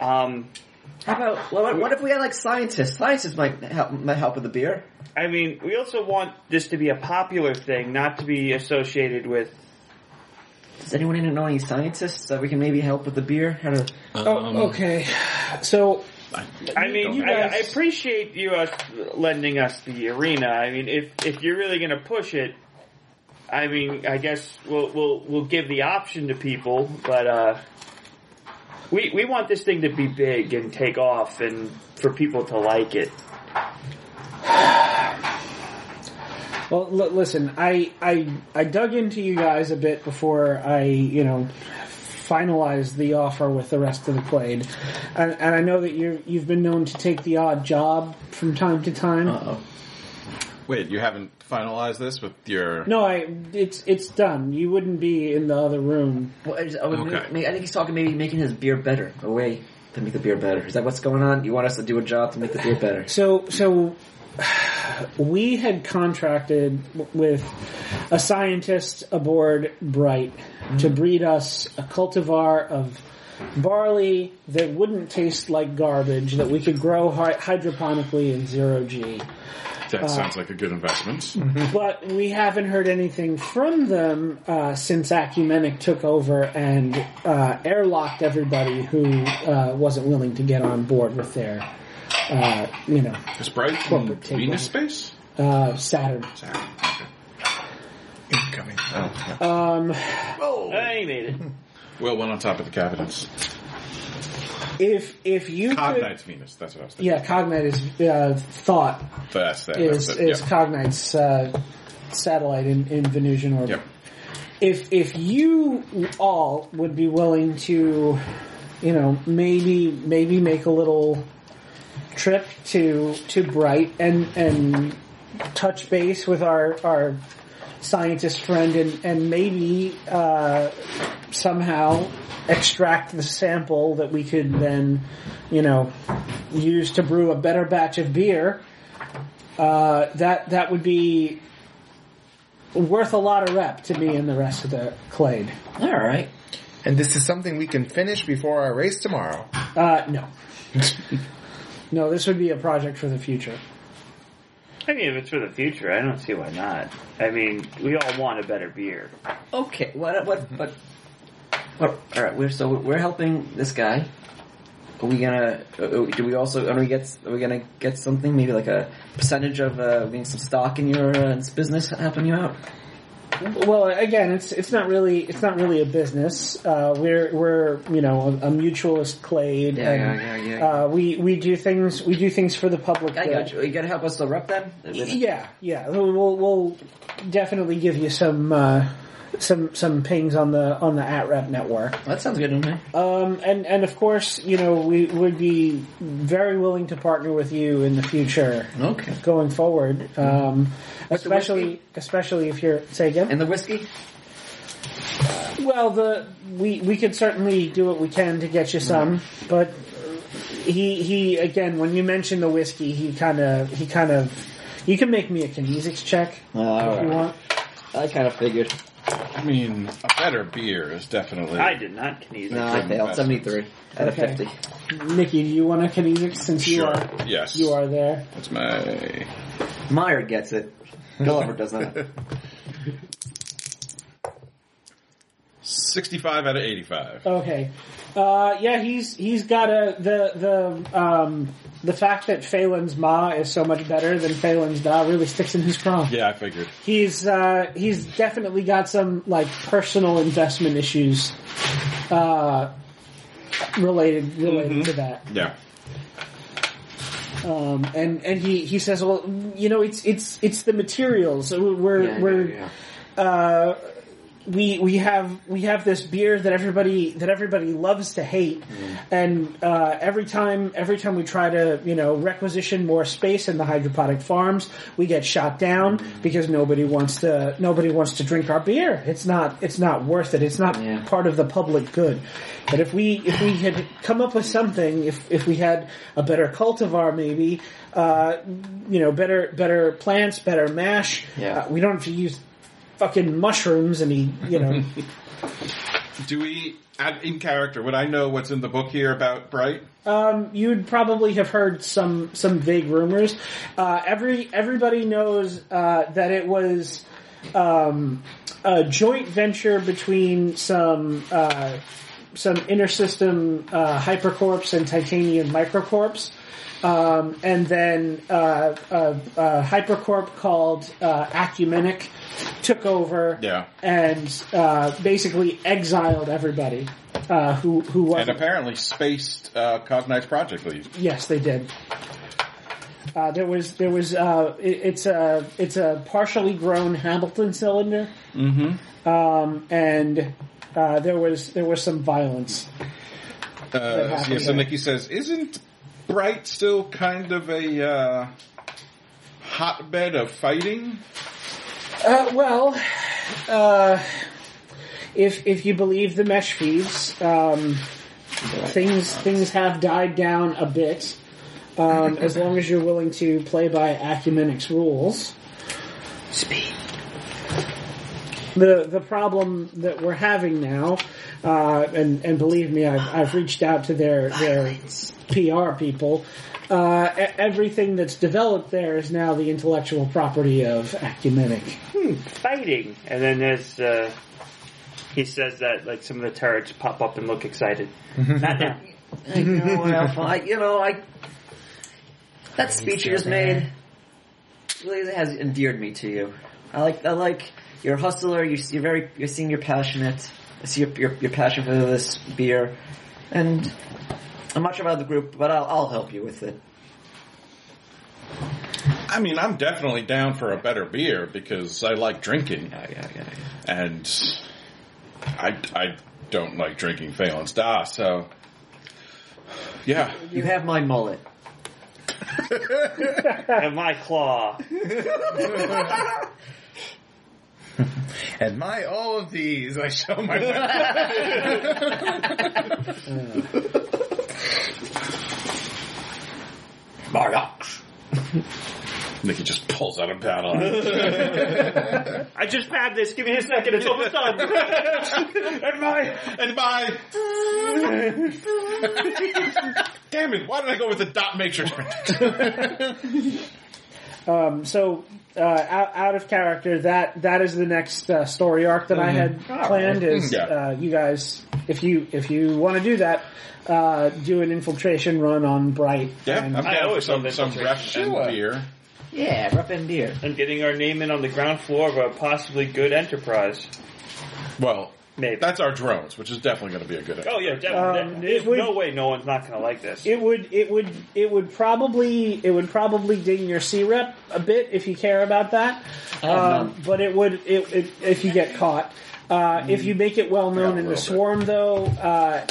S3: Um,
S2: How about well, what, what if we had like scientists? Scientists might help might help with the beer.
S3: I mean, we also want this to be a popular thing, not to be associated with.
S2: Does anyone in it know any scientists that we can maybe help with the beer? How to
S10: Um,
S4: oh okay so
S3: I mean,
S4: You
S3: I, I
S4: guys-
S3: appreciate you us lending us the arena. I mean, if if you're really going to push it, I mean, I guess we'll we'll we'll give the option to people, but uh, we we want this thing to be big and take off, and for people to like it.
S4: Well, l- listen, I, I I dug into you guys a bit before I, you know, finalized the offer with the rest of the played, and, and I know that you you've been known to take the odd job from time to time.
S2: Uh.
S6: Wait, you haven't finalized this with your?
S4: No, I it's it's done. You wouldn't be in the other room.
S2: Well, I, just- I would
S6: Okay.
S2: make- make- I think he's talking maybe making his beer better, a way to make the beer better. Is that what's going on? You want us to do a job to make the beer better?
S4: So so we had contracted w- with a scientist aboard Bright to breed us a cultivar of barley that wouldn't taste like garbage that we could grow hy- hydroponically in zero G. uh,
S10: That sounds like a good investment.
S4: mm-hmm. But we haven't heard anything from them uh, since Acumenic took over and uh, airlocked everybody who uh, wasn't willing to get on board with their, uh, you know,
S10: Is Bright from
S6: mm,
S4: Corporate takeover.
S10: Venus space?
S4: uh, Saturn.
S5: Incoming.
S6: Oh,
S4: Um,
S3: I ain't made it.
S10: Well, one on top of the cabinets.
S4: If if you could,
S10: Cognite's Venus. That's what I was thinking.
S4: yeah, Cognite is uh, thought
S10: But that's that.
S4: is
S10: that's it.
S4: is
S10: Yep.
S4: Cognite's uh, satellite in, in Venusian orbit.
S10: Yep.
S4: If if you all would be willing to, you know, maybe maybe make a little trip to to Bright and and touch base with our our scientist friend and and maybe uh, somehow extract the sample that we could then, you know, use to brew a better batch of beer. Uh, that that would be worth a lot of rep to me and the rest of the clade.
S2: All right.
S5: And this is something we can finish before our race tomorrow.
S4: Uh, [LAUGHS] no, no, this would be a project for the future.
S3: I mean, if it's for the future, I don't see why not. I mean, we all want a better beer.
S2: Okay. What? What? What? what all right. We're so we're helping this guy. Are we gonna? uh, uh, Do we also? Are we get? Are we gonna get something? Maybe like a percentage of uh, getting some stock in your uh, in this business helping you out.
S4: Well, again, it's it's not really it's not really a business. Uh, we're we're you know a, a mutualist clade,
S2: Yeah,
S4: and
S2: yeah, yeah, yeah.
S4: Uh, we we do things we do things for the public.
S2: I
S4: good.
S2: got you. You gotta help us to rep them.
S4: Yeah, yeah. We'll, we'll we'll definitely give you some uh, some some pings on the on the at rep network.
S2: That sounds good to me.
S4: Um, and and of course, you know, we would be very willing to partner with you in the future
S2: Okay.
S4: going forward. Um, especially
S2: Mm-hmm. whiskey?
S4: especially if you're say again.
S2: And the whiskey?
S4: Well, the we we could certainly do what we can to get you
S2: Mm-hmm.
S4: some, but he he again when you mention the whiskey, he kind of he kind of you can make me a kinesics check if you
S2: Alright.
S4: want.
S2: I kind of figured.
S6: I mean, a better beer is definitely.
S3: I did not Knievel.
S2: No, I failed. 73 out of
S4: Okay.
S2: 50.
S4: Nikki, do you want a kinesics since you
S6: sure.
S4: are
S6: Yes.
S4: you are there?
S6: That's my.
S2: Meyer gets it. Gulliver does not.
S6: 65 out of 85.
S4: Okay. Uh, yeah, he's he's got a the the um, the fact that Phelan's ma is so much better than Phelan's da really sticks in his craw.
S6: Yeah, I figured.
S4: He's uh, he's definitely got some like personal investment issues uh, related related to that.
S6: Yeah.
S4: Um, and and he, he says, well, you know, it's it's it's the materials. We're
S2: Yeah,
S4: we're
S2: yeah,
S4: uh, we we have we have this beer that everybody that everybody loves to hate, and uh, every time every time we try to you know requisition more space in the hydroponic farms, we get shot down because nobody wants to nobody wants to drink our beer. It's not it's not worth it. It's not
S2: Yeah.
S4: part of the public good. But if we if we had come up with something, if if we had a better cultivar, maybe uh, you know better better plants, better mash.
S2: Yeah.
S4: uh, we don't have to use fucking mushrooms and he, you know,
S6: Do we, add in character, would I know what's in the book here about Bright?
S4: um, you'd probably have heard some some vague rumors. Uh, every everybody knows uh, that it was um, a joint venture between some uh, some intersystem uh, hypercorps and titanium microcorps. Um, and then uh, a, a hypercorp called uh, Acumenic took over
S6: Yeah.
S4: and uh, basically exiled everybody uh, who who was
S6: And apparently, spaced uh, Cognite's project lead.
S4: Yes, they did. Uh, there was there was uh, it, it's a it's a partially grown Hamilton cylinder, mm-hmm. um, and uh, there was there was some violence.
S6: Uh, yeah,
S4: happened
S6: so
S4: there.
S6: Nikki says, isn't Bright still kind of a uh, hotbed of fighting?
S4: Uh, well, uh, if if you believe the mesh feeds, um, things things have died down a bit. Um, as long as you're willing to play by Acumenix rules. the the problem that we're having now, uh, and and believe me, I've, I've reached out to their their PR people. Uh, e- everything that's developed there is now the intellectual property of Acumenic.
S7: fighting. And then as uh, he says that, like some of the turrets pop up and look excited. Not now.
S2: I know, [LAUGHS] Alpha. I, you know, I. That speech you just made really has endeared me to you. I like, I like. You're a hustler. You, you're very. You seem you're passionate. I see your, your, your passion for this beer, and I'm not sure about the group, but I'll, I'll help you with it.
S6: I mean, I'm definitely down for a better beer because I like drinking,
S2: Yeah, yeah, yeah.
S6: and I, I don't like drinking Phelan's Da, so. Yeah.
S2: You have my mullet.
S7: And my claw.
S5: And my all of these, I show my.
S4: [LAUGHS]
S6: Nikki just pulls out a paddle.
S7: I just had this. Give me a second. It's almost
S3: [LAUGHS]
S7: done. and my
S6: [LAUGHS] and my. [LAUGHS] Damn it, why did I go with the dot matrix?
S4: Um, so uh, out, out of character, that that is the next uh, story arc that I had planned. Is
S6: Yeah.
S4: uh, you guys, if you if you want to do that, uh, do an infiltration run on Bright.
S6: yeah, I'm down
S4: and,
S6: for
S7: always love
S6: some,
S7: that
S6: some
S7: matrix.
S6: rep
S5: Sure.
S6: and beer.
S2: Yeah, rep and beer.
S7: and getting our name in on the ground floor of a possibly good enterprise.
S6: Well,
S7: Maybe.
S6: that's our drones, which is definitely going to be a good.
S7: oh yeah, definitely.
S4: Um,
S7: There's
S4: we-
S7: no way no one's not going to like this.
S4: it would it would it would probably it would probably ding your C rep a bit if you care about that, Uh,
S2: have
S4: um, but it would it, it if you get caught. Uh, if you make it well known in the swarm, though, uh,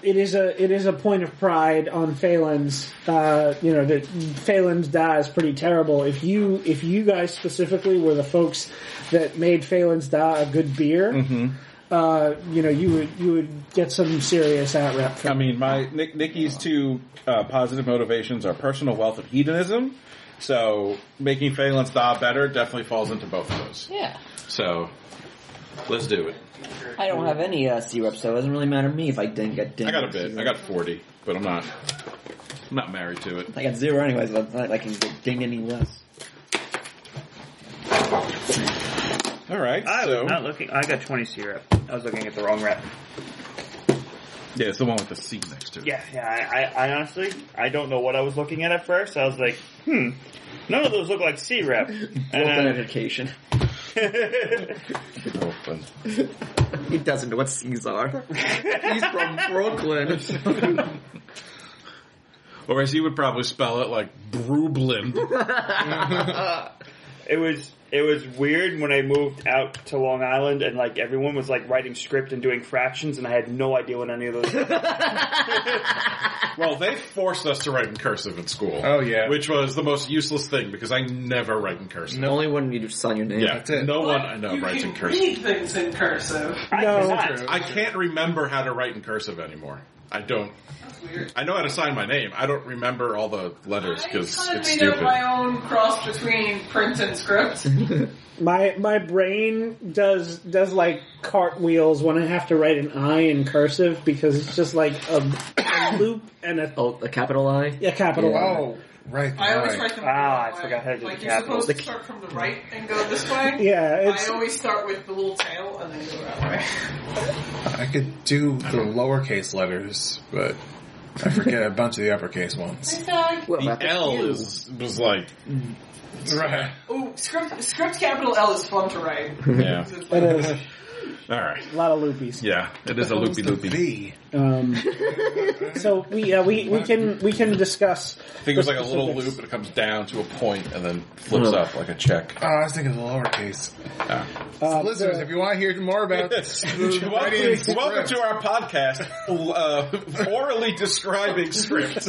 S4: it is a it is a point of pride on Phelan's. Uh, you know that Phelan's die is pretty terrible. If you if you guys specifically were the folks that made Phelan's die a good beer, uh, you know you would you would get some serious out rep
S6: I
S4: from.
S6: mean, my Nick, Nikki's two uh, positive motivations are personal wealth and hedonism. So making Phelan's Da better definitely falls into both of those.
S2: Yeah.
S6: So let's do it.
S2: I don't have any uh, C reps, so it doesn't really matter to me if I didn't get ding.
S6: I got a bit. I got forty, but I'm not. I'm not married to it.
S2: I got zero anyways, but it's not like I can get ding any less.
S6: All right.
S11: I was
S6: so
S11: not looking. I got 20 syrup. I was looking at the wrong rep.
S6: yeah, it's the one with the C next to it.
S3: Yeah, yeah. I, I, I honestly, I don't know what I was looking at at first. I was like, hmm, none of those look like C
S4: [LAUGHS]
S3: rep.
S2: Open
S3: And,
S2: education.
S3: uh,
S6: Oh, fun.
S2: He doesn't know what C's are. He's from Brooklyn.
S6: Or as he would probably spell it, like Brublin.
S3: [LAUGHS] it was it was weird when I moved out to Long Island and like everyone was like writing script and doing fractions, and I had no idea what any of those.
S6: well, they forced us to write in cursive in school.
S5: Oh, yeah.
S6: which was the most useless thing because I never write in cursive.
S2: Only when you sign your name.
S6: yeah, no one I know
S12: you
S6: writes
S12: can
S6: in cursive.
S12: read things in cursive.
S4: [LAUGHS] no,
S6: I can't remember how to write in cursive anymore. I don't. I know how to sign my name. I don't remember all the letters because
S12: I kind of
S6: it's
S12: made up
S6: stupid.
S12: my own cross between print and
S4: [LAUGHS]
S12: script.
S4: my my brain does does like cartwheels when I have to write an I in cursive because it's just like a, a loop and a,
S2: Oh, a capital I?
S4: a capital I.
S5: Oh, right.
S12: I always
S5: right.
S12: write them.
S3: Ah,
S12: that
S3: I
S12: way.
S3: forgot how to do
S12: Like
S3: the
S12: you're
S3: capitals.
S12: supposed to start from the right and go this way.
S4: [LAUGHS] Yeah,
S12: I
S4: it's
S12: always start with the little tail and then go that way.
S5: I could do the lowercase letters, but I forget a bunch of the uppercase
S12: [LAUGHS]
S5: ones.
S2: What about
S6: The L is was like
S5: Right.
S12: Ooh, script script capital L is fun to write.
S4: [LAUGHS]
S6: yeah.
S12: It's
S4: it
S12: like-
S4: is
S6: All right.
S4: a lot of loopies.
S6: Yeah, it is a loopy loopy.
S5: B.
S4: Um, so we yeah, we we can we can discuss.
S6: I think it was like a little loop, and it comes down to a point, and then flips
S2: Ugh.
S6: up like a check.
S5: Oh, I was thinking of the lowercase.
S6: Ah.
S4: Uh,
S5: Listeners, if you want to hear more
S6: [LAUGHS]
S5: about this,
S6: welcome, welcome to our podcast, uh, orally describing scripts.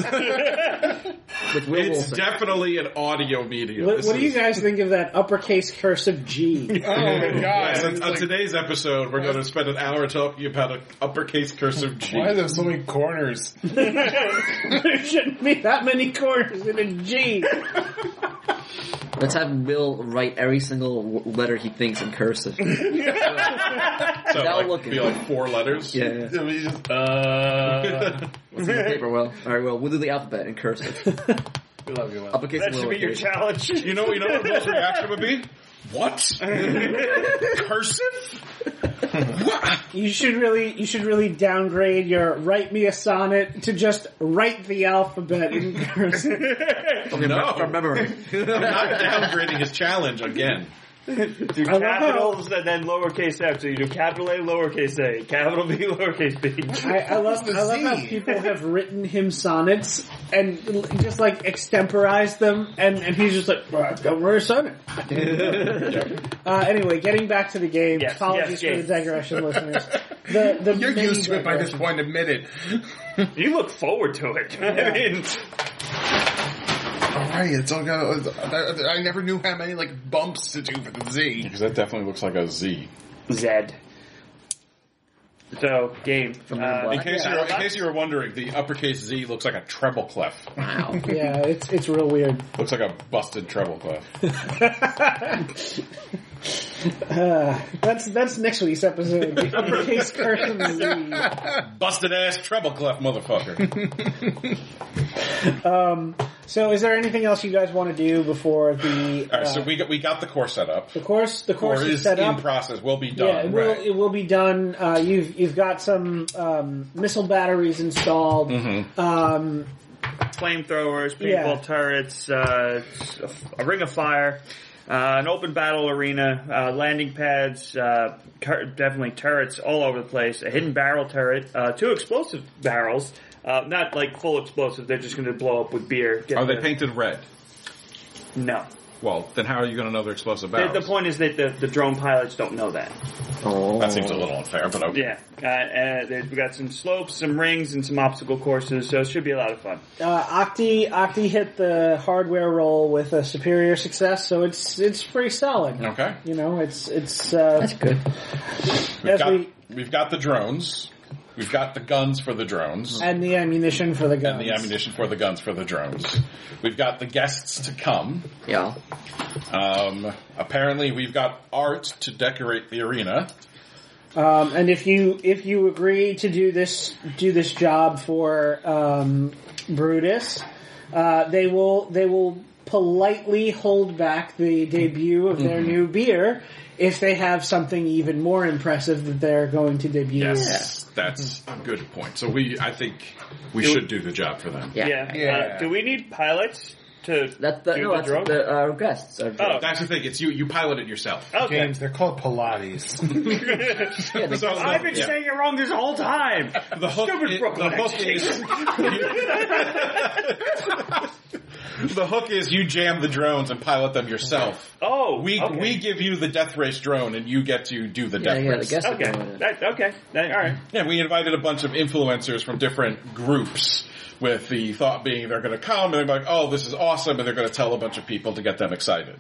S2: With Will
S6: it's
S2: Wilson.
S6: definitely an audio medium.
S4: what,
S6: This
S4: what do you
S6: is-
S4: guys think of that uppercase cursive
S5: [LAUGHS]
S4: G? [LAUGHS]
S5: Oh my god!
S6: Yes, on, on today's episode, we're going to spend an hour talking about an uppercase cursive G.
S5: Why are there so many corners?
S4: there shouldn't be that many corners in a G.
S2: Let's have Will write every single w- letter he thinks in cursive.
S6: So
S2: That'll
S6: like,
S2: look
S6: be
S2: good.
S6: like four letters.
S2: Yeah, yeah.
S5: I mean, just, uh,
S2: What's in the paper, Will? Alright, Will, we'll do the alphabet in cursive.
S5: we love you, Will.
S2: Uppercase
S3: That
S2: and
S3: should be your
S2: lowercase.
S3: challenge.
S6: [LAUGHS] You know, you know what Will's reaction would be?
S2: [LAUGHS]
S6: What? cursive? What?
S4: You should really you should really downgrade your write me a sonnet to just write the alphabet in [LAUGHS] cursive.
S3: [LAUGHS]
S6: No.
S2: From memory.
S6: I'm not downgrading his challenge again.
S3: Do
S4: love
S3: capitals and then lowercase f. So you do capital A, lowercase a, capital B, [LAUGHS] lowercase b.
S4: I, I love I love how people have written him sonnets and l- just like extemporized them, and, and he's just like, well, don't
S3: [LAUGHS]
S4: worry, sonnet. Uh, anyway, getting back to the game.
S3: Yes,
S4: apologies
S3: yes,
S4: for
S3: yes.
S4: the
S3: [LAUGHS]
S4: digression, listeners. [LAUGHS] The, the
S5: [LAUGHS] You're
S4: main
S5: used to it by this
S4: digression.
S5: point. Admit it.
S3: You look forward to it. [LAUGHS] I mean,
S5: All right, it's all got. I I never knew how many like bumps to do for the Z.
S6: Because that definitely looks like a Z.
S3: Zed. So game. Uh,
S6: In case, you were, in case you were wondering, the uppercase Z looks like a treble clef.
S2: Wow.
S4: Yeah, it's it's real
S3: [LAUGHS]
S4: weird.
S6: Looks like a busted treble clef.
S4: Uh, that's that's next
S3: [LAUGHS]
S4: week's episode. The uppercase curse of Z.
S6: Busted ass treble clef, motherfucker.
S4: So, is there anything else you guys want to do before the
S6: All right,
S4: uh,
S6: so we got we got the core set up.
S4: the course? The
S6: Core
S4: course is
S6: is
S4: set
S6: in
S4: up.
S6: process. Will be
S4: yeah,
S6: done.
S4: it will,
S6: right.
S4: it will be done. Uh, you've you've got some um, missile batteries installed.
S6: Mm-hmm.
S4: Um,
S3: flamethrowers, paintball
S4: Yeah.
S3: turrets, uh, a ring of fire, uh, an open battle arena, uh, landing pads, uh, tur- definitely turrets all over the place, a hidden barrel turret, uh, two explosive barrels. Uh, not like full explosive, they're just going to blow up with beer. Get
S6: Are they
S3: the-
S6: painted red?
S3: No.
S6: Well, then how are you going to know they're explosive
S3: The,
S6: barrels?
S3: the point is that the, the drone pilots don't know that.
S6: that seems a little unfair, but okay.
S3: Yeah, uh, uh, there- we got some slopes, some rings, and some obstacle courses, so it should be a lot of fun.
S4: Uh, Octi Octi hit the hardware roll with a superior success, so it's it's pretty solid.
S6: Okay.
S4: You know, it's it's uh, that's good.
S6: We've
S4: As
S6: got,
S4: we
S6: we've got the drones. We've got the guns for the drones.
S4: and the ammunition for the guns.
S6: and the ammunition for the guns for the drones. We've got the guests to come.
S2: Yeah.
S6: Um, apparently, we've got art to decorate the arena.
S4: Um, and if you if you agree to do this do this job for um, Brutus, uh, they will they will politely hold back the debut of
S6: Mm-hmm.
S4: their new beer if they have something even more impressive that they're going to debut.
S6: Yes, that's a good point. So we, I think, we should do the job for them.
S2: Yeah.
S3: Yeah.
S5: Yeah.
S3: Uh, do we need pilots to
S2: That's the,
S3: do
S2: no,
S3: the
S2: that's
S3: drone?
S2: the, our guests. Are
S3: Oh.
S6: That's the thing. It's you. You pilot it yourself.
S3: okay. [LAUGHS]
S5: James, they're called Pilates.
S6: [LAUGHS] So-
S3: I've been
S6: yeah.
S3: saying it wrong this whole time.
S6: the hook.
S3: Stupid
S6: i-
S3: Brooklyn
S6: the hook is. the hook is you jam the drones and pilot them yourself.
S3: Oh,
S6: We
S3: okay.
S6: we give you the death race drone and you get to do the
S2: yeah,
S6: death
S2: yeah, the
S6: race.
S2: guests are going
S3: Okay.
S2: in.
S3: That, okay. That, all right.
S6: Yeah, we invited a bunch of influencers from different groups with the thought being they're going to come and they're like, oh, this is awesome, and they're going to tell a bunch of people to get them excited.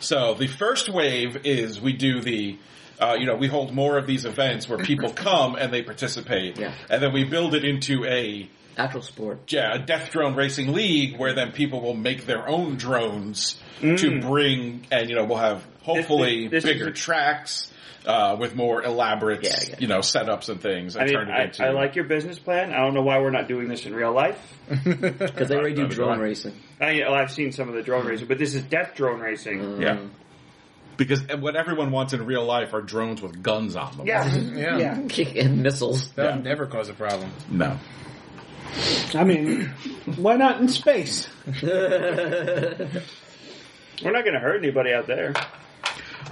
S6: So the first wave is we do the, uh, you know, we hold more of these events where people come and they participate,
S2: Yeah.
S6: and then we build it into a,
S2: Actual sport.
S6: yeah, a death drone racing league where then people will make their own drones to bring, and you know, we'll have hopefully
S3: Mm. This- this-
S6: bigger tracks. Uh, with more elaborate,
S2: Yeah, yeah.
S6: you know, setups and things, and
S3: I mean,
S6: turn it
S3: I,
S6: into
S3: I
S2: [LAUGHS]
S3: like your business plan. I don't know why we're not doing this in real life.
S2: Because they already do
S6: Another
S2: drone
S6: one.
S2: racing.
S3: I, well, I've seen some of the drone racing, but this is death drone racing.
S6: Yeah. Because what everyone wants in real life are drones with guns on them.
S3: Yeah.
S5: yeah.
S4: Yeah.
S2: Uh, and missiles.
S5: That would never cause a problem.
S6: No.
S4: I mean, why not in space?
S3: We're not going to hurt anybody out there.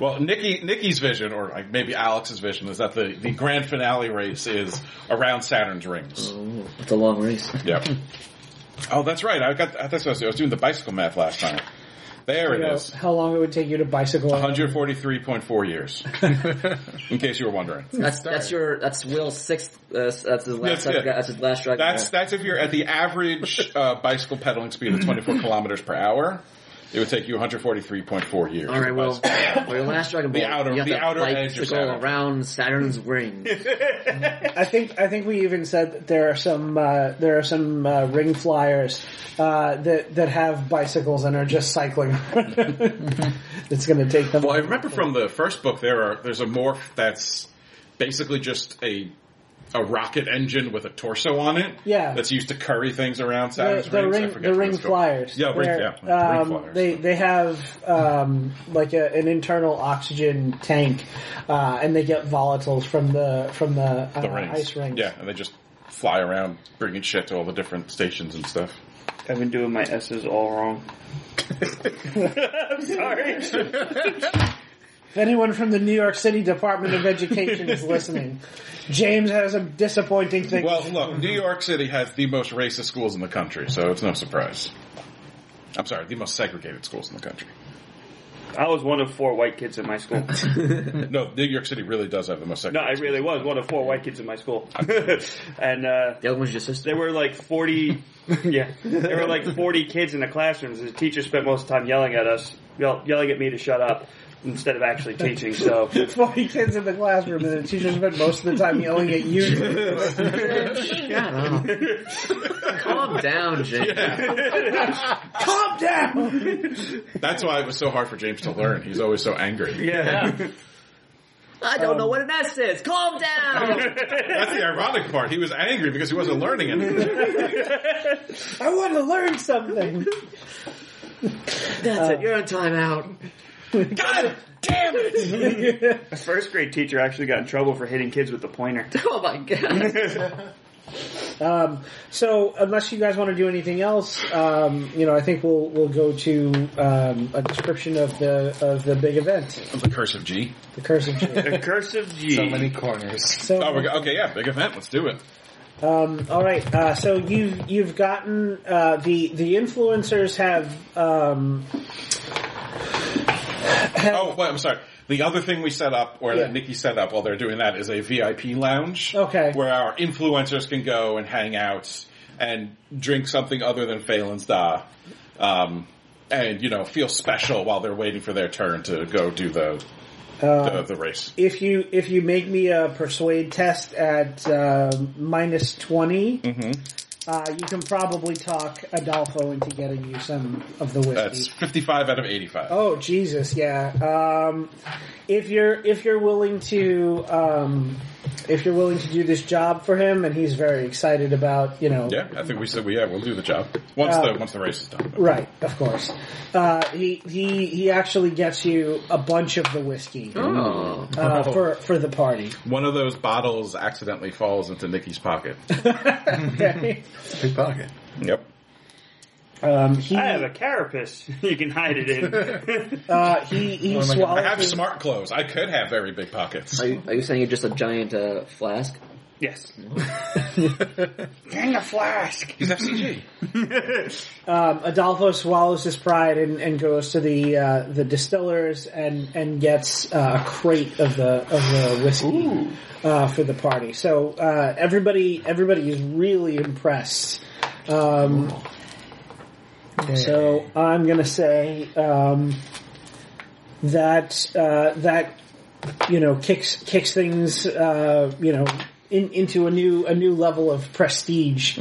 S6: Well, Nikki, Nikki's vision, or like maybe Alex's vision, is that the, the grand finale race is around Saturn's rings.
S2: Ooh, it's a long race.
S6: Yep. [CLEARS THROAT] Oh, that's right. I got. That's what I was doing. I was doing the bicycle math last time. There
S4: You
S6: it
S4: know,
S6: is. Uh-huh.
S4: how long it would take you to bicycle?
S6: 143.4 years. in case you were wondering.
S2: That's that's your that's Will's sixth. Uh, that's his last.
S6: That's it.
S2: that's his last driving.
S6: That's that's if you're at the average uh, bicycle pedaling speed of 24 kilometers per hour. It would take you 143.4 years.
S2: All right, well, for your last Dragon Ball,
S6: The outer-
S2: you have
S6: the
S2: to
S6: outer
S2: like
S6: edge of
S2: to go
S6: Saturn.
S2: around Saturn's ring.
S6: [LAUGHS]
S4: I think I think we even said that there are some uh, there are some uh, ring flyers uh, that that have bicycles and are just cycling. [LAUGHS] it's going to take them.
S6: Well, I remember from the first book there are there's a morph that's basically just a a rocket engine with a torso on it.
S4: Yeah.
S6: that's used to curry things around
S4: the,
S6: Saturn's
S4: the
S6: rings. I
S4: ring,
S6: forget
S4: the
S6: what
S4: ring
S6: it's called.
S4: flyers.
S6: Yeah, ring,
S4: They're,
S6: yeah,
S4: um,
S6: ring flyers.
S4: They they have um, like a, an internal oxygen tank, uh, and they get volatiles from the from the, uh,
S6: the rings.
S4: ice rings.
S6: Yeah, and they just fly around bringing shit to all the different stations and stuff.
S3: I've been doing my S's
S6: [LAUGHS]
S3: all wrong. [LAUGHS] I'm sorry.
S4: If anyone from the New York City Department of
S6: [LAUGHS]
S4: Education is listening, James has a disappointing thing.
S6: Well, look, New York City has the most racist schools in the country, so it's no surprise. I'm sorry, the most segregated schools in the country.
S3: I was one of four white kids in my
S4: [LAUGHS]
S3: school.
S6: No, New York City really does have the most
S3: No, I
S6: segregated.
S3: really was one of four white kids in my
S4: [LAUGHS]
S3: school. and uh,
S2: The other one's your sister.
S3: there were like 40, yeah, there were like 40 kids in the classrooms. The teacher spent most of the time yelling at us, yell, yelling at me to shut up instead of actually teaching.
S4: [LAUGHS]
S3: So,
S4: 40 kids in the classroom and the teacher spent most of the time yelling at you.
S6: [LAUGHS]
S2: Shut up. Calm down, James.
S4: Calm down!
S6: That's why it was so hard for James to learn. He's always so [LAUGHS] angry.
S3: yeah.
S2: I don't
S6: Um,
S2: know what an S is.
S6: [LAUGHS]
S2: Calm down.
S6: That's the ironic part. He was angry because he wasn't learning anything.
S4: I want to learn something.
S2: That's
S6: Uh,
S2: it. You're on timeout. [LAUGHS]
S6: God damn it!
S3: A first grade teacher actually got in trouble for hitting kids with the pointer.
S2: Oh my god.
S4: [LAUGHS] Um, so unless you guys want to do anything else, um, you know, I think we'll we'll go to um, a description of the of the big event,
S6: The curse of G.
S4: the cursive.
S6: [LAUGHS]
S4: G. [LAUGHS]
S3: The curse of G.
S5: So many corners.
S4: So,
S6: Oh, we're, go- okay, yeah, big event. Let's do it.
S4: Um, all right. Uh, so you've you've gotten uh, the the influencers have um,
S6: Oh, wait, I'm sorry. The other thing we set up, or
S4: Yeah.
S6: that Nikki set up while they're doing that, is a VIP lounge.
S4: Okay.
S6: Where our influencers can go and hang out and drink something other than Phelan's Da. Um, and, you know, feel special while they're waiting for their turn to go do the,
S4: Uh,
S6: the, the race.
S4: if you if you make me a persuade test at uh, minus 20 uh, you can probably talk Adolfo into getting you some of the whiskey.
S6: That's 55 out of 85.
S4: Oh Jesus, yeah. Um, if you're if you're willing to um, if you're willing to do this job for him, and he's very excited about you know
S6: Yeah, I think we said we yeah we'll do the job once
S4: Uh,
S6: the once the race is done.
S4: right, of course. Uh, he he he actually gets you a bunch of the whiskey
S2: Oh.
S5: Mm.
S4: uh, for for the party. [LAUGHS]
S6: One of those bottles accidentally falls into Nikki's
S4: [LAUGHS]
S6: pocket.
S4: Okay.
S5: Pickpocket.
S6: Yep.
S4: um, he
S3: I have a carapace [LAUGHS] you can hide it
S4: [LAUGHS]
S3: in.
S4: uh, he he
S6: I
S4: swallows.
S6: have
S4: his-
S6: smart clothes. I could have very big pockets.
S2: Are you, are you saying you're just a giant uh, flask?
S3: yes. Dang the flask!
S6: He's FCG.
S4: Um, Adolfo swallows his pride and, and goes to the uh, the distillers and and gets uh, a crate of the of the whiskey uh, for the party. So uh, everybody everybody is really impressed. Um, so I'm gonna say um, that uh, that you know kicks kicks things uh, you know in, into a new a new level of prestige.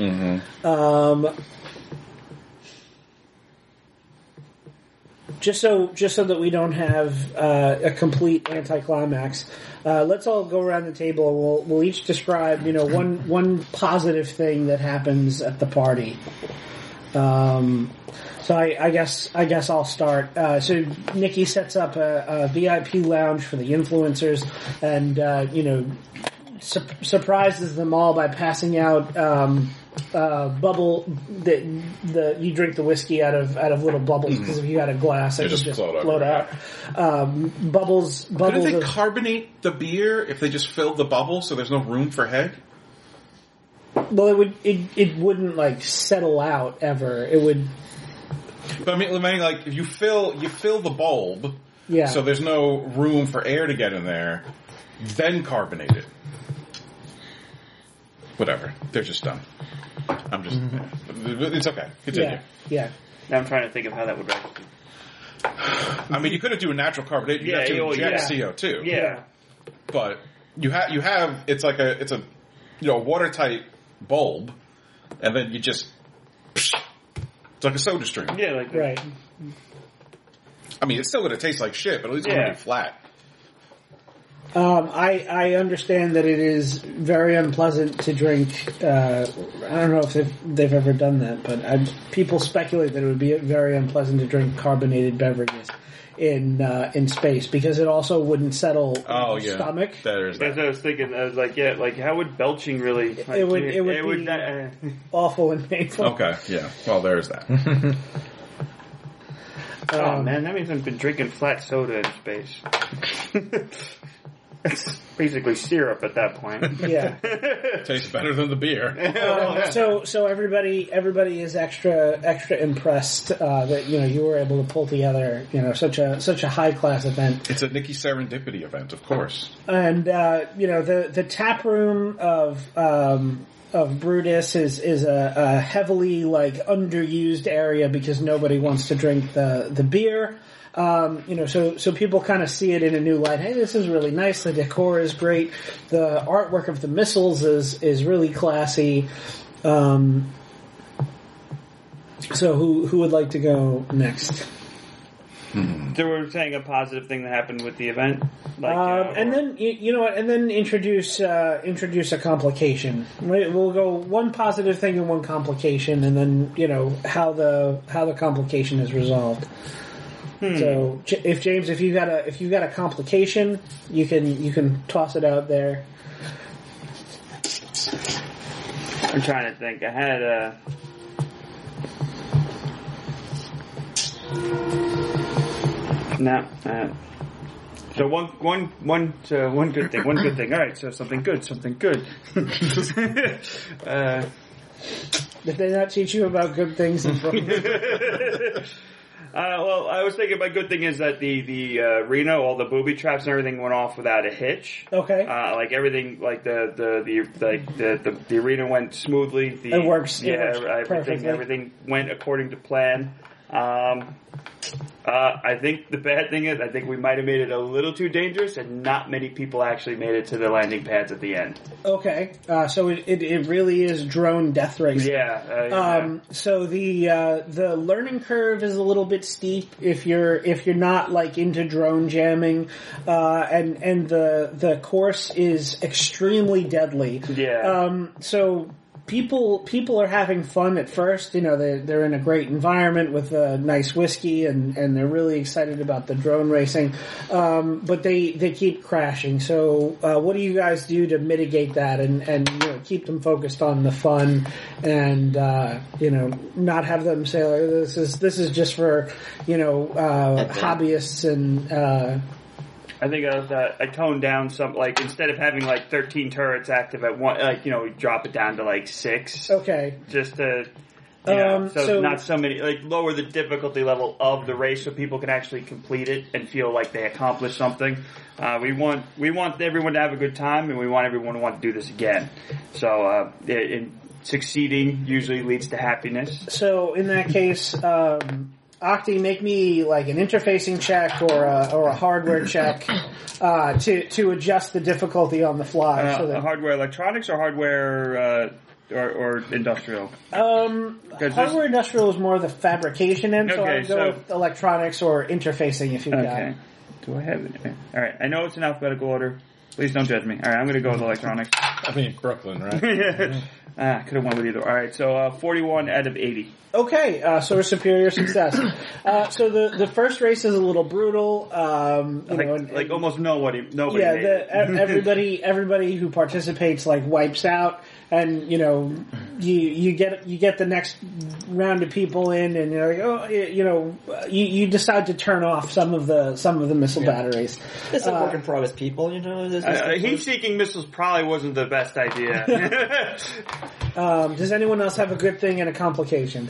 S4: Um, just so just so that we don't have uh, a complete anticlimax, uh, let's all go around the table. and We'll we'll each describe you know one one positive thing that happens at the party. Um, so I, I guess I guess I'll start. Uh, so Nikki sets up a, a VIP lounge for the influencers, and uh, you know su- surprises them all by passing out um, uh, bubble. The, the you drink the whiskey out of out of little bubbles because if you had a glass, it would
S6: Mm-hmm. just
S4: just
S6: float out.
S4: float out. Um, bubbles,
S6: Couldn't
S4: bubbles.
S6: they
S4: of-
S6: carbonate the beer if they just filled the bubble so there's no room for head?
S4: well, it would it, it wouldn't like settle out ever. It would
S6: But I mean, I mean, like if you fill you fill the bulb,
S4: yeah.
S6: so there's no room for air to get in there, then carbonate it. Whatever, they're just dumb. I'm just, it's okay. Continue.
S4: Mm-hmm. yeah, yeah.
S3: Now I'm trying to think of how that would work.
S6: I mean, you couldn't do a natural carbonate. You
S3: Yeah,
S6: have to
S3: oh,
S6: inject
S3: yeah.
S6: CO two.
S3: Yeah.
S6: But you have you have it's like a it's a you know watertight bulb, and then you just it's like a soda stream.
S3: Yeah, like
S4: Right.
S6: I mean, it's still going to taste like shit, but at least it's
S3: Yeah.
S6: going to be flat.
S4: Um, I I understand that it is very unpleasant to drink. Uh, I don't know if they've, they've ever done that, but I, people speculate that it would be very unpleasant to drink carbonated beverages in uh, in space because it also wouldn't settle in
S6: Oh
S4: your
S6: yeah,
S4: stomach.
S6: There's
S3: That's
S6: that.
S3: what I was thinking. I was like, yeah, like how would belching really? Like,
S4: It would- it would be-
S3: not- uh,
S4: Awful and painful.
S6: Okay, yeah. Well, there's that. [LAUGHS]
S4: Um,
S3: oh man, that means I've been drinking flat soda in space.
S4: [LAUGHS]
S3: It's basically syrup at that point.
S4: [LAUGHS]
S6: [LAUGHS]
S4: Yeah.
S6: Tastes better than the
S4: [LAUGHS]
S6: beer.
S4: Um, so so everybody everybody is extra extra impressed uh, that you know you were able to pull together you know such a such a high class event.
S6: It's a Nikki Serendipity event, of course.
S4: and uh, you know the the tap room of um, of Brutus is is a, a heavily like underused area because nobody wants to drink the the beer. Um, you know, so so people kind of see it in a new light. Hey, this is really nice. The decor is great. The artwork of the missiles is is really classy. Um, so who who would like to go next?
S3: So we're saying a positive thing that happened with the event, like,
S4: Um,
S3: uh,
S4: and then you, you know what? And then introduce uh, introduce a complication. We- We'll go one positive thing and one complication, and then you know how the how the complication is resolved.
S3: Hmm.
S4: So J- if James, if you got a if you got a complication, you can you can toss it out there.
S3: I'm trying to think. I had uh, a. No. Uh, so one, one, one, uh, one good thing. One good thing. All right. So something good. Something good. [LAUGHS] uh, [LAUGHS]
S4: Did they not teach you about good things in Brooklyn?
S3: Uh, well, I was thinking my good thing is that the the uh, Reno, all the booby traps and everything went off without a hitch.
S4: Okay.
S3: Uh, like everything, like the the the like the, the, the arena went smoothly. The,
S4: It works. It
S3: Yeah,
S4: works
S3: everything
S4: perfectly.
S3: everything went according to plan. Um, uh, I think the bad thing is I think we might have made it a little too dangerous, and not many people actually made it to the landing pads at the end.
S4: Okay. Uh, so it, it, it really is drone death race.
S3: Yeah. Uh, yeah.
S4: Um, so the uh, the learning curve is a little bit steep if you're if you're not like into drone jamming, uh, and and the the course is extremely deadly.
S3: Yeah.
S4: Um, so people people are having fun at first. You know they they're in a great environment with a nice whiskey and and they're really excited about the drone racing, um, but they they keep crashing. So uh, what do you guys do to mitigate that and and you know, keep them focused on the fun and uh, you know not have them say like, this is this is just for you know uh, hobbyists and. Uh,
S3: I think I, was, uh, I toned down some, like, instead of having, like, 13 turrets active at one, like, you know, we drop it down to, like, six.
S4: okay.
S3: Just to, you know,
S4: Um,
S3: so,
S4: so-
S3: not so many, like, lower the difficulty level of the race so people can actually complete it and feel like they accomplished something. Uh, we want, we want everyone to have a good time and we want everyone to want to do this again. So, uh, it, it, succeeding usually leads to happiness.
S4: So in that case, um, Octi, make me like an interfacing check or a, or a hardware check uh, to to adjust the difficulty on the fly. so
S3: Uh,
S4: that,
S3: hardware electronics or hardware, uh, or, or industrial?
S4: um,
S3: there's-
S4: hardware industrial is more the fabrication end, so
S3: Okay,
S4: I'd go
S3: so-
S4: with electronics or interfacing if you got.
S3: Okay.
S4: it.
S3: Do I have it? All right. I know it's in alphabetical order. Please don't judge me. All right. I'm going to go with electronics.
S6: I mean, Brooklyn, right?
S4: [LAUGHS]
S3: [LAUGHS] ah, could have won with either. All right. So uh, 41 out of 80.
S4: Okay, uh, so a superior success. uh, so the the first race is a little brutal. Um, you
S3: Like,
S4: know, and-
S3: like almost nobody. Nobody.
S4: yeah,
S3: made
S4: the,
S3: it.
S4: e- everybody everybody who participates like wipes out, and you know you you get you get the next round of people in, and you're like oh y- you know you, you decide to turn off some of the some of the missile batteries.
S2: This is a work in progress, people. You know, this
S3: [LAUGHS]
S2: is
S3: Uh, heat-seeking missiles probably wasn't the best
S4: [LAUGHS]
S3: idea. [LAUGHS]
S4: Um, does anyone else have a good thing and a complication?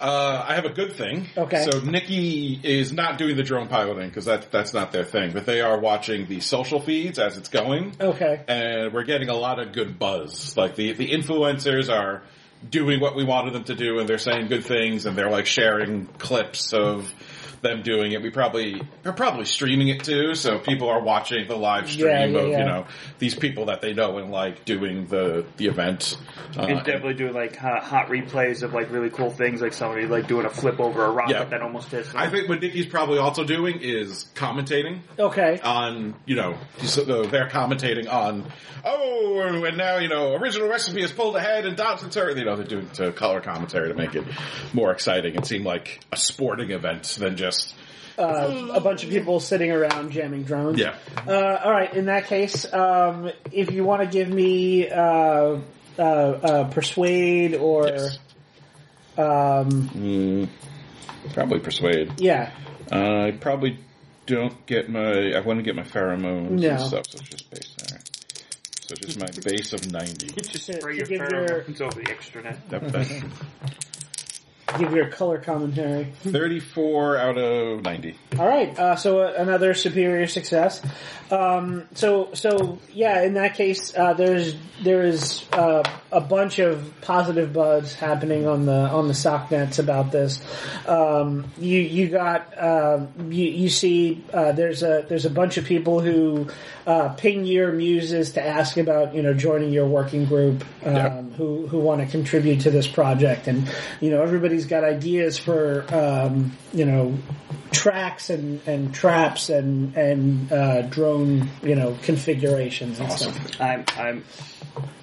S6: Uh, I have a good thing.
S4: Okay.
S6: So Nikki is not doing the drone piloting because that, that's not their thing, but they are watching the social feeds as it's going.
S4: Okay.
S6: And we're getting a lot of good buzz. Like the, the influencers are doing what we wanted them to do and they're saying good things and they're like sharing clips of them doing it. We probably, they're probably streaming it too. So people are watching the live stream
S4: Yeah, yeah,
S6: of,
S4: yeah.
S6: you know, these people that they know and like doing the, the event. Uh,
S3: and definitely do like hot, hot replays of like really cool things, like somebody like doing a flip over a rocket
S6: Yeah.
S3: that almost hits.
S6: I think what Nikki's probably also doing is commentating.
S4: Okay.
S6: on you know so they're commentating on oh and, and now you know original recipe is pulled ahead and dots and turn you know they're doing to color commentary to make it more exciting and seem like a sporting event than just
S4: Uh, a bunch of people sitting around jamming drones.
S6: yeah
S4: Uh, all right. In that case, um, if you want to give me uh, uh, uh, persuade or.
S6: Yes.
S4: Um,
S6: mm, probably persuade
S4: yeah.
S6: uh, I probably don't get my I want to get my pheromones
S4: No.
S6: and stuff so it's just base all right so just my base of ninety
S4: to-
S3: just spray
S4: to
S3: your
S4: give your-
S3: pheromones over the extranet.
S6: That- that's
S4: give your color commentary.
S6: thirty four out of ninety
S4: All right, uh, so uh, another superior success. Um, so, so yeah, in that case, uh, there's there is uh, a bunch of positive buzz happening on the on the sock nets about this. Um, you you got um you you see uh, there's a there's a bunch of people who uh, ping your muses to ask about you know joining your working group um, who who want to contribute to this project and you know everybody's got ideas for um, you know tracks and, and traps and and uh, drone you know configurations and stuff.
S3: I'm I'm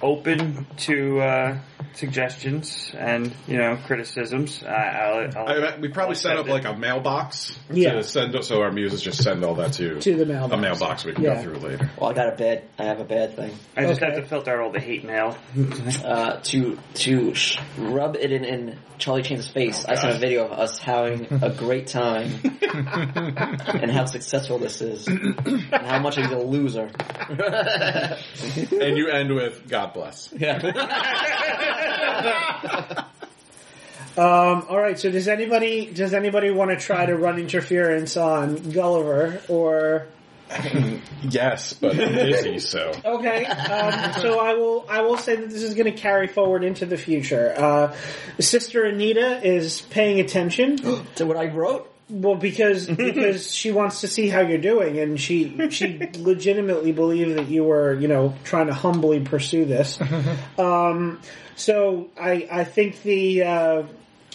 S3: open to uh, suggestions and you know criticisms. I, I'll, I'll,
S6: I, we probably set up like a mailbox
S4: Yeah.
S6: to send, so our muses just send all that to,
S4: To the mailbox.
S6: a mailbox we can
S4: Yeah.
S6: go through later.
S2: Well, I got a bad. I have a bad thing.
S3: I just
S4: okay.
S3: have to filter out all the hate mail.
S2: Uh, to to sh- rub it in, in Charlie Chain's face, I sent a video of us having a great [LAUGHS] time and how successful this is and how much he's a loser.
S6: and you end with God bless.
S2: Yeah.
S4: Um, all right. So does anybody does anybody want to try to run interference on Gulliver or?
S1: Yes, but I'm
S4: [LAUGHS]
S1: busy, so.
S4: Okay, um, so I will. I will say that this is going to carry forward into the future. Uh, Sister Anita is paying attention.
S2: So what I wrote?
S4: Well, because because she wants to see how you're doing, and she she legitimately believed that you were you know trying to humbly pursue this. Um, so I I think the uh,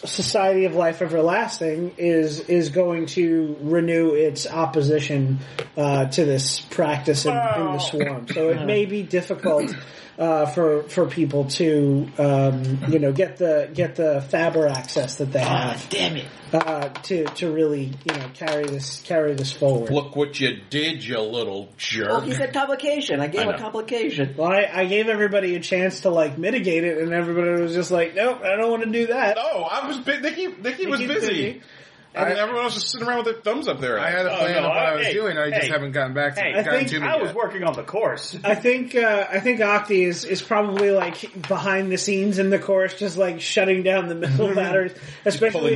S4: Society of Life Everlasting is is going to renew its opposition uh, to this practice in, in the swarm. So it may be difficult. Uh, for for people to um, you know get the get the Faber access that they have
S2: ah, Damn it.
S4: uh, to to really you know carry this carry this forward.
S1: Look what you did, you little jerk.
S2: Oh, he said complication. I gave him a complication.
S4: Well, I, I gave everybody a chance to like mitigate it, and everybody was just like, "Nope, I don't want to do that."
S1: No, Oh, I was bu- Nikki. Nikki was
S4: Nikki's
S1: busy, and then everyone else was sitting around with their thumbs up there.
S5: I had a
S7: Oh,
S5: plan
S7: no,
S5: of what I,
S7: I-
S5: was
S7: hey,
S5: doing. I just
S7: hey,
S5: haven't gotten back.
S7: hey, I
S5: gotten
S4: think
S5: to
S7: I
S5: it
S7: was
S5: yet.
S7: working on the course.
S4: I think uh, I think Octi is, is probably like behind the scenes in the chorus, just like shutting down the middle matters, especially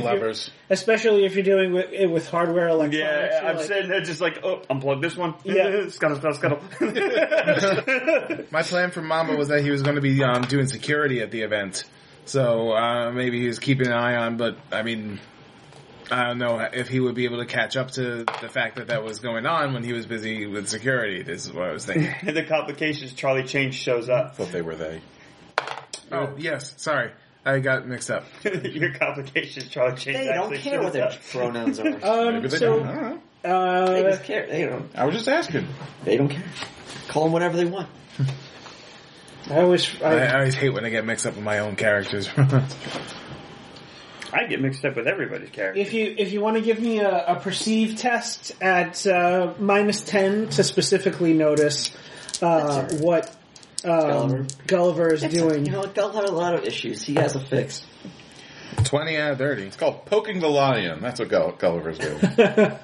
S1: Mm-hmm. pulling
S4: if you're,
S1: levers.
S4: especially if you're doing with, it with hardware electronics.
S7: Yeah,
S4: you're
S7: I'm
S4: like-
S7: sitting there just like, oh, unplug this one.
S4: Yeah.
S7: [LAUGHS] scuttle, scuttle, scuttle.
S4: [LAUGHS]
S5: My plan for Mamba was that he was going to be um, doing security at the event, so uh, maybe he was keeping an eye on. But I mean, I don't know if he would be able to catch up to the fact that that was going on when he was busy with security. This is what I was thinking.
S7: and the complications, Charlie Change shows up. [LAUGHS]
S1: thought they were they.
S5: [LAUGHS] oh yes, sorry, I got mixed up.
S7: Your complications, Charlie Change.
S2: They don't
S7: actually
S2: care what
S7: shows
S2: their
S7: up.
S2: pronouns are.
S4: Um,
S1: Maybe they
S4: so,
S1: don't. I don't know.
S2: They
S4: uh,
S2: just care. They don't.
S1: I was just asking.
S2: They don't care. Call them whatever they want.
S4: I always
S5: I,
S4: I,
S5: I always hate when I get mixed up with my own characters. [LAUGHS]
S7: I get mixed up with everybody's character.
S4: if you if you want to give me a, a perceive test at uh, minus ten to specifically notice uh,
S2: That's all right.
S4: what um,
S2: Gulliver.
S4: Gulliver is doing.
S2: You know, Gull had a lot of issues. He has a fix.
S5: Twenty out of thirty.
S1: It's called poking the lion. That's what Gull- Gulliver's [LAUGHS] doing.
S4: Uh,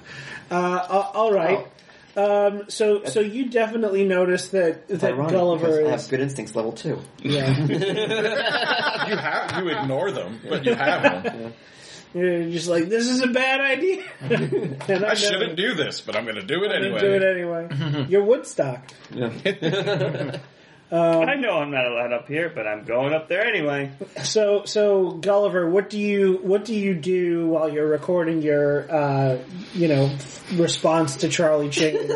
S4: uh, all
S2: Oh.
S4: right. Um, so, so you definitely noticed that that
S2: Ironic,
S4: Gulliver
S2: because I
S4: is.
S2: have good instincts level two.
S4: Yeah,
S1: you have you ignore them, but you have
S4: [LAUGHS]
S1: them.
S4: you're just like this is a bad idea. [LAUGHS] and I'm
S1: I
S4: never
S1: shouldn't do this, but I'm going to do it
S4: gonna
S1: anyway.
S4: Do it
S1: [LAUGHS]
S4: anyway. You're Woodstock.
S7: I know I'm not allowed up here, but I'm going up there anyway. [LAUGHS]
S4: So, so Gulliver, what do you what do you do while you're recording your, uh, you know, response to Charlie Chains?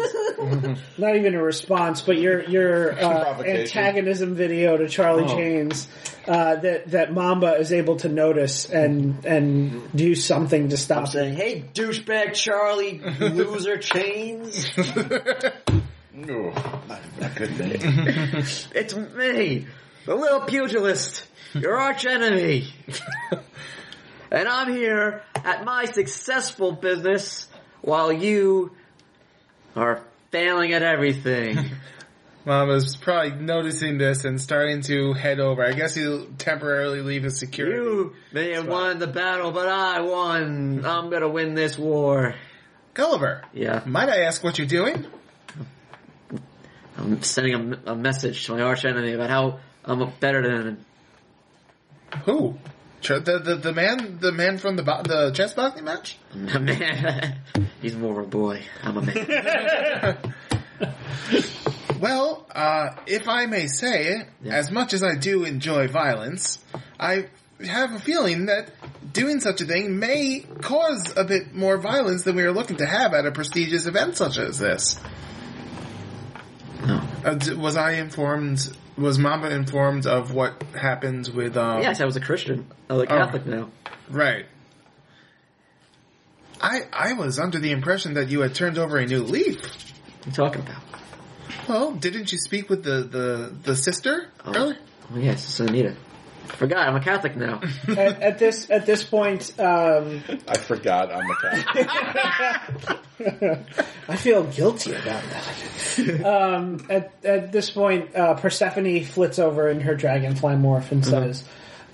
S4: Not even a response, but your your uh,
S1: Provocation.
S4: antagonism video to Charlie Chains uh, that that Mamba is able to notice and and do something to
S2: I'm
S4: stop it.
S2: saying, hey, douchebag Charlie,
S1: [LAUGHS]
S2: loser chains.
S1: Ooh, not even a good day.
S2: [LAUGHS] It's me, the little pugilist, your arch enemy. [LAUGHS] and I'm here at my successful business while you are failing at everything.
S1: [LAUGHS]
S5: Mama's probably noticing this and starting to head over. I guess he'll temporarily leave his security.
S2: you may have won the battle, but I won. I'm gonna win this war.
S5: Gulliver,
S2: Yeah,
S5: might I ask what you're doing?
S2: I'm sending a, a message to my arch enemy about how I'm better than him. [LAUGHS]
S5: Who? Tr- The, the the man the man from the bo- the chess boxing match.
S2: A man. He's more of a boy. I'm a [LAUGHS] man.
S5: Well, uh, if I may say,
S2: Yeah.
S5: as much as I do enjoy violence, I have a feeling that doing such a thing may cause a bit more violence than we are looking to have at a prestigious event such as this.
S2: No.
S5: Uh, d- was I informed? Was Mamba informed of what happens with? Um,
S2: Yes, I was a Christian. I'm a Catholic now.
S5: Right. I I was under the impression that you had turned over a new leaf.
S2: What are you talking about?
S5: Well, didn't you speak with the the, the sister
S2: Oh.
S5: earlier?
S2: Oh yes, it's Anita. I forgot, I'm a Catholic [LAUGHS] now.
S4: at, at this at this point, um,
S1: I forgot I'm a cat.
S4: [LAUGHS] I feel guilty about that. [LAUGHS] um, at at this point, uh, Persephone flits over in her dragonfly morph and says,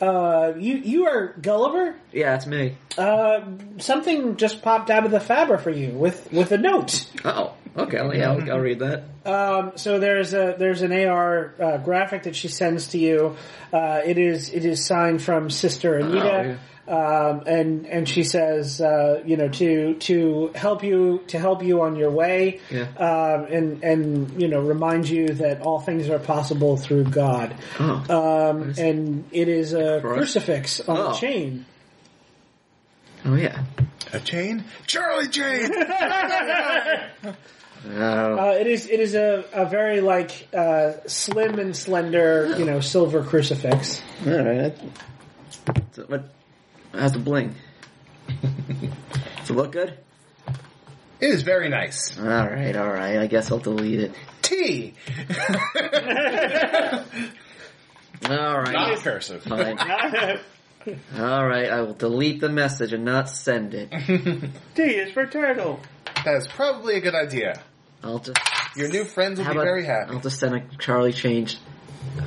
S4: uh, "You you are Gulliver.
S2: yeah, it's me.
S4: Uh, something just popped out of the fabric for you with with a note.
S2: Oh, Okay, well, yeah, I'll, I'll read that. [LAUGHS]
S4: Um, so there's a there's an AR uh, graphic that she sends to you. Uh, it is it is signed from Sister
S2: Oh,
S4: Anita, um, and and she says uh, you know to to help you to help you on your way,
S2: Yeah.
S4: um, and and you know remind you that all things are possible through God.
S2: Oh.
S4: Um, and it is a
S2: Christ.
S4: crucifix on
S2: Oh.
S4: a chain.
S2: Oh yeah.
S5: A chain? Charlie chain!
S2: Oh,
S4: Uh, it is it is a, a very like uh, slim and slender you know silver crucifix.
S2: all right. So, what? How's the bling? [LAUGHS] Does it look good?
S5: it is very nice.
S2: All right, all right. I guess I'll delete it.
S5: T! [LAUGHS]
S2: All
S1: [LAUGHS]
S2: right,
S1: Not cursive.
S2: fine. All right, I will delete the message and not send it.
S3: D is for turtle.
S5: That is probably a good idea.
S2: I'll just
S5: Your new friends will
S2: How
S5: be
S2: about-
S5: very happy.
S2: I'll just send a Charlie change.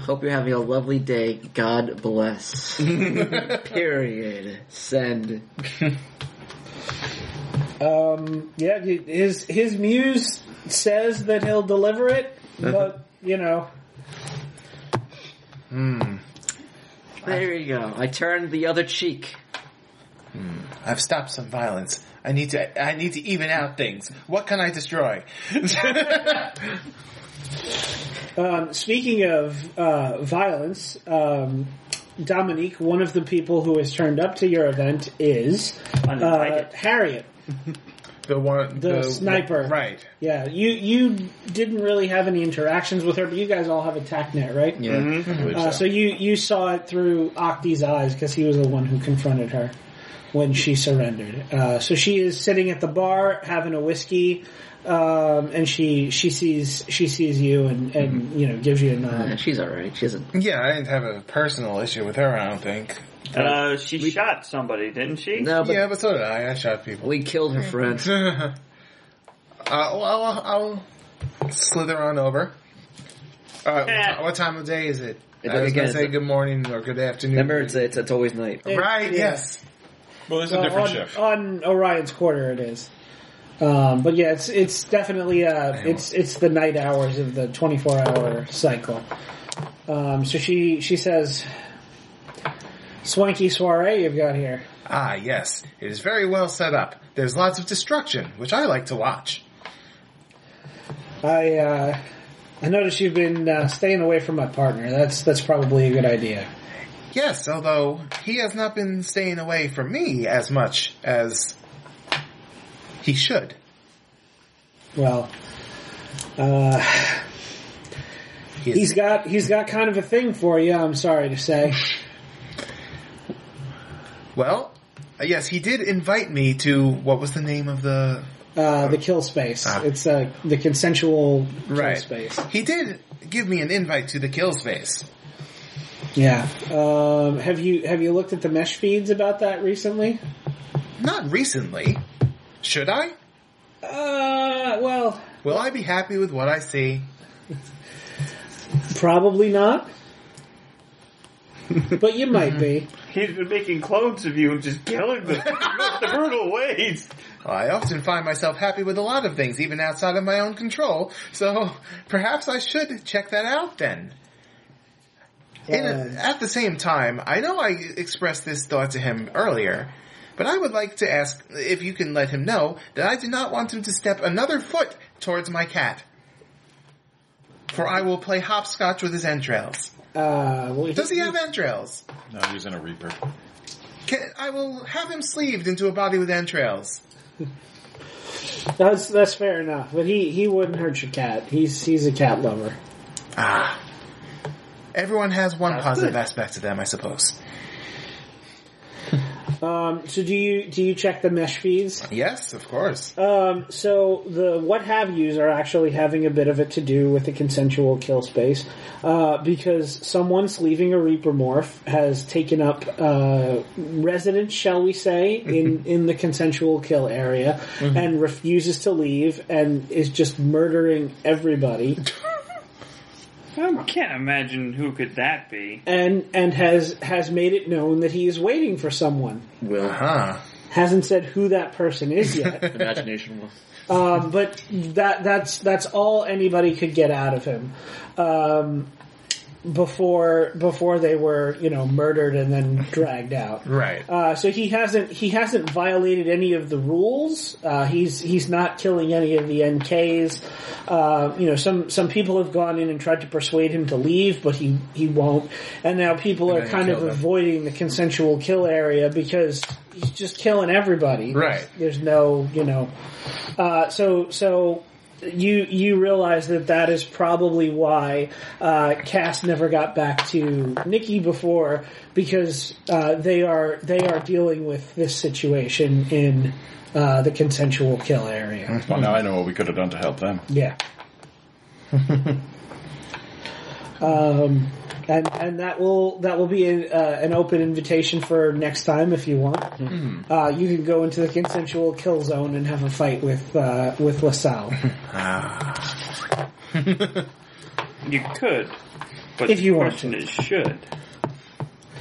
S2: Hope you're having a lovely day. God bless. Period. Send.
S4: Um, yeah, he- his his muse says that he'll deliver it, but you know,
S2: There you go. I turned the other cheek. Oh.
S5: I've stopped some violence. I need to. I need to even out things. What can I destroy?
S4: Um, speaking of uh, violence, um, Dominique, one of the people who has turned up to your event is uh,
S3: Uninvited.
S4: Harriet.
S5: the one,
S4: The sniper.
S5: right?
S4: Yeah, you you didn't really have any interactions with her, but you guys all have a TACnet, right?
S2: Yeah.
S4: Uh, so you you saw it through Octi's eyes because he was the one who confronted her when she surrendered. Uh, so she is sitting at the bar having a whiskey, um, and she she sees she sees you and and
S1: Mm-hmm.
S4: you know gives you a
S2: Yeah,
S4: nod.
S2: she's alright. She isn't.
S5: Yeah, I didn't have a personal issue with her. I don't think.
S3: Uh, she shot somebody, didn't she?
S4: Uh,
S2: No, but
S5: yeah, but so did I. I shot people.
S2: we killed her friend.
S5: [LAUGHS] uh, well, I'll, I'll slither on over. Uh,
S3: Eh.
S5: what time of day is it?
S2: It
S5: I was
S2: again,
S5: going to
S2: it's
S5: say
S2: a-
S5: good morning or good afternoon.
S2: Remember, it's, it's it's always night.
S5: right?
S4: Yeah.
S5: Yes.
S1: Well, it's a
S4: Well,
S1: different
S4: on,
S1: shift.
S4: on Orion's quarter. It is. Um, but yeah, it's it's definitely uh, it's it's the night hours of the twenty four hour cycle. Um, so she she says, "Swanky soiree you've got here."
S5: Ah, yes. It is very well set up. There's lots of destruction, which I like to watch.
S4: I uh, I notice you've been uh, staying away from my partner. That's that's probably a good idea.
S5: Yes, although he has not been staying away from me as much as he should.
S4: Well, uh,
S5: He is-
S4: he's got he's got kind of a thing for you. I'm sorry to say.
S5: well, uh, yes, he did invite me to what was the name of the
S4: Uh, the kill space.
S5: Ah.
S4: It's uh, the consensual kill
S5: right
S4: space.
S5: He did give me an invite to the kill space.
S4: Yeah. Um, have you have you looked at the mesh feeds about that recently?
S5: Not recently. Should I?
S4: Uh, well,
S5: Will I be happy with what I see?
S4: probably
S5: [LAUGHS]
S4: not. but you might be.
S3: He's been making clones of you and just killing
S4: [LAUGHS]
S3: them in brutal ways.
S5: I often find myself happy with a lot of things, even outside of my own control. So perhaps I should check that out then. In a,
S4: Yeah.
S5: at the same time, I know I expressed this thought to him earlier, but I would like to ask if you can let him know that I do not want him to step another foot towards my cat. For I will play hopscotch with his entrails.
S4: Uh, well,
S5: Does he have entrails?
S1: No, he's in a reaper.
S5: Can, I will have him sleeved into a body with entrails.
S4: That's that's fair enough, but he he wouldn't hurt your cat. He's he's a cat lover.
S5: Ah. Everyone has one positive aspect to them, I suppose.
S4: Um, so do you do you check the mesh feeds?
S5: Yes, of course.
S4: Um, so the what have yous are actually having a bit of it to do with the consensual kill space uh, because someone's leaving a Reaper morph has taken up uh, residence, shall we say, in in the consensual kill area and refuses to leave and is just murdering everybody.
S3: I can't imagine who could that be.
S4: and and has has made it known that he is waiting for someone.
S5: Will. Uh-huh.
S4: hasn't said who that person is yet.
S5: [LAUGHS]
S13: Imagination was.
S4: um, but that that's that's all anybody could get out of him um, before before they were you know murdered and then dragged out.
S5: Right.
S4: Uh, so he hasn't he hasn't violated any of the rules. Uh, he's he's not killing any of the NKs. Uh, you know, some some people have gone in and tried to persuade him to leave, but he he won't. And now people
S5: And
S4: are
S5: then he
S4: kind of
S5: killed them.
S4: avoiding the consensual kill area because he's just killing everybody.
S5: Right.
S4: There's, there's no you know. Uh, so so. You you realize that that is probably why uh, Cass never got back to Nikki before because uh, they are they are dealing with this situation in uh, the consensual kill area.
S1: Well, now I know what we could have done to help them.
S4: Yeah. um, and and that will that will be an, uh, an open invitation for next time if you want.
S5: Hmm.
S4: Uh, you can go into the consensual kill zone and have a fight with uh, with
S5: [LAUGHS]
S4: LaSalle
S3: You could, but
S4: If you
S3: the
S4: want
S3: question
S4: to.
S3: is should.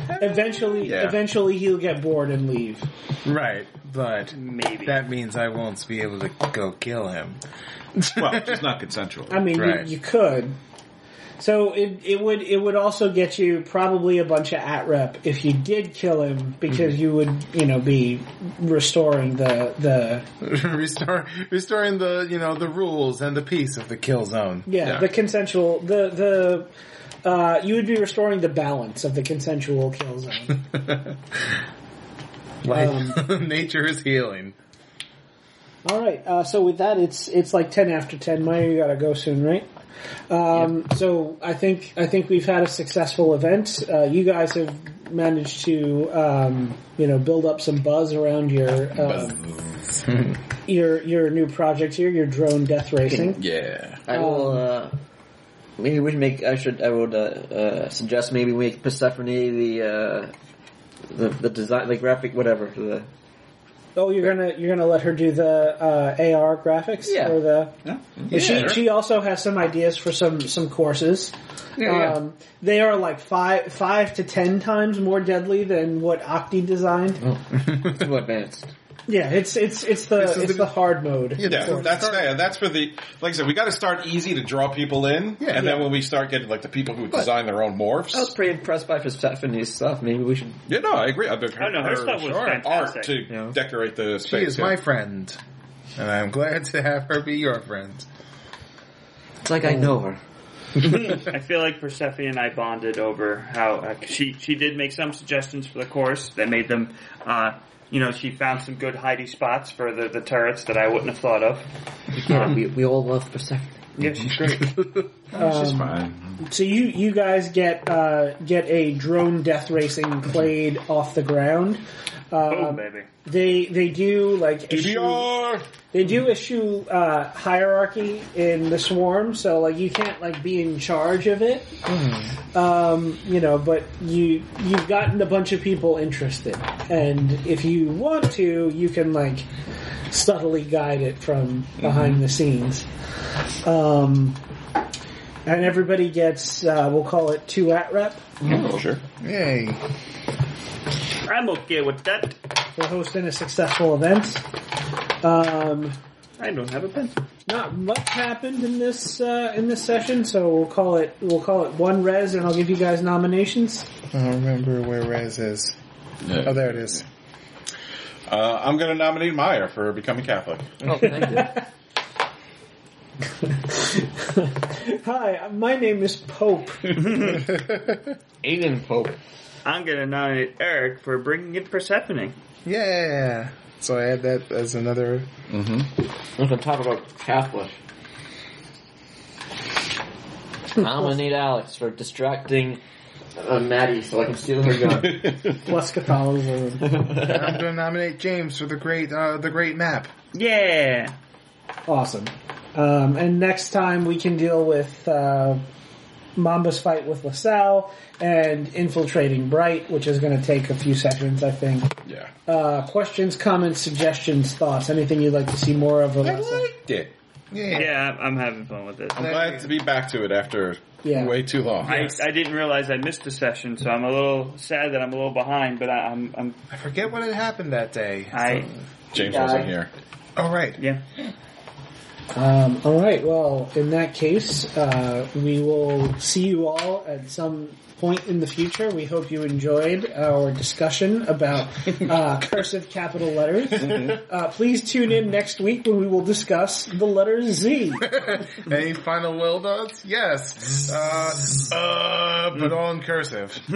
S4: eventually.
S5: Yeah.
S4: Eventually, he'll get bored and leave.
S5: Right, but
S3: Maybe.
S5: that means I won't be able to go kill him. [LAUGHS]
S1: Well, it's not consensual.
S4: I mean,
S5: Right.
S4: you, you could. So it it would it would also get you probably a bunch of at rep if you did kill him because
S5: Hmm.
S4: you would you know be restoring the the
S5: Restore, restoring the you know the rules and the peace of the kill zone.
S4: yeah, the consensual the the uh, you would be restoring the balance of the consensual kill
S5: [LAUGHS]
S4: zone.
S5: Like [LAUGHS] nature is healing.
S4: All right, uh, so with that, it's it's like ten after ten. Maya, you gotta go soon, right? Um, So I think I think we've had a successful event. Uh, you guys have managed to um, you know build up some buzz around your uh, [LAUGHS] your your new project here, your drone death racing.
S1: Yeah.
S2: I will. Uh, maybe we should make. I should. I would uh, uh, suggest maybe we make Persephone the uh, the the design, the graphic, whatever. The
S4: Oh, you're gonna you're gonna let her do the uh, AR graphics
S2: Yeah.
S4: or the
S1: Yeah.
S4: And she she also has some ideas for some some courses. Um, they are like five five to ten times more deadly than what Octi designed.
S2: [LAUGHS] too advanced.
S4: Yeah, it's it's it's the
S5: is
S4: it's
S5: the-
S4: the hard mode.
S1: Yeah, that's yeah, that's for the like I said. We got to start easy to draw people in,
S5: Yeah.
S1: and then when we start getting like the people who design their own morphs,
S2: I was pretty impressed by Persephone's stuff. Maybe we should.
S1: yeah, no, I agree. I've been
S3: Oh, no, her stuff was
S1: art
S3: fantastic.
S1: to
S2: Yeah.
S1: decorate the
S5: She
S1: space.
S5: is
S1: yeah.
S5: my friend, and I'm glad to have her be your friend.
S2: It's like I know her.
S3: [LAUGHS] I feel like Persephone and I bonded over how uh, she she did make some suggestions for the course that made them, uh, you know, she found some good hiding spots for the, the turrets that I wouldn't have thought of.
S2: Yeah, we, we all love Persephone.
S3: Yeah, she's great.
S1: She's fine.
S4: Um, So you you guys get uh, get a drone death racing played off the ground.
S3: [LAUGHS] oh,
S4: Um,
S3: baby.
S4: they they do like issue,
S1: DDR.
S4: they do issue uh, hierarchy in the swarm, so like you can't like be in charge of it. Um, you know, but you you've gotten a bunch of people interested, and if you want to, you can like subtly guide it from behind the scenes. Um, and everybody gets uh, we'll call it two at rep
S1: sure.
S5: Yay!
S3: I'm okay with that.
S4: for hosting a successful event. Um,
S3: I don't have a pen.
S4: not much happened in this uh, in this session, so we'll call it we'll call it one res, and I'll give you guys nominations. [LAUGHS]
S5: I don't remember where Rez is. Oh, there it is. [LAUGHS]
S1: Uh, I'm going to nominate Meyer for becoming Catholic.
S2: Oh, [LAUGHS]
S4: Hi, my name is Pope.
S1: Mm-hmm.
S13: Aiden Pope.
S3: I'm gonna nominate Eric for bringing in Persephone.
S5: Yeah. So I add that as another.
S13: Let's talk about
S2: [LAUGHS]
S13: Catholic.
S2: I'm gonna need Alex for distracting uh, Maddie so I can steal her gun.
S4: Plus Catholicism.
S5: I'm going to nominate James for the great uh, the great map.
S3: Yeah.
S4: [LAUGHS] Awesome. Um, and next time we can deal with uh, Mamba's fight with LaSalle and infiltrating Bright, which is going to take a few sessions, I think.
S1: Yeah,
S4: Uh, questions, comments, suggestions, thoughts, anything you'd like to see more of?
S1: I
S4: Alessa?
S1: liked it.
S5: Yeah.
S3: Yeah, I'm I'm having fun with it.
S1: I'm glad to be back to it after
S4: Yeah.
S1: way too long.
S3: I, I didn't realize I missed the session, so I'm a little sad that I'm a little behind. But I, I'm, I'm,
S5: I forget what had happened that day.
S3: I,
S1: James
S2: Yeah.
S1: wasn't here.
S5: All right. [LAUGHS]
S3: yeah.
S4: Um, all right. Well, in that case, uh, we will see you all at some point in the future. We hope you enjoyed our discussion about uh, cursive capital letters. Uh, please tune in next week when we will discuss the letter Z.
S1: [LAUGHS]
S5: Any final will dots? Yes. Uh, uh, but all in cursive.